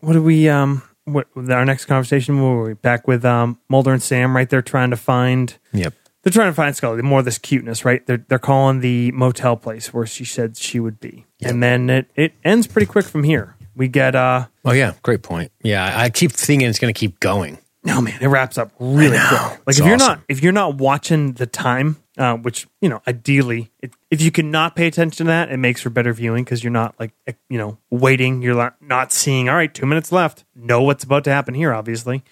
[SPEAKER 2] what do we? Um, what our next conversation? What were we back with um, Mulder and Sam? Right, they're trying to find.
[SPEAKER 1] Yep.
[SPEAKER 2] They're trying to find Scully. More of this cuteness, right? They're they're calling the motel place where she said she would be, and then it it ends pretty quick from here. We get uh
[SPEAKER 1] Oh yeah, great point. Yeah, I- I keep thinking it's going to keep going.
[SPEAKER 2] no man, it wraps up really quick. Like
[SPEAKER 1] It's
[SPEAKER 2] if you're
[SPEAKER 1] awesome.
[SPEAKER 2] not if you're not watching the time, uh, which you know ideally, it, if you cannot pay attention to that, it makes for better viewing because you're not like eh, you know waiting. You're not not seeing. All right, two minutes left. Know what's about to happen here, obviously.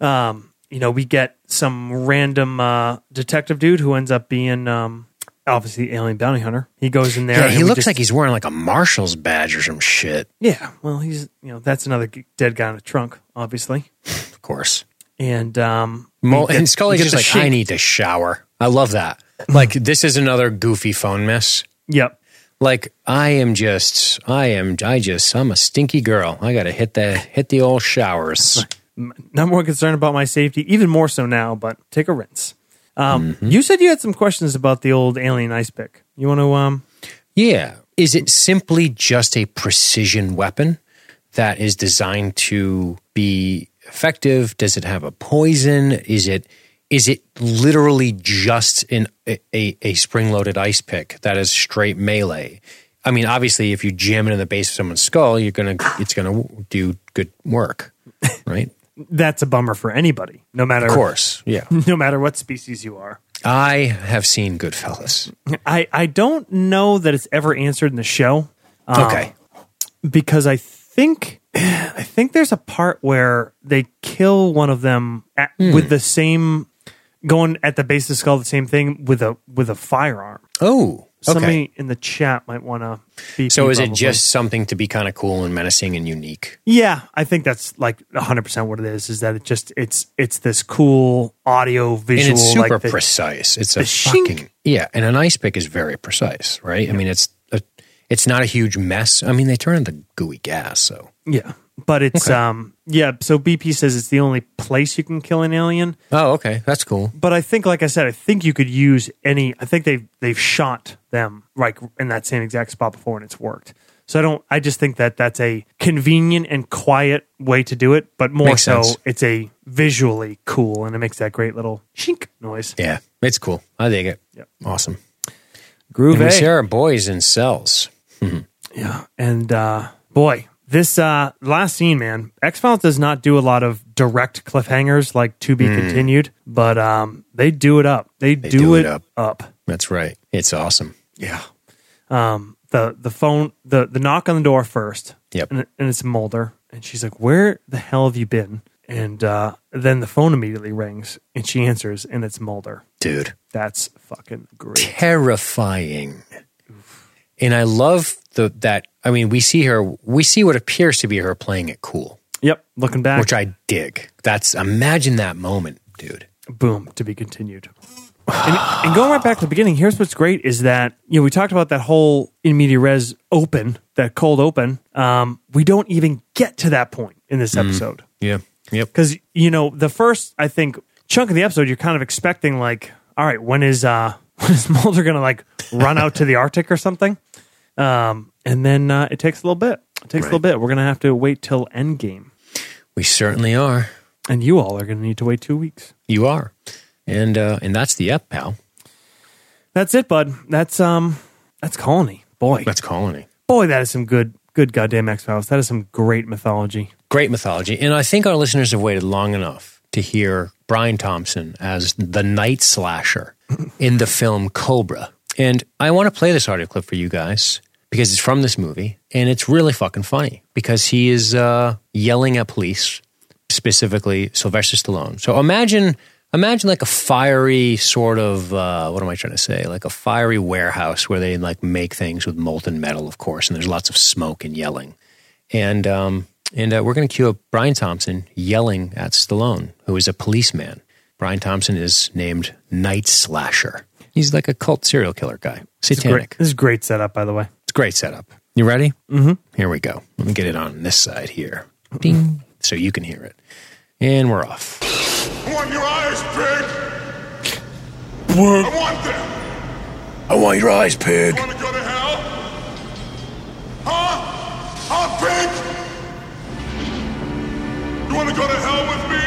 [SPEAKER 2] Um, you know, we get some random uh, detective dude who ends up being um, obviously alien bounty hunter. He goes in there.
[SPEAKER 1] Yeah,
[SPEAKER 2] and
[SPEAKER 1] he
[SPEAKER 2] we
[SPEAKER 1] looks
[SPEAKER 2] just-
[SPEAKER 1] like he's wearing like a marshal's badge or some shit.
[SPEAKER 2] yeah. Well, he's you know that's another g- dead guy in a trunk, obviously.
[SPEAKER 1] Of course.
[SPEAKER 2] And um,
[SPEAKER 1] Mul-
[SPEAKER 2] we get-
[SPEAKER 1] and
[SPEAKER 2] we
[SPEAKER 1] Scully's
[SPEAKER 2] get
[SPEAKER 1] just
[SPEAKER 2] the
[SPEAKER 1] like,
[SPEAKER 2] sheik.
[SPEAKER 1] I need to shower. I love that. Like, this is another goofy phone mess.
[SPEAKER 2] Yep.
[SPEAKER 1] Like, I am just, I am, I just, I'm a stinky girl. I gotta hit the, hit the old showers.
[SPEAKER 2] number one concern about my safety, even more so now, but take a rinse. Um,
[SPEAKER 1] Mm-hmm.
[SPEAKER 2] You said you had some questions about the old alien ice pick. You want to, um,
[SPEAKER 1] Yeah. Is it simply just a precision weapon that is designed to be effective? Does it have a poison? Is it, is it literally just an, a, a spring loaded ice pick that is straight melee? I mean, obviously, if you jam it in the base of someone's skull, you're gonna it's gonna do good work, right?
[SPEAKER 2] that's a bummer for anybody, no matter,
[SPEAKER 1] of course, yeah.
[SPEAKER 2] no matter what species you are.
[SPEAKER 1] I have seen Goodfellas.
[SPEAKER 2] I, I don't know that it's ever answered in the show. um,
[SPEAKER 1] Okay,
[SPEAKER 2] because I think, I think there's a part where they kill one of them at,
[SPEAKER 1] Hmm.
[SPEAKER 2] with the same, going at the base of the skull, the same thing with a, with a firearm.
[SPEAKER 1] oh, okay.
[SPEAKER 2] Somebody in the chat might want to.
[SPEAKER 1] so is it just something to be kind of cool and menacing and unique?
[SPEAKER 2] Yeah, I think that's like 100% what it is is that it just it's it's this cool audio visual
[SPEAKER 1] and it's super
[SPEAKER 2] like the-
[SPEAKER 1] precise. It's a
[SPEAKER 2] the shink.
[SPEAKER 1] fucking yeah, and an ice pick is very precise, right? I mean, it's a, it's not a huge mess. I mean, they turn into gooey gas, so
[SPEAKER 2] Yeah. But it's um yeah, so BP says it's the only place you can kill an alien,
[SPEAKER 1] oh, okay, that's cool.
[SPEAKER 2] but I think like I said I think you could use any I think they've they've shot them like in that same exact spot before and it's worked. So I don't I just think that that's a convenient and quiet way to do it, but more
[SPEAKER 1] Makes
[SPEAKER 2] so
[SPEAKER 1] sense.
[SPEAKER 2] it's a visually cool and it makes that great little shink noise.
[SPEAKER 1] Yeah, it's cool. I dig it.
[SPEAKER 2] Yep.
[SPEAKER 1] Awesome.
[SPEAKER 2] Groove
[SPEAKER 1] And we share our boys in cells.
[SPEAKER 2] Yeah. And uh boy, this uh last scene, man, X Files does not do a lot of direct cliffhangers like to be continued, but um they do it up. They, do,
[SPEAKER 1] Hmm. do
[SPEAKER 2] it,
[SPEAKER 1] it up.
[SPEAKER 2] up.
[SPEAKER 1] That's right. It's awesome.
[SPEAKER 2] Yeah. Um the the phone the the knock on the door first.
[SPEAKER 1] Yep.
[SPEAKER 2] And, and it's Mulder. And she's like, Where the hell have you been? And uh then the phone immediately rings and she answers and it's Mulder.
[SPEAKER 1] dude.
[SPEAKER 2] That's fucking great.
[SPEAKER 1] Terrifying. And I love the that. I mean, we see her. We see what appears to be her playing it cool,
[SPEAKER 2] Yep. Looking back.
[SPEAKER 1] which I dig. That's imagine that moment, dude.
[SPEAKER 2] boom to be continued and, and going right back to the beginning here's what's great is that you know we talked about that whole in media res open that cold open um, we don't even get to that point in this episode
[SPEAKER 1] Yeah. Yep.
[SPEAKER 2] Because you know the first I think chunk of the episode, you're kind of expecting like, all right, when is uh when is Mulder gonna like run out to the Arctic or something? Um, and then uh, it takes a little bit. It takes a little bit. We're gonna have to wait till Endgame,
[SPEAKER 1] We certainly are.
[SPEAKER 2] and you all are gonna need to wait two weeks.
[SPEAKER 1] You are. And uh, and that's the ep, pal.
[SPEAKER 2] That's it, bud. That's um, that's Colony. Boy,
[SPEAKER 1] That's colony.
[SPEAKER 2] boy, that is some good, good goddamn X Files. That is some great mythology.
[SPEAKER 1] Great mythology. And I think our listeners have waited long enough to hear Brian Thompson as the night slasher in the film Cobra. And I want to play this audio clip for you guys because it's from this movie and it's really fucking funny because he is uh, yelling at police, specifically Sylvester Stallone. So imagine. Imagine like a fiery sort of uh, what am I trying to say? Like a fiery warehouse where they like make things with molten metal, of course, and there's lots of smoke and yelling and um, and uh, we're going to cue up Brian Thompson yelling at Stallone, who is a policeman. Brian Thompson is named Night Slasher. He's like a cult serial killer guy,
[SPEAKER 2] Great.
[SPEAKER 1] satanic.
[SPEAKER 2] This is great setup, by the way.
[SPEAKER 1] It's a great setup. You ready? Mm-hmm. Here we go. Let me get it on this side here, ding, so you can hear it. And we're off.
[SPEAKER 4] I want your eyes, pig! I want them!
[SPEAKER 5] I want your eyes,
[SPEAKER 4] You
[SPEAKER 5] pig.
[SPEAKER 4] wanna go to hell? Huh? Huh, pig? You wanna go to hell with me?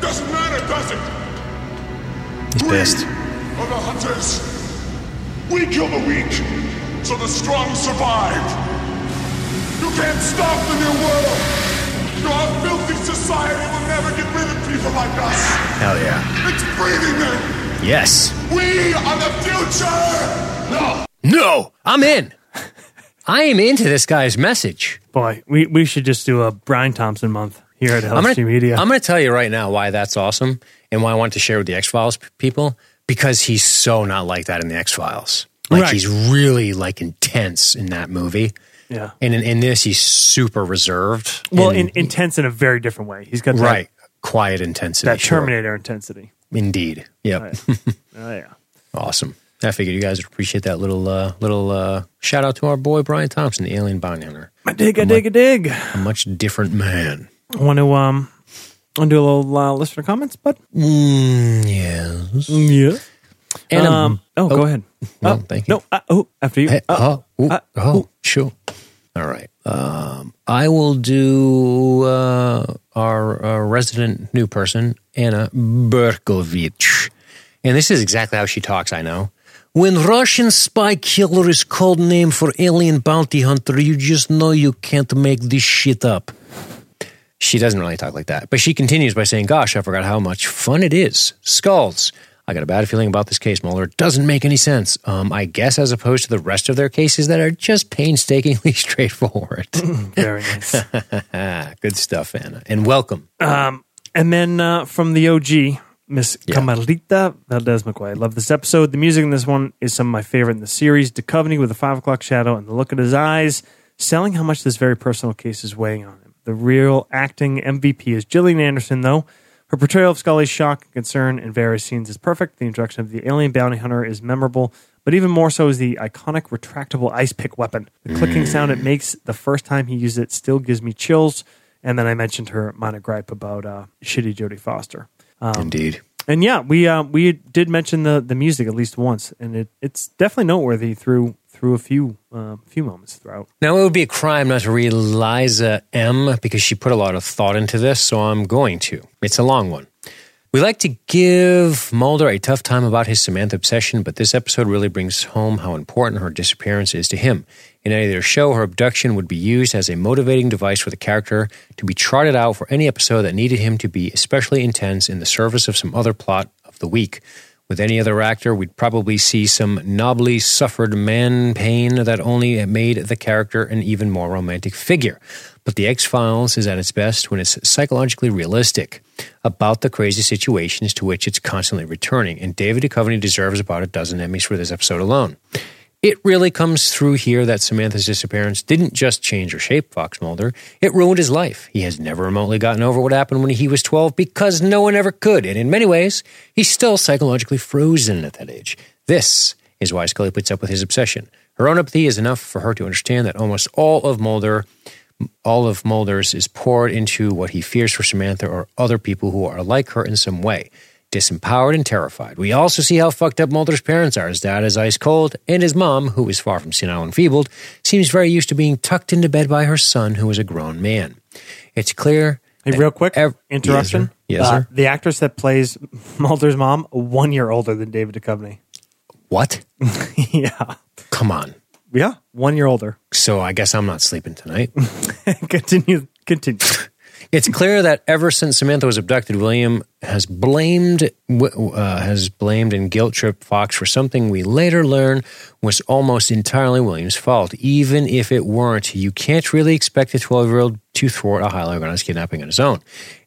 [SPEAKER 4] Doesn't matter, does it?
[SPEAKER 1] He's pissed.
[SPEAKER 4] We are the hunters. We kill the weak, so the strong survive. You can't stop the new world. Your filthy society will never get rid of people like us.
[SPEAKER 1] Hell yeah!
[SPEAKER 4] It's breathing them.
[SPEAKER 1] Yes.
[SPEAKER 4] We are the future! No!
[SPEAKER 1] No, I'm in. I am into this guy's message.
[SPEAKER 2] Boy, we, we should just do a Brian Thompson month here at
[SPEAKER 1] I'm
[SPEAKER 2] LSG
[SPEAKER 1] gonna,
[SPEAKER 2] Media.
[SPEAKER 1] I'm going to tell you right now why that's awesome and why I want to share with the X Files people because he's so not like that in the X Files. Like
[SPEAKER 2] Right.
[SPEAKER 1] he's really like intense in that movie.
[SPEAKER 2] Yeah.
[SPEAKER 1] And in, in this, he's super reserved.
[SPEAKER 2] well, in,
[SPEAKER 1] and-
[SPEAKER 2] intense in a very different way. He's got that,
[SPEAKER 1] right, quiet intensity.
[SPEAKER 2] that
[SPEAKER 1] sure.
[SPEAKER 2] Terminator intensity.
[SPEAKER 1] Indeed. Yep.
[SPEAKER 2] Oh yeah.
[SPEAKER 1] awesome. I figured you guys would appreciate that little uh, little uh, shout out to our boy Brian Thompson, the alien bounty hunter.
[SPEAKER 2] I dig, I dig, I dig.
[SPEAKER 1] A much different man.
[SPEAKER 2] Want to um, want to do a little uh, listener comments, bud?
[SPEAKER 1] Mm, yes.
[SPEAKER 2] Yeah.
[SPEAKER 1] And a-
[SPEAKER 2] Hmm. um. Oh, go ahead.
[SPEAKER 1] No,
[SPEAKER 2] Oh,
[SPEAKER 1] thank you.
[SPEAKER 2] No. Uh, oh, after you.
[SPEAKER 1] Hey,
[SPEAKER 2] Uh,
[SPEAKER 1] oh, ooh,
[SPEAKER 2] uh,
[SPEAKER 1] oh,
[SPEAKER 2] ooh.
[SPEAKER 1] sure. All right. Um, I will do uh, our uh, resident new person, Anna Berkovich. And this is exactly how she talks, I know. When Russian spy killer is code name for alien bounty hunter, you just know you can't make this shit up. She doesn't really talk like that, but she continues by saying, Gosh, I forgot how much fun it is. Skulls. I got a bad feeling about this case, Mueller. It doesn't make any sense. Um, I guess as opposed to the rest of their cases that are just painstakingly straightforward. Ah,
[SPEAKER 2] very nice.
[SPEAKER 1] Good stuff, Anna. And welcome.
[SPEAKER 2] And then uh, from the OG, Miss Camarita Valdez McCoy. I love this episode. The music in this one is some of my favorite in the series. Duchovny with the five o'clock shadow and the look in his eyes, selling how much this very personal case is weighing on him. The real acting MVP is Gillian Anderson, though. Her portrayal of Scully's shock and concern in various scenes is perfect. The introduction of the alien bounty hunter is memorable, but even more so is the iconic retractable ice pick weapon. The clicking sound it makes the first time he uses it still gives me chills. And then I mentioned her minor gripe about uh, shitty Jodie Foster. Um,
[SPEAKER 1] Indeed.
[SPEAKER 2] and yeah, we uh, we did mention the the music at least once, and it, it's definitely noteworthy through through a few uh, few moments throughout.
[SPEAKER 1] Now, it would be a crime not to read Liza M because she put a lot of thought into this, so I'm going to. It's a long one. We like to give Mulder a tough time about his Samantha obsession, but this episode really brings home how important her disappearance is to him. In any other show, her abduction would be used as a motivating device for the character to be charted out for any episode that needed him to be especially intense in the service of some other plot of the week. With any other actor, we'd probably see some nobly suffered man pain that only made the character an even more romantic figure. But The X Files is at its best when it's psychologically realistic about the crazy situations to which it's constantly returning, and David Duchovny deserves about a dozen Emmys for this episode alone. It really comes through here that Samantha's disappearance didn't just change or shape Fox Mulder, it ruined his life. He has never remotely gotten over what happened when he was 12 because no one ever could, and in many ways, he's still psychologically frozen at that age. This is why Scully puts up with his obsession. Her own empathy is enough for her to understand that almost all of Mulder all of Mulder's is poured into what he fears for Samantha or other people who are like her in some way, disempowered and terrified. We also see how fucked up Mulder's parents are. His dad is ice cold, and his mom, who is far from senile and feebled, seems very used to being tucked into bed by her son, who is a grown man. It's clear.
[SPEAKER 3] Hey,
[SPEAKER 1] that
[SPEAKER 3] real quick,
[SPEAKER 1] ev-
[SPEAKER 3] interruption.
[SPEAKER 1] Yes, sir. Yes,
[SPEAKER 3] Uh,
[SPEAKER 1] sir.
[SPEAKER 3] The actress that plays Mulder's mom, one year older than David Duchovny.
[SPEAKER 1] What?
[SPEAKER 3] yeah,
[SPEAKER 1] Come on.
[SPEAKER 3] yeah, one year older.
[SPEAKER 1] So I guess I'm not sleeping tonight.
[SPEAKER 3] continue, continue.
[SPEAKER 1] It's clear that ever since Samantha was abducted, William has blamed uh, has blamed and guilt tripped Fox for something we later learn was almost entirely William's fault. Even if it weren't, you can't really expect a twelve year old to thwart a highly organized kidnapping on his own.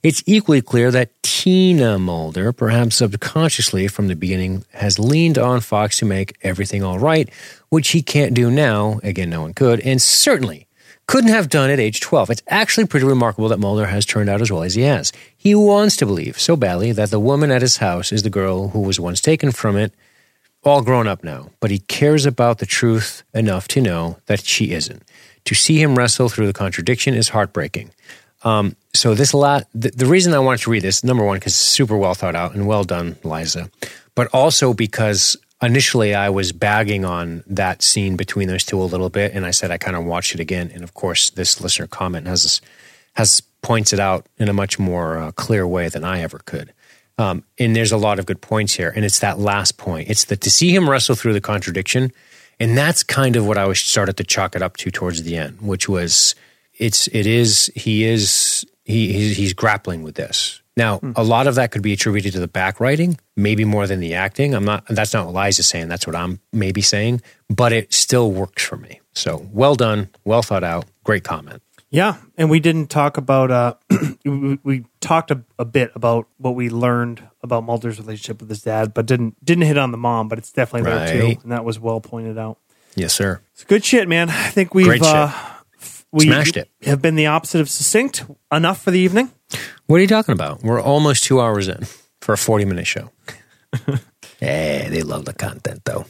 [SPEAKER 1] It's equally clear that Tina Mulder, perhaps subconsciously from the beginning, has leaned on Fox to make everything all right, which he can't do now. Again, no one could, and certainly couldn't have done at age 12. It's actually pretty remarkable that Mulder has turned out as well as he has. He wants to believe so badly that the woman at his house is the girl who was once taken from it, all grown up now, but he cares about the truth enough to know that she isn't. To see him wrestle through the contradiction is heartbreaking. Um, so this la- the, the reason I wanted to read this, number one, because it's super well thought out and well done, Liza, but also because initially I was bagging on that scene between those two a little bit, and I said I kind of watched it again, and of course this listener comment has has points it out in a much more uh, clear way than I ever could. Um, and there's a lot of good points here, and it's that last point. It's that to see him wrestle through the contradiction, and that's kind of what I was started to chalk it up to towards the end, which was it's it is he is he he's, he's grappling with this now a lot of that could be attributed to the back writing maybe more than the acting i'm not that's not what liza's saying that's what i'm maybe saying but it still works for me so well done well thought out great comment
[SPEAKER 3] yeah, and we didn't talk about. Uh, we, we talked a, a bit about what we learned about Mulder's relationship with his dad, but didn't didn't hit on the mom. But it's definitely there
[SPEAKER 1] Right.
[SPEAKER 3] too, and that was well pointed out.
[SPEAKER 1] yes sir
[SPEAKER 3] It's good shit, man. I think we've
[SPEAKER 1] Great shit.
[SPEAKER 3] Uh, we
[SPEAKER 1] Smashed it.
[SPEAKER 3] Have been the opposite of succinct enough for the evening.
[SPEAKER 1] what are you talking about we're almost two hours in for a 40 minute show hey they love the content though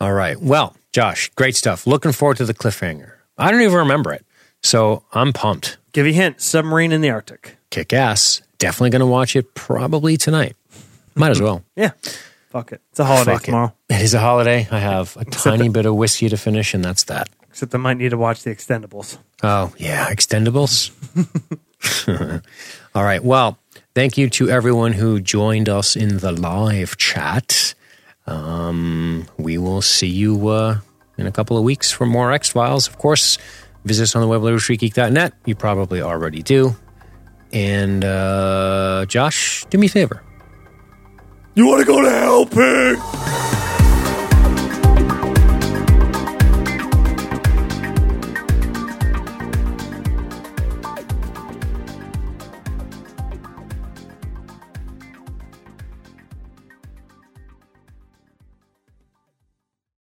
[SPEAKER 1] all right well josh great stuff looking forward to the cliffhanger i don't even remember it so i'm pumped
[SPEAKER 3] Give you a hint: submarine in the Arctic.
[SPEAKER 1] kick ass. Definitely going to watch it probably tonight. Might as well.
[SPEAKER 3] Yeah, fuck it. It's a holiday
[SPEAKER 1] Fuck it.
[SPEAKER 3] tomorrow.
[SPEAKER 1] It is a holiday. I have a tiny bit of whiskey to finish, and that's that.
[SPEAKER 3] Except I might need to watch the Extendables.
[SPEAKER 1] Oh, yeah. Extendables. All right. Well, thank you to everyone who joined us in the live chat. Um, we will see you uh, in a couple of weeks for more X Files. Of course, visit us on the web at retreatgeek.net. You probably already do. And uh, Josh, do me a favor.
[SPEAKER 5] You want to go to hell, pig?